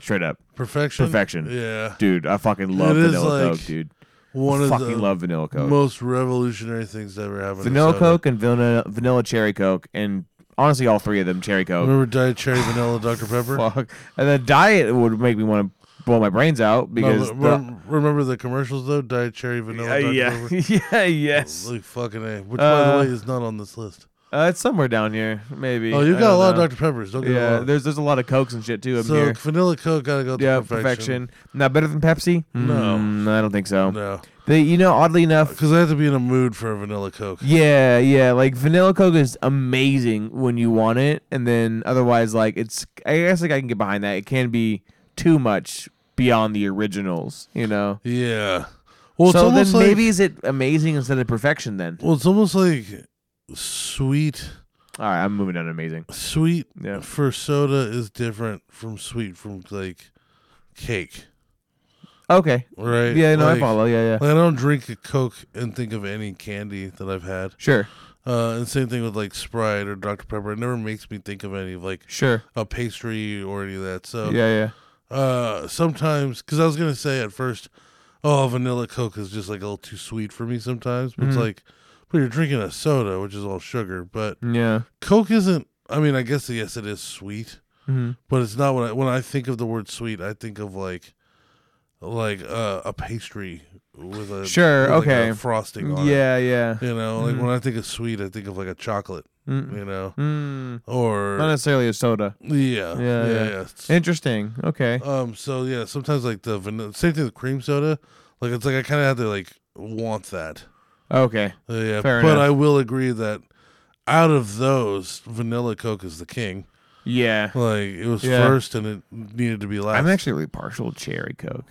S4: straight up,
S3: Perfection.
S4: Perfection.
S3: Yeah.
S4: dude. I fucking love
S3: It is
S4: vanilla
S3: like
S4: Coke, dude.
S3: One of
S4: fucking
S3: the
S4: love vanilla Coke.
S3: most revolutionary things that ever happened. to
S4: vanilla
S3: soda.
S4: Coke and vanilla vanilla cherry Coke, and honestly, all three of them cherry Coke.
S3: Remember Diet Cherry Vanilla Dr Pepper?
S4: Fuck. And the diet would make me want to blow my brains out
S3: No,
S4: because
S3: but
S4: the,
S3: rem- remember the commercials though? Diet Cherry Vanilla
S4: yeah,
S3: Dr
S4: yeah,
S3: Pepper.
S4: yeah, yes.
S3: Like fucking A. Which,
S4: Uh,
S3: by the way, is not on this list.
S4: Uh, it's somewhere down here, maybe.
S3: Oh, you
S4: I
S3: got a
S4: don't
S3: lot
S4: know.
S3: of Dr. Peppers. Don't get me
S4: Yeah,
S3: wrong.
S4: there's there's a lot of cokes and shit too up
S3: so
S4: here.
S3: vanilla Coke gotta go. to
S4: Yeah,
S3: perfection.
S4: perfection. Not better than Pepsi?
S3: No.
S4: Mm, I don't think so.
S3: No,
S4: They, you know, oddly enough,
S3: because I have to be in a mood for a vanilla Coke.
S4: yeah, yeah, like vanilla Coke is amazing when you want it, and then otherwise, like it's. I guess like I can get behind that. It can be too much beyond the originals, you know.
S3: Yeah. Well, it's
S4: so then
S3: almost like
S4: maybe is it amazing instead of perfection then?
S3: well, it's almost like sweet,
S4: All right, I'm moving on to amazing.
S3: sweet
S4: Yeah.
S3: for soda is different from sweet from like cake,
S4: Okay.
S3: right?
S4: Yeah, no,
S3: like,
S4: I follow. Yeah, yeah.
S3: like, I don't drink a Coke and think of any candy that I've had.
S4: Sure,
S3: Uh, and same thing with like Sprite or Dr Pepper. It never makes me think of any of like
S4: sure.
S3: a pastry or any of that. So
S4: Yeah, yeah.
S3: uh sometimes because i was gonna say at first oh vanilla coke is just like a little too sweet for me sometimes but
S4: Mm.
S3: it's like but you're drinking a soda which is all sugar but
S4: Yeah.
S3: coke isn't i mean i guess yes it is sweet
S4: hmm
S3: but it's not when i when i think of the word sweet i think of like like uh, a pastry with a
S4: Sure,
S3: with, like, a
S4: okay.
S3: frosting on it.
S4: Yeah, yeah. Mm-hmm.
S3: you know like when i think of sweet i think of like a chocolate
S4: Mm.
S3: you know
S4: Mm.
S3: or
S4: Not necessarily a soda.
S3: yeah
S4: Yeah,
S3: yeah
S4: yeah.
S3: yeah,
S4: Interesting. Okay.
S3: Um. So yeah, sometimes like the vanilla, same thing with cream soda. Like it's like I kind of have to like want that.
S4: Okay.
S3: Uh, yeah.
S4: Fair
S3: but
S4: enough.
S3: I will agree that out of those, vanilla Coke is the king.
S4: Yeah.
S3: Like it was
S4: Yeah.
S3: first, and it needed to be last.
S4: I'm actually really partial to cherry Coke.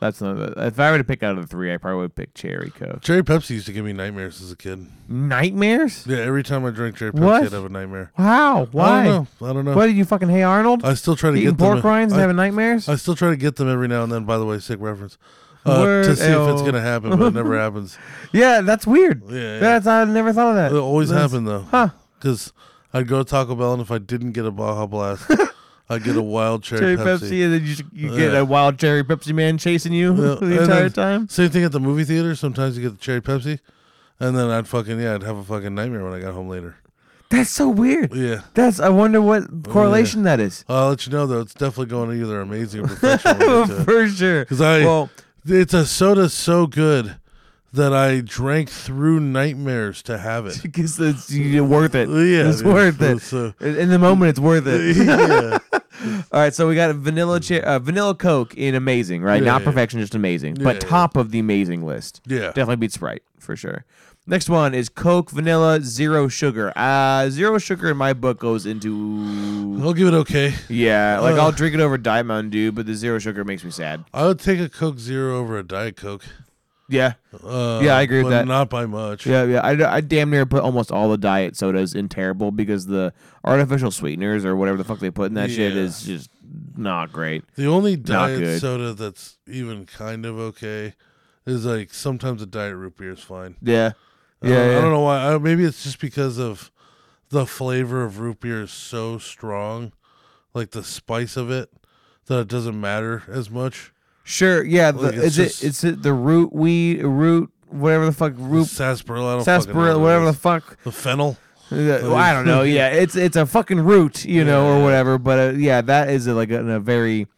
S4: That's another. If I were to pick out of the three, I probably would pick cherry Coke.
S3: Cherry Pepsi used to give me nightmares as a kid.
S4: Nightmares?
S3: Yeah, every time I drank Cherry Pepsi,
S4: What?
S3: I'd have a nightmare.
S4: Wow.
S3: I
S4: Why?
S3: don't know. I don't know.
S4: What did you fucking hey Arnold?
S3: I still try to
S4: Eating
S3: get them. e-,
S4: pork rinds and
S3: I,
S4: having nightmares?
S3: I still try to get them every now and then. By the way, sick reference. Uh, to
S4: Word,
S3: see if it's
S4: ew.
S3: gonna happen, but it never happens.
S4: yeah, that's weird.
S3: Yeah, yeah.
S4: That's I never thought of that.
S3: It always
S4: That's-
S3: happened though.
S4: Huh.
S3: Because I'd go to Taco Bell, and if I didn't get a Baja Blast, I'd get a wild cherry,
S4: Cherry Pepsi, and then you, just- you get
S3: Yeah.
S4: a wild cherry Pepsi man chasing you
S3: Yeah, and
S4: the entire
S3: then
S4: time.
S3: Same thing at the movie theater. Sometimes you get the cherry Pepsi, and then I'd fucking yeah, I'd have a fucking nightmare when I got home later.
S4: That's so weird.
S3: Yeah.
S4: That's I wonder
S3: Oh,
S4: what correlation that is.
S3: I'll let you know though. It's definitely going to either amazing or perfection.
S4: For sure.
S3: Because I,
S4: well,
S3: it's a soda so good that I drank through nightmares to have it.
S4: because it's you- worth it.
S3: Yeah,
S4: it's
S3: dude,
S4: worth it.
S3: it's, uh,
S4: In in the moment, it's worth it.
S3: yeah.
S4: All right, so we got vanilla che- uh, vanilla Coke in amazing, right?
S3: Yeah,
S4: Not
S3: yeah.
S4: perfection, just amazing,
S3: Yeah,
S4: but
S3: yeah.
S4: top of the amazing list.
S3: Yeah.
S4: Definitely beats Sprite for sure. Next one is Coke Vanilla Zero Sugar. Uh, zero sugar in my book goes into
S3: I'll give it okay.
S4: yeah, like
S3: Ugh.
S4: I'll drink it over Diet Mountain Dew, but the zero sugar makes me sad.
S3: I would take a Coke Zero over a Diet Coke.
S4: Yeah,
S3: Uh,
S4: Yeah, I agree with
S3: but
S4: that.
S3: Not by much.
S4: yeah, yeah. I, I damn near put almost all the diet sodas in terrible because the artificial sweeteners or whatever the fuck they put in that shit
S3: Yeah.
S4: is just not great.
S3: The only
S4: Not
S3: diet
S4: good.
S3: soda that's even kind of okay is like sometimes a diet root beer is fine.
S4: Yeah,
S3: I don't-
S4: yeah,
S3: I
S4: yeah.
S3: don't know why. I, maybe it's just because of the flavor of root beer is so strong, like the spice of it, that it doesn't matter as much.
S4: Sure, yeah. The,
S3: Like, it's
S4: is it
S3: just-
S4: is it the root weed root whatever the fuck root
S3: sarsaparilla, I don't fucking
S4: sarsaparilla
S3: know
S4: whatever
S3: what
S4: the
S3: it
S4: fuck
S3: is. the fennel.
S4: Uh, well, I don't know. Yeah, it's it's a fucking root, you know, or whatever. But uh, yeah, that is a, like a, a very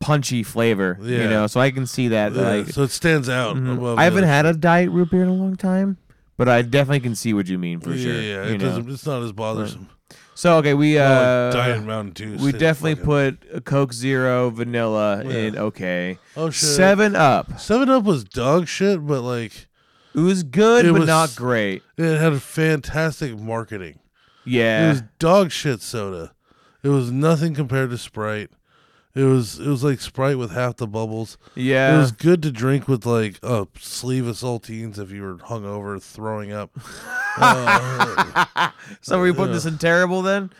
S4: punchy flavor, you
S3: Yeah.
S4: know. So I can see that.
S3: Yeah,
S4: like, mm-hmm.
S3: so it stands out. Above
S4: I haven't
S3: the-
S4: had a diet root beer in a long time, but I definitely can see what you mean for
S3: Yeah, yeah,
S4: sure. you
S3: it
S4: know.
S3: doesn't, it's not as bothersome.
S4: So okay, we
S3: Not
S4: uh,
S3: like Diet Mountain Dew.
S4: we
S3: stands
S4: definitely
S3: fucking-
S4: put a Coke Zero vanilla
S3: Yeah.
S4: in. Okay,
S3: Oh, shit.
S4: Seven Up.
S3: Seven Up was dog shit, but like
S4: It was good,
S3: It
S4: but
S3: was-
S4: not great.
S3: it had fantastic marketing. It
S4: Yeah,
S3: was dog shit soda. It was nothing compared to Sprite. It was it was like Sprite with half the bubbles.
S4: yeah.
S3: It was good to drink with like a sleeve of saltines if you were hungover, throwing up. Uh,
S4: so we put
S3: yeah.
S4: this in terrible then.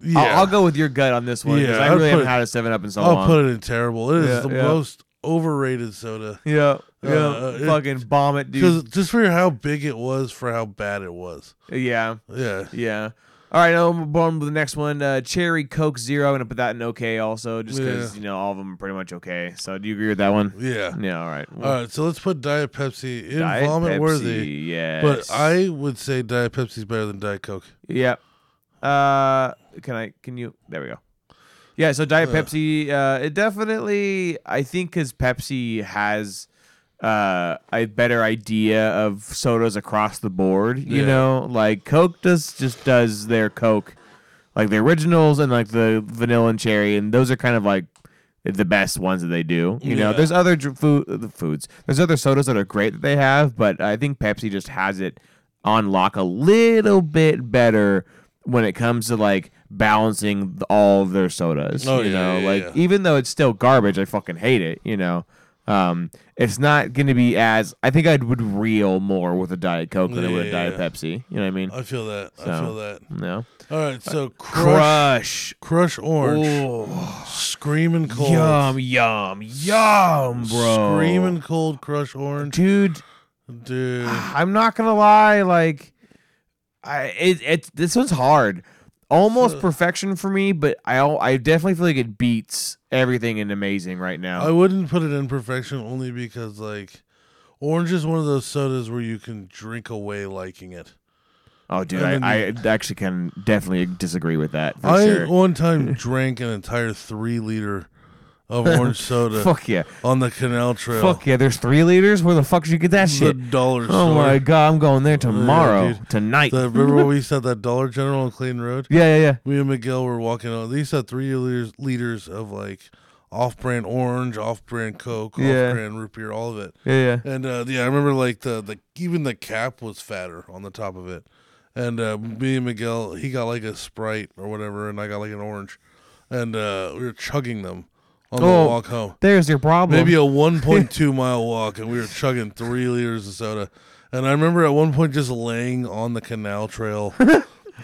S3: yeah,
S4: I'll, I'll go with your gut on this one because
S3: Yeah,
S4: I
S3: I'd
S4: really haven't
S3: put-
S4: had a Seven Up in so
S3: I'll
S4: long.
S3: put it in terrible. It is
S4: Yeah,
S3: the
S4: yeah.
S3: most overrated soda.
S4: Yeah, yeah,
S3: Uh, it-
S4: fucking bomb it,
S3: Because
S4: dude.
S3: just for how big it was, for how bad it was.
S4: Yeah,
S3: Yeah.
S4: yeah. All right, now I'm on with the next one. Uh, Cherry Coke Zero. I'm gonna put that in okay also, just because
S3: Yeah.
S4: you know all of them are pretty much okay. So do you agree with that one?
S3: Yeah.
S4: Yeah. All right.
S3: All right. So let's put Diet Pepsi in
S4: Diet
S3: vomit
S4: Pepsi,
S3: worthy.
S4: Yes.
S3: But I would say Diet Pepsi's better than Diet Coke.
S4: Yeah. Uh, can I? Can you? There we go. Yeah. So Diet Pepsi. Uh, it definitely. I think because Pepsi has uh a better idea of sodas across the board. You
S3: Yeah.
S4: know, like Coke does just does their Coke, like the originals and like the vanilla and cherry, and those are kind of like the best ones that they do. You know,
S3: Yeah.
S4: there's other dr- food the foods. There's other sodas that are great that they have, but I think Pepsi just has it on lock a little bit better when it comes to like balancing th- all of their sodas.
S3: Oh,
S4: you
S3: yeah,
S4: know,
S3: yeah,
S4: like
S3: yeah.
S4: even though it's still garbage, I fucking hate it. You know. Um, it's not gonna be as I think I would reel more with a diet coke than I would a
S3: Yeah,
S4: diet
S3: yeah. Uh,
S4: Pepsi. You know what I mean?
S3: I feel that. I
S4: So.
S3: feel that.
S4: No.
S3: All right. So Crush,
S4: Crush.
S3: crush Orange.
S4: Oh,
S3: Screaming cold.
S4: yum, yum, yum, bro.
S3: Screaming cold Crush Orange.
S4: dude.
S3: Dude.
S4: I'm not gonna lie, like I it, it this one's hard. Almost perfection for me, but I al- I definitely feel like it beats everything in amazing right
S3: I
S4: now.
S3: wouldn't put it in perfection only because like orange is one of those sodas where you can drink away liking it.
S4: oh, dude,
S3: and
S4: I, I actually can definitely disagree with that for
S3: I
S4: sure.
S3: one time drank an entire three liter of orange soda
S4: Fuck yeah,
S3: on the canal trail.
S4: fuck yeah. There's three liters. Where the fuck did you get that
S3: the
S4: shit?
S3: dollar store.
S4: Oh my god, I'm going there tomorrow,
S3: dude.
S4: tonight.
S3: The- remember when we used to have that Dollar General on Clayton Road?
S4: yeah, yeah, yeah.
S3: Me and Miguel were walking on. They used to have three liters, liters of like off-brand orange, off-brand Coke,
S4: Yeah.
S3: off-brand root beer, all of it.
S4: Yeah, yeah.
S3: And uh, yeah, I remember like the, the even the cap was fatter on the top of it. And uh, me and Miguel, he got like a Sprite or whatever, and I got like an orange. And uh, we were chugging them on
S4: Oh,
S3: the walk home.
S4: There's your problem.
S3: Maybe a 1.2 mile walk, and we were chugging three liters of soda. And I remember at one point just laying on the canal trail,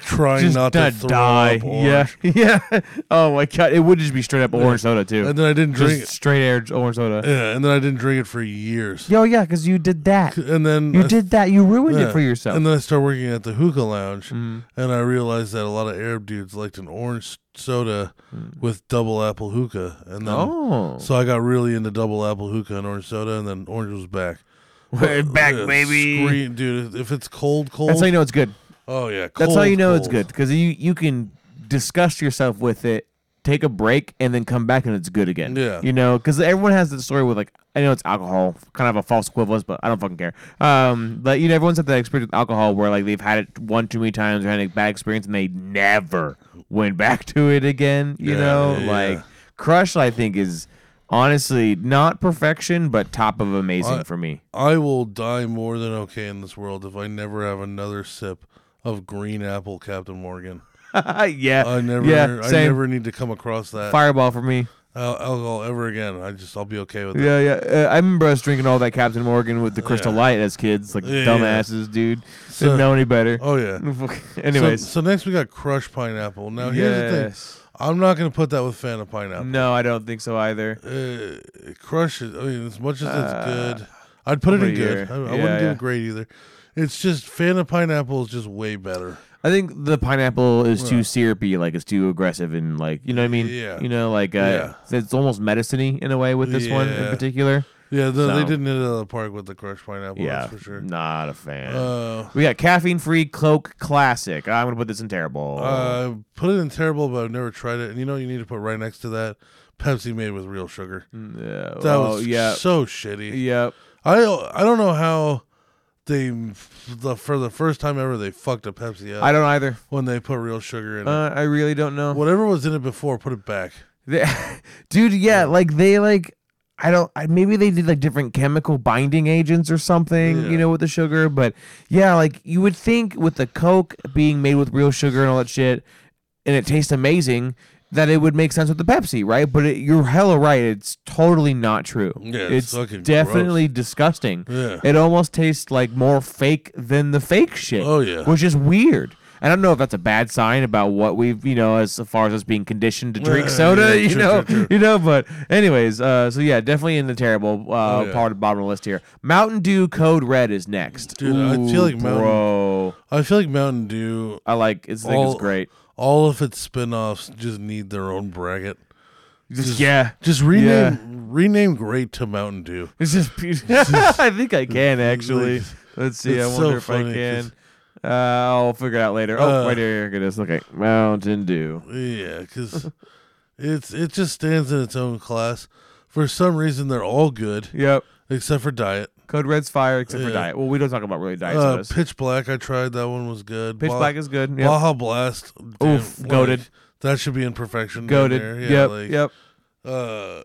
S3: trying
S4: just
S3: not
S4: to
S3: to throw
S4: die.
S3: up orange.
S4: Yeah, yeah. Oh my god, it would just be straight up orange soda too.
S3: And then I didn't drink.
S4: Just straight air orange soda.
S3: yeah, and then I didn't drink it for years.
S4: Yo, yeah, because you did that.
S3: And then
S4: You
S3: I-
S4: did that. You ruined
S3: Yeah.
S4: it for yourself. Mm-hmm.
S3: And then I started working at the hookah lounge, and I realized that a lot of Arab dudes liked an orange soda with double apple hookah. And then,
S4: Mm. oh,
S3: so I got really into double apple hookah and orange soda, and then orange was back.
S4: We're back,
S3: Yeah,
S4: baby.
S3: scream- dude. If it's cold, cold.
S4: That's how you know it's good.
S3: oh yeah, cold,
S4: That's how you know it's
S3: cold.
S4: good because you you can disgust yourself with it, take a break, and then come back and it's good again.
S3: Yeah.
S4: you know, because everyone has the story with like I know it's alcohol, kind of a false equivalence, but I don't fucking care. Um, but you know, everyone's had that experience with alcohol where like they've had it one too many times or had a bad experience and they never went back to it again. You
S3: Yeah,
S4: know,
S3: yeah, yeah.
S4: like Crush, I think is honestly not perfection, but top of amazing
S3: I-
S4: for me.
S3: I will die more than okay in this world if I never have another sip of green apple Captain Morgan.
S4: yeah,
S3: I never,
S4: yeah,
S3: I
S4: same.
S3: never need to come across that
S4: Fireball for me.
S3: al- alcohol ever again. I just, I'll be okay with it.
S4: Yeah, yeah. Uh, I remember us drinking all that Captain Morgan with the Crystal Light as kids, like
S3: Yeah,
S4: dumbasses, dude.
S3: So-
S4: Didn't know any better.
S3: Oh yeah. So-
S4: Mm. Anyways,
S3: so, next we got crushed pineapple. Now here's the thing:
S4: yes. Mm.
S3: I'm not gonna put that with Fanta pineapple.
S4: No, I don't think so either.
S3: Uh, crush it. I mean, as much as
S4: Uh,
S3: it's good, I'd put it
S4: over
S3: in good.
S4: here.
S3: I, I
S4: Yeah,
S3: wouldn't do
S4: yeah.
S3: it great either. It's just Fanta pineapple is just way better.
S4: I think the pineapple is
S3: Yeah.
S4: too syrupy, like it's too aggressive, and like you know what I mean.
S3: Yeah.
S4: You know, like uh,
S3: Yeah.
S4: it's almost medicine-y in a way with this one in
S3: Yeah.
S4: particular.
S3: Yeah, the, they
S4: So-
S3: didn't hit it out of the park with the crushed pineapple.
S4: yeah,
S3: that's for sure.
S4: not a fan.
S3: Uh,
S4: we got caffeine-free Coke Classic. I'm gonna put this in terrible.
S3: uh, put it in terrible, but I've never tried it. And you know, what you need to put right next to that Pepsi made with real sugar.
S4: yeah.
S3: That
S4: oh,
S3: was
S4: yeah.
S3: so shitty.
S4: Yep.
S3: I I don't know how they the for the first time ever they fucked a Pepsi up
S4: I don't either.
S3: when they put real sugar in
S4: Uh, I really don't know.
S3: it. Whatever was in it before, put it back.
S4: They- dude yeah like they like i don't I, maybe they did like different chemical binding agents or something
S3: Yeah.
S4: you know with the sugar but yeah like you would think with the coke being made with real sugar and all that shit and it tastes amazing that it would make sense with the pepsi right but it, you're hella right it's totally not true
S3: Yeah, it's
S4: it's,
S3: fucking
S4: definitely disgusting
S3: Yeah.
S4: it almost tastes like more fake than the fake shit
S3: Oh, yeah.
S4: which is weird I don't know if that's a bad sign about what we've, you know, as far as us being conditioned to drink
S3: Yeah,
S4: soda,
S3: yeah,
S4: you
S3: true,
S4: know,
S3: true, true.
S4: you know. But anyways, uh, so yeah, definitely in the terrible uh,
S3: Oh, yeah.
S4: part of the bottom of the list here. Mountain Dew Code Red is next.
S3: Dude, I feel like Mountain-
S4: bro,
S3: I feel like Mountain Dew,
S4: I like it's, I think
S3: All-
S4: it's great.
S3: all of its spin-offs just need their own bracket.
S4: Just, yeah,
S3: Just rename
S4: Yeah.
S3: rename great to Mountain Dew.
S4: it's just. I think I can actually. Let's see. I
S3: It's so
S4: wonder if
S3: funny
S4: I
S3: 'cause-
S4: can. Uh, I'll figure it out later. Oh,
S3: Uh,
S4: right here, here it is. Okay, Mountain Dew.
S3: Yeah, because it's it just stands in its own class. For some reason, they're all good
S4: Yep.
S3: except for Diet.
S4: Code Red's fire, except for
S3: Yeah.
S4: diet. Well, we don't talk about really diet
S3: Uh,
S4: sodas.
S3: Pitch Black, I tried that one was good.
S4: Pitch
S3: Ba-
S4: Black is good. Yep.
S3: Baja Blast, damn,
S4: Oof, goated.
S3: That should be in perfection.
S4: Goaded.
S3: Right there. Yeah,
S4: yep.
S3: like,
S4: yep.
S3: Uh,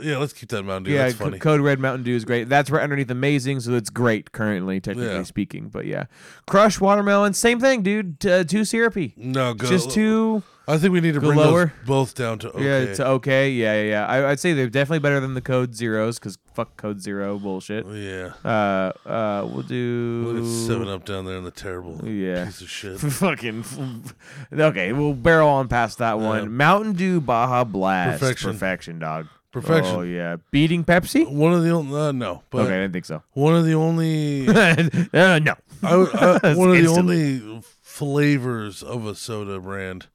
S3: yeah, let's keep that Mountain Dew.
S4: yeah.
S3: That's
S4: C-
S3: funny.
S4: Code Red Mountain Dew is great. That's right underneath Amazing, so it's great currently, technically
S3: Yeah.
S4: speaking. But yeah, Crush Watermelon, same thing, dude. T- uh, too syrupy.
S3: no, go,
S4: Just too.
S3: I think we need to
S4: go
S3: bring
S4: lower.
S3: those both down to okay.
S4: Yeah, it's okay. Yeah, yeah. yeah. I, I'd say they're definitely better than the Code Zeros because fuck Code Zero bullshit.
S3: yeah.
S4: Uh, uh, we'll
S3: Look
S4: do.
S3: at Seven Up down there in the terrible
S4: Yeah.
S3: piece of shit.
S4: Fucking okay, we'll barrel on past that one.
S3: Yeah.
S4: Mountain Dew Baja Blast,
S3: Perfection.
S4: perfection, dog,
S3: Perfection.
S4: Oh yeah, beating Pepsi.
S3: One of the only uh, no, but
S4: okay, I didn't think so.
S3: one of the only
S4: uh, no.
S3: I, would- I,
S4: It's
S3: one of the
S4: instantly-
S3: only flavors of a soda brand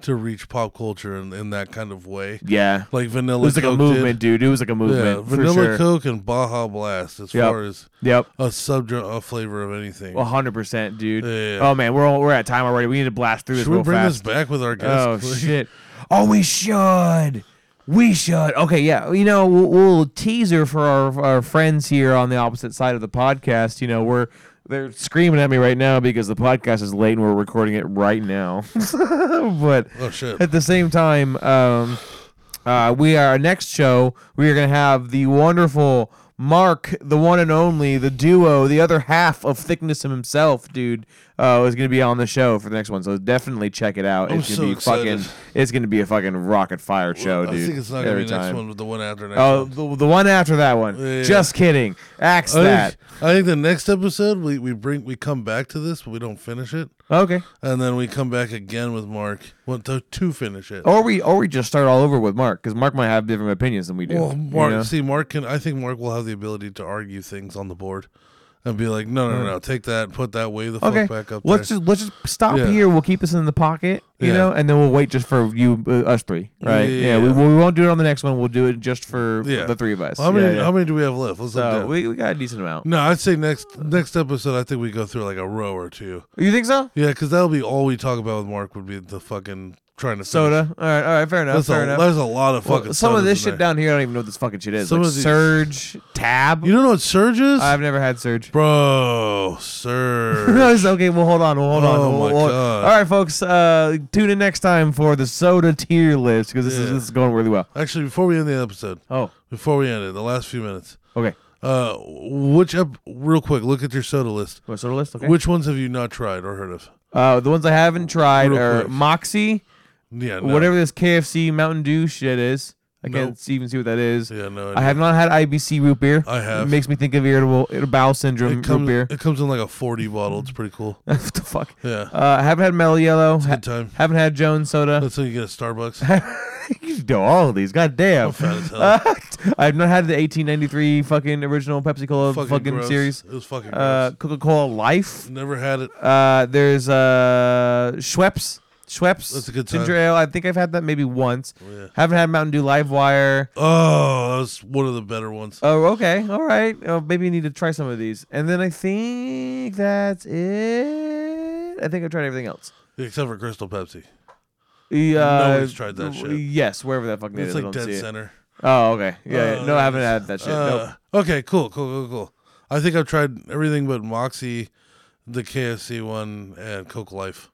S3: to reach pop culture in, in that kind of way.
S4: Yeah.
S3: Like
S4: It
S3: vanilla.
S4: was like a
S3: Coke
S4: movement, dude. It was like a
S3: Did.
S4: movement.
S3: yeah,
S4: for
S3: vanilla
S4: sure.
S3: Coke and Baja Blast as
S4: Yep.
S3: far as
S4: Yep.
S3: a subdra a flavor of anything.
S4: 100%, dude.
S3: Yeah, yeah, yeah.
S4: Oh, man. We're all, we're at time already. We need to blast through this
S3: Should we
S4: real
S3: bring
S4: fast.
S3: this back with our guest?
S4: oh,
S3: please?
S4: shit. Oh, we should. We should. Okay, yeah. You know, we'll, we'll teaser for our, our friends here on the opposite side of the podcast. You know, we're. They're screaming at me right now because the podcast is late and we're recording it right now. but
S3: Oh shit.
S4: at the same time, um, uh, we are our next show. We are going to have the wonderful Mark, the one and only, the duo, the other half of Thickness himself, dude, uh, is going to be on the show for the next one. So definitely check it out.
S3: I'm
S4: it's gonna
S3: so
S4: be
S3: excited.
S4: fucking. It's going to be a fucking rocket fire show,
S3: I
S4: dude.
S3: think it's not gonna
S4: every
S3: be next
S4: time.
S3: one, but the one after next.
S4: Oh,
S3: one.
S4: the, the one after that one.
S3: Yeah.
S4: Just kidding. Axe
S3: I
S4: that.
S3: think, I think the next episode we, we bring we come back to this, but we don't finish it,
S4: Okay.
S3: and then we come back again with Mark well, to, to finish it.
S4: Or we or we just start all over with Mark because Mark might have different opinions than we do.
S3: Well,
S4: you
S3: Mark,
S4: know?
S3: see, Mark can. I think Mark will have the ability to argue things on the board, and be like, "No, no, no, take that, put that way the
S4: Hmm. Okay.
S3: fuck back up
S4: let's
S3: there."
S4: just let's just stop
S3: Yeah.
S4: here. We'll keep this in the pocket, you
S3: Yeah.
S4: know, and then we'll wait just for you, uh, us three, right? Yeah, we,
S3: Yeah.
S4: we won't do it on the next one. We'll do it just for
S3: Yeah.
S4: the three of us.
S3: how many?
S4: Yeah, yeah.
S3: How many do we have left? Let's look
S4: so
S3: down.
S4: we, we got a decent amount.
S3: no, I'd say next next episode. I think we go through like a row or two.
S4: You think so?
S3: Yeah, because that'll be all we talk about with Mark would be the fucking trying to finish.
S4: Soda. All right, all right, fair enough.
S3: That's
S4: fair
S3: a,
S4: enough.
S3: there's a lot of
S4: Well,
S3: fucking.
S4: some of
S3: sodas
S4: this
S3: in
S4: shit
S3: there.
S4: down here, I don't even know what this fucking shit is.
S3: Some
S4: like
S3: of these-
S4: Surge, Tab.
S3: You don't know what surge is,
S4: I've never had Surge.
S3: bro? Surge.
S4: No, it's okay. Well, hold on. Well, hold on.
S3: Oh,
S4: Well,
S3: my
S4: well,
S3: God.
S4: All right, folks. Uh, tune in next time for the soda tier list because this is
S3: Yeah.
S4: this is going really well.
S3: Actually, before we end the episode,
S4: Oh,
S3: before we end it, the last few minutes.
S4: okay.
S3: Uh, which up? Real quick, look at your soda list.
S4: What soda list? Okay.
S3: Which ones have you not tried or heard of?
S4: Uh, the ones I haven't tried
S3: Real
S4: are
S3: quick.
S4: Moxie,
S3: Yeah, no.
S4: whatever this KFC Mountain Dew shit is. I can't
S3: Nope.
S4: even see what that is.
S3: Yeah, no.
S4: I have not had IBC root beer.
S3: I have.
S4: It makes me think of irritable bowel syndrome
S3: It comes,
S4: root beer.
S3: it comes in like a 40 bottle. It's pretty cool.
S4: what the fuck?
S3: Yeah.
S4: Uh, haven't had Mellow Yellow.
S3: Good
S4: Ha-
S3: time.
S4: haven't had Jones soda.
S3: That's how you get at Starbucks.
S4: you do all of these. God damn.
S3: Fat as hell.
S4: I've not had the 1893 fucking original Pepsi Cola fucking,
S3: gross.
S4: series.
S3: It was fucking
S4: Uh,
S3: gross.
S4: Coca Cola Life.
S3: Never had it.
S4: Uh, there's uh, Schweppes. Schweppes.
S3: That's a good
S4: Ginger
S3: time.
S4: ale. I think I've had that maybe once.
S3: Oh, yeah.
S4: Haven't had Mountain Dew Live Wire.
S3: Oh, that was one of the better ones.
S4: Oh, okay. All right. Oh, maybe you need to try some of these. And then I think that's it. I think I've tried everything else.
S3: Except for Crystal Pepsi.
S4: Yeah. uh,
S3: Nobody's tried that shit.
S4: Yes, wherever that fucking
S3: It's
S4: is. I
S3: like
S4: don't see
S3: dead
S4: it.
S3: center.
S4: Oh, okay. Yeah.
S3: Oh,
S4: yeah. No, I haven't
S3: yes.
S4: had that shit. nope.
S3: Uh, Okay, cool, cool, cool, cool. I think I've tried everything but Moxie, the KFC one, and Coke Life.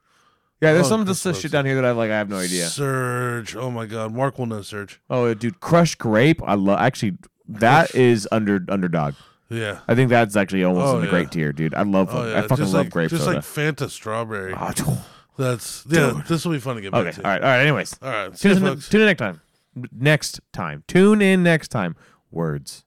S4: Yeah, there's
S3: oh,
S4: some of
S3: Chris
S4: this
S3: loves
S4: shit down here that I have like I have no idea.
S3: Surge. Oh my God. Mark will know Surge.
S4: Oh, dude, Crush Grape. I love actually that is under underdog.
S3: Yeah.
S4: I think that's actually almost
S3: Oh,
S4: in the
S3: yeah.
S4: great tier, dude. I love
S3: Oh yeah.
S4: I fucking
S3: just
S4: love
S3: like,
S4: grape
S3: Just
S4: soda.
S3: like Fanta strawberry.
S4: Ah, okay.
S3: That's yeah. This will be fun to get
S4: All
S3: back
S4: right.
S3: to.
S4: All right. Anyways,
S3: All right. See
S4: tune
S3: you,
S4: in,
S3: folks.
S4: tune in next time. Next time. Tune in next time. Words.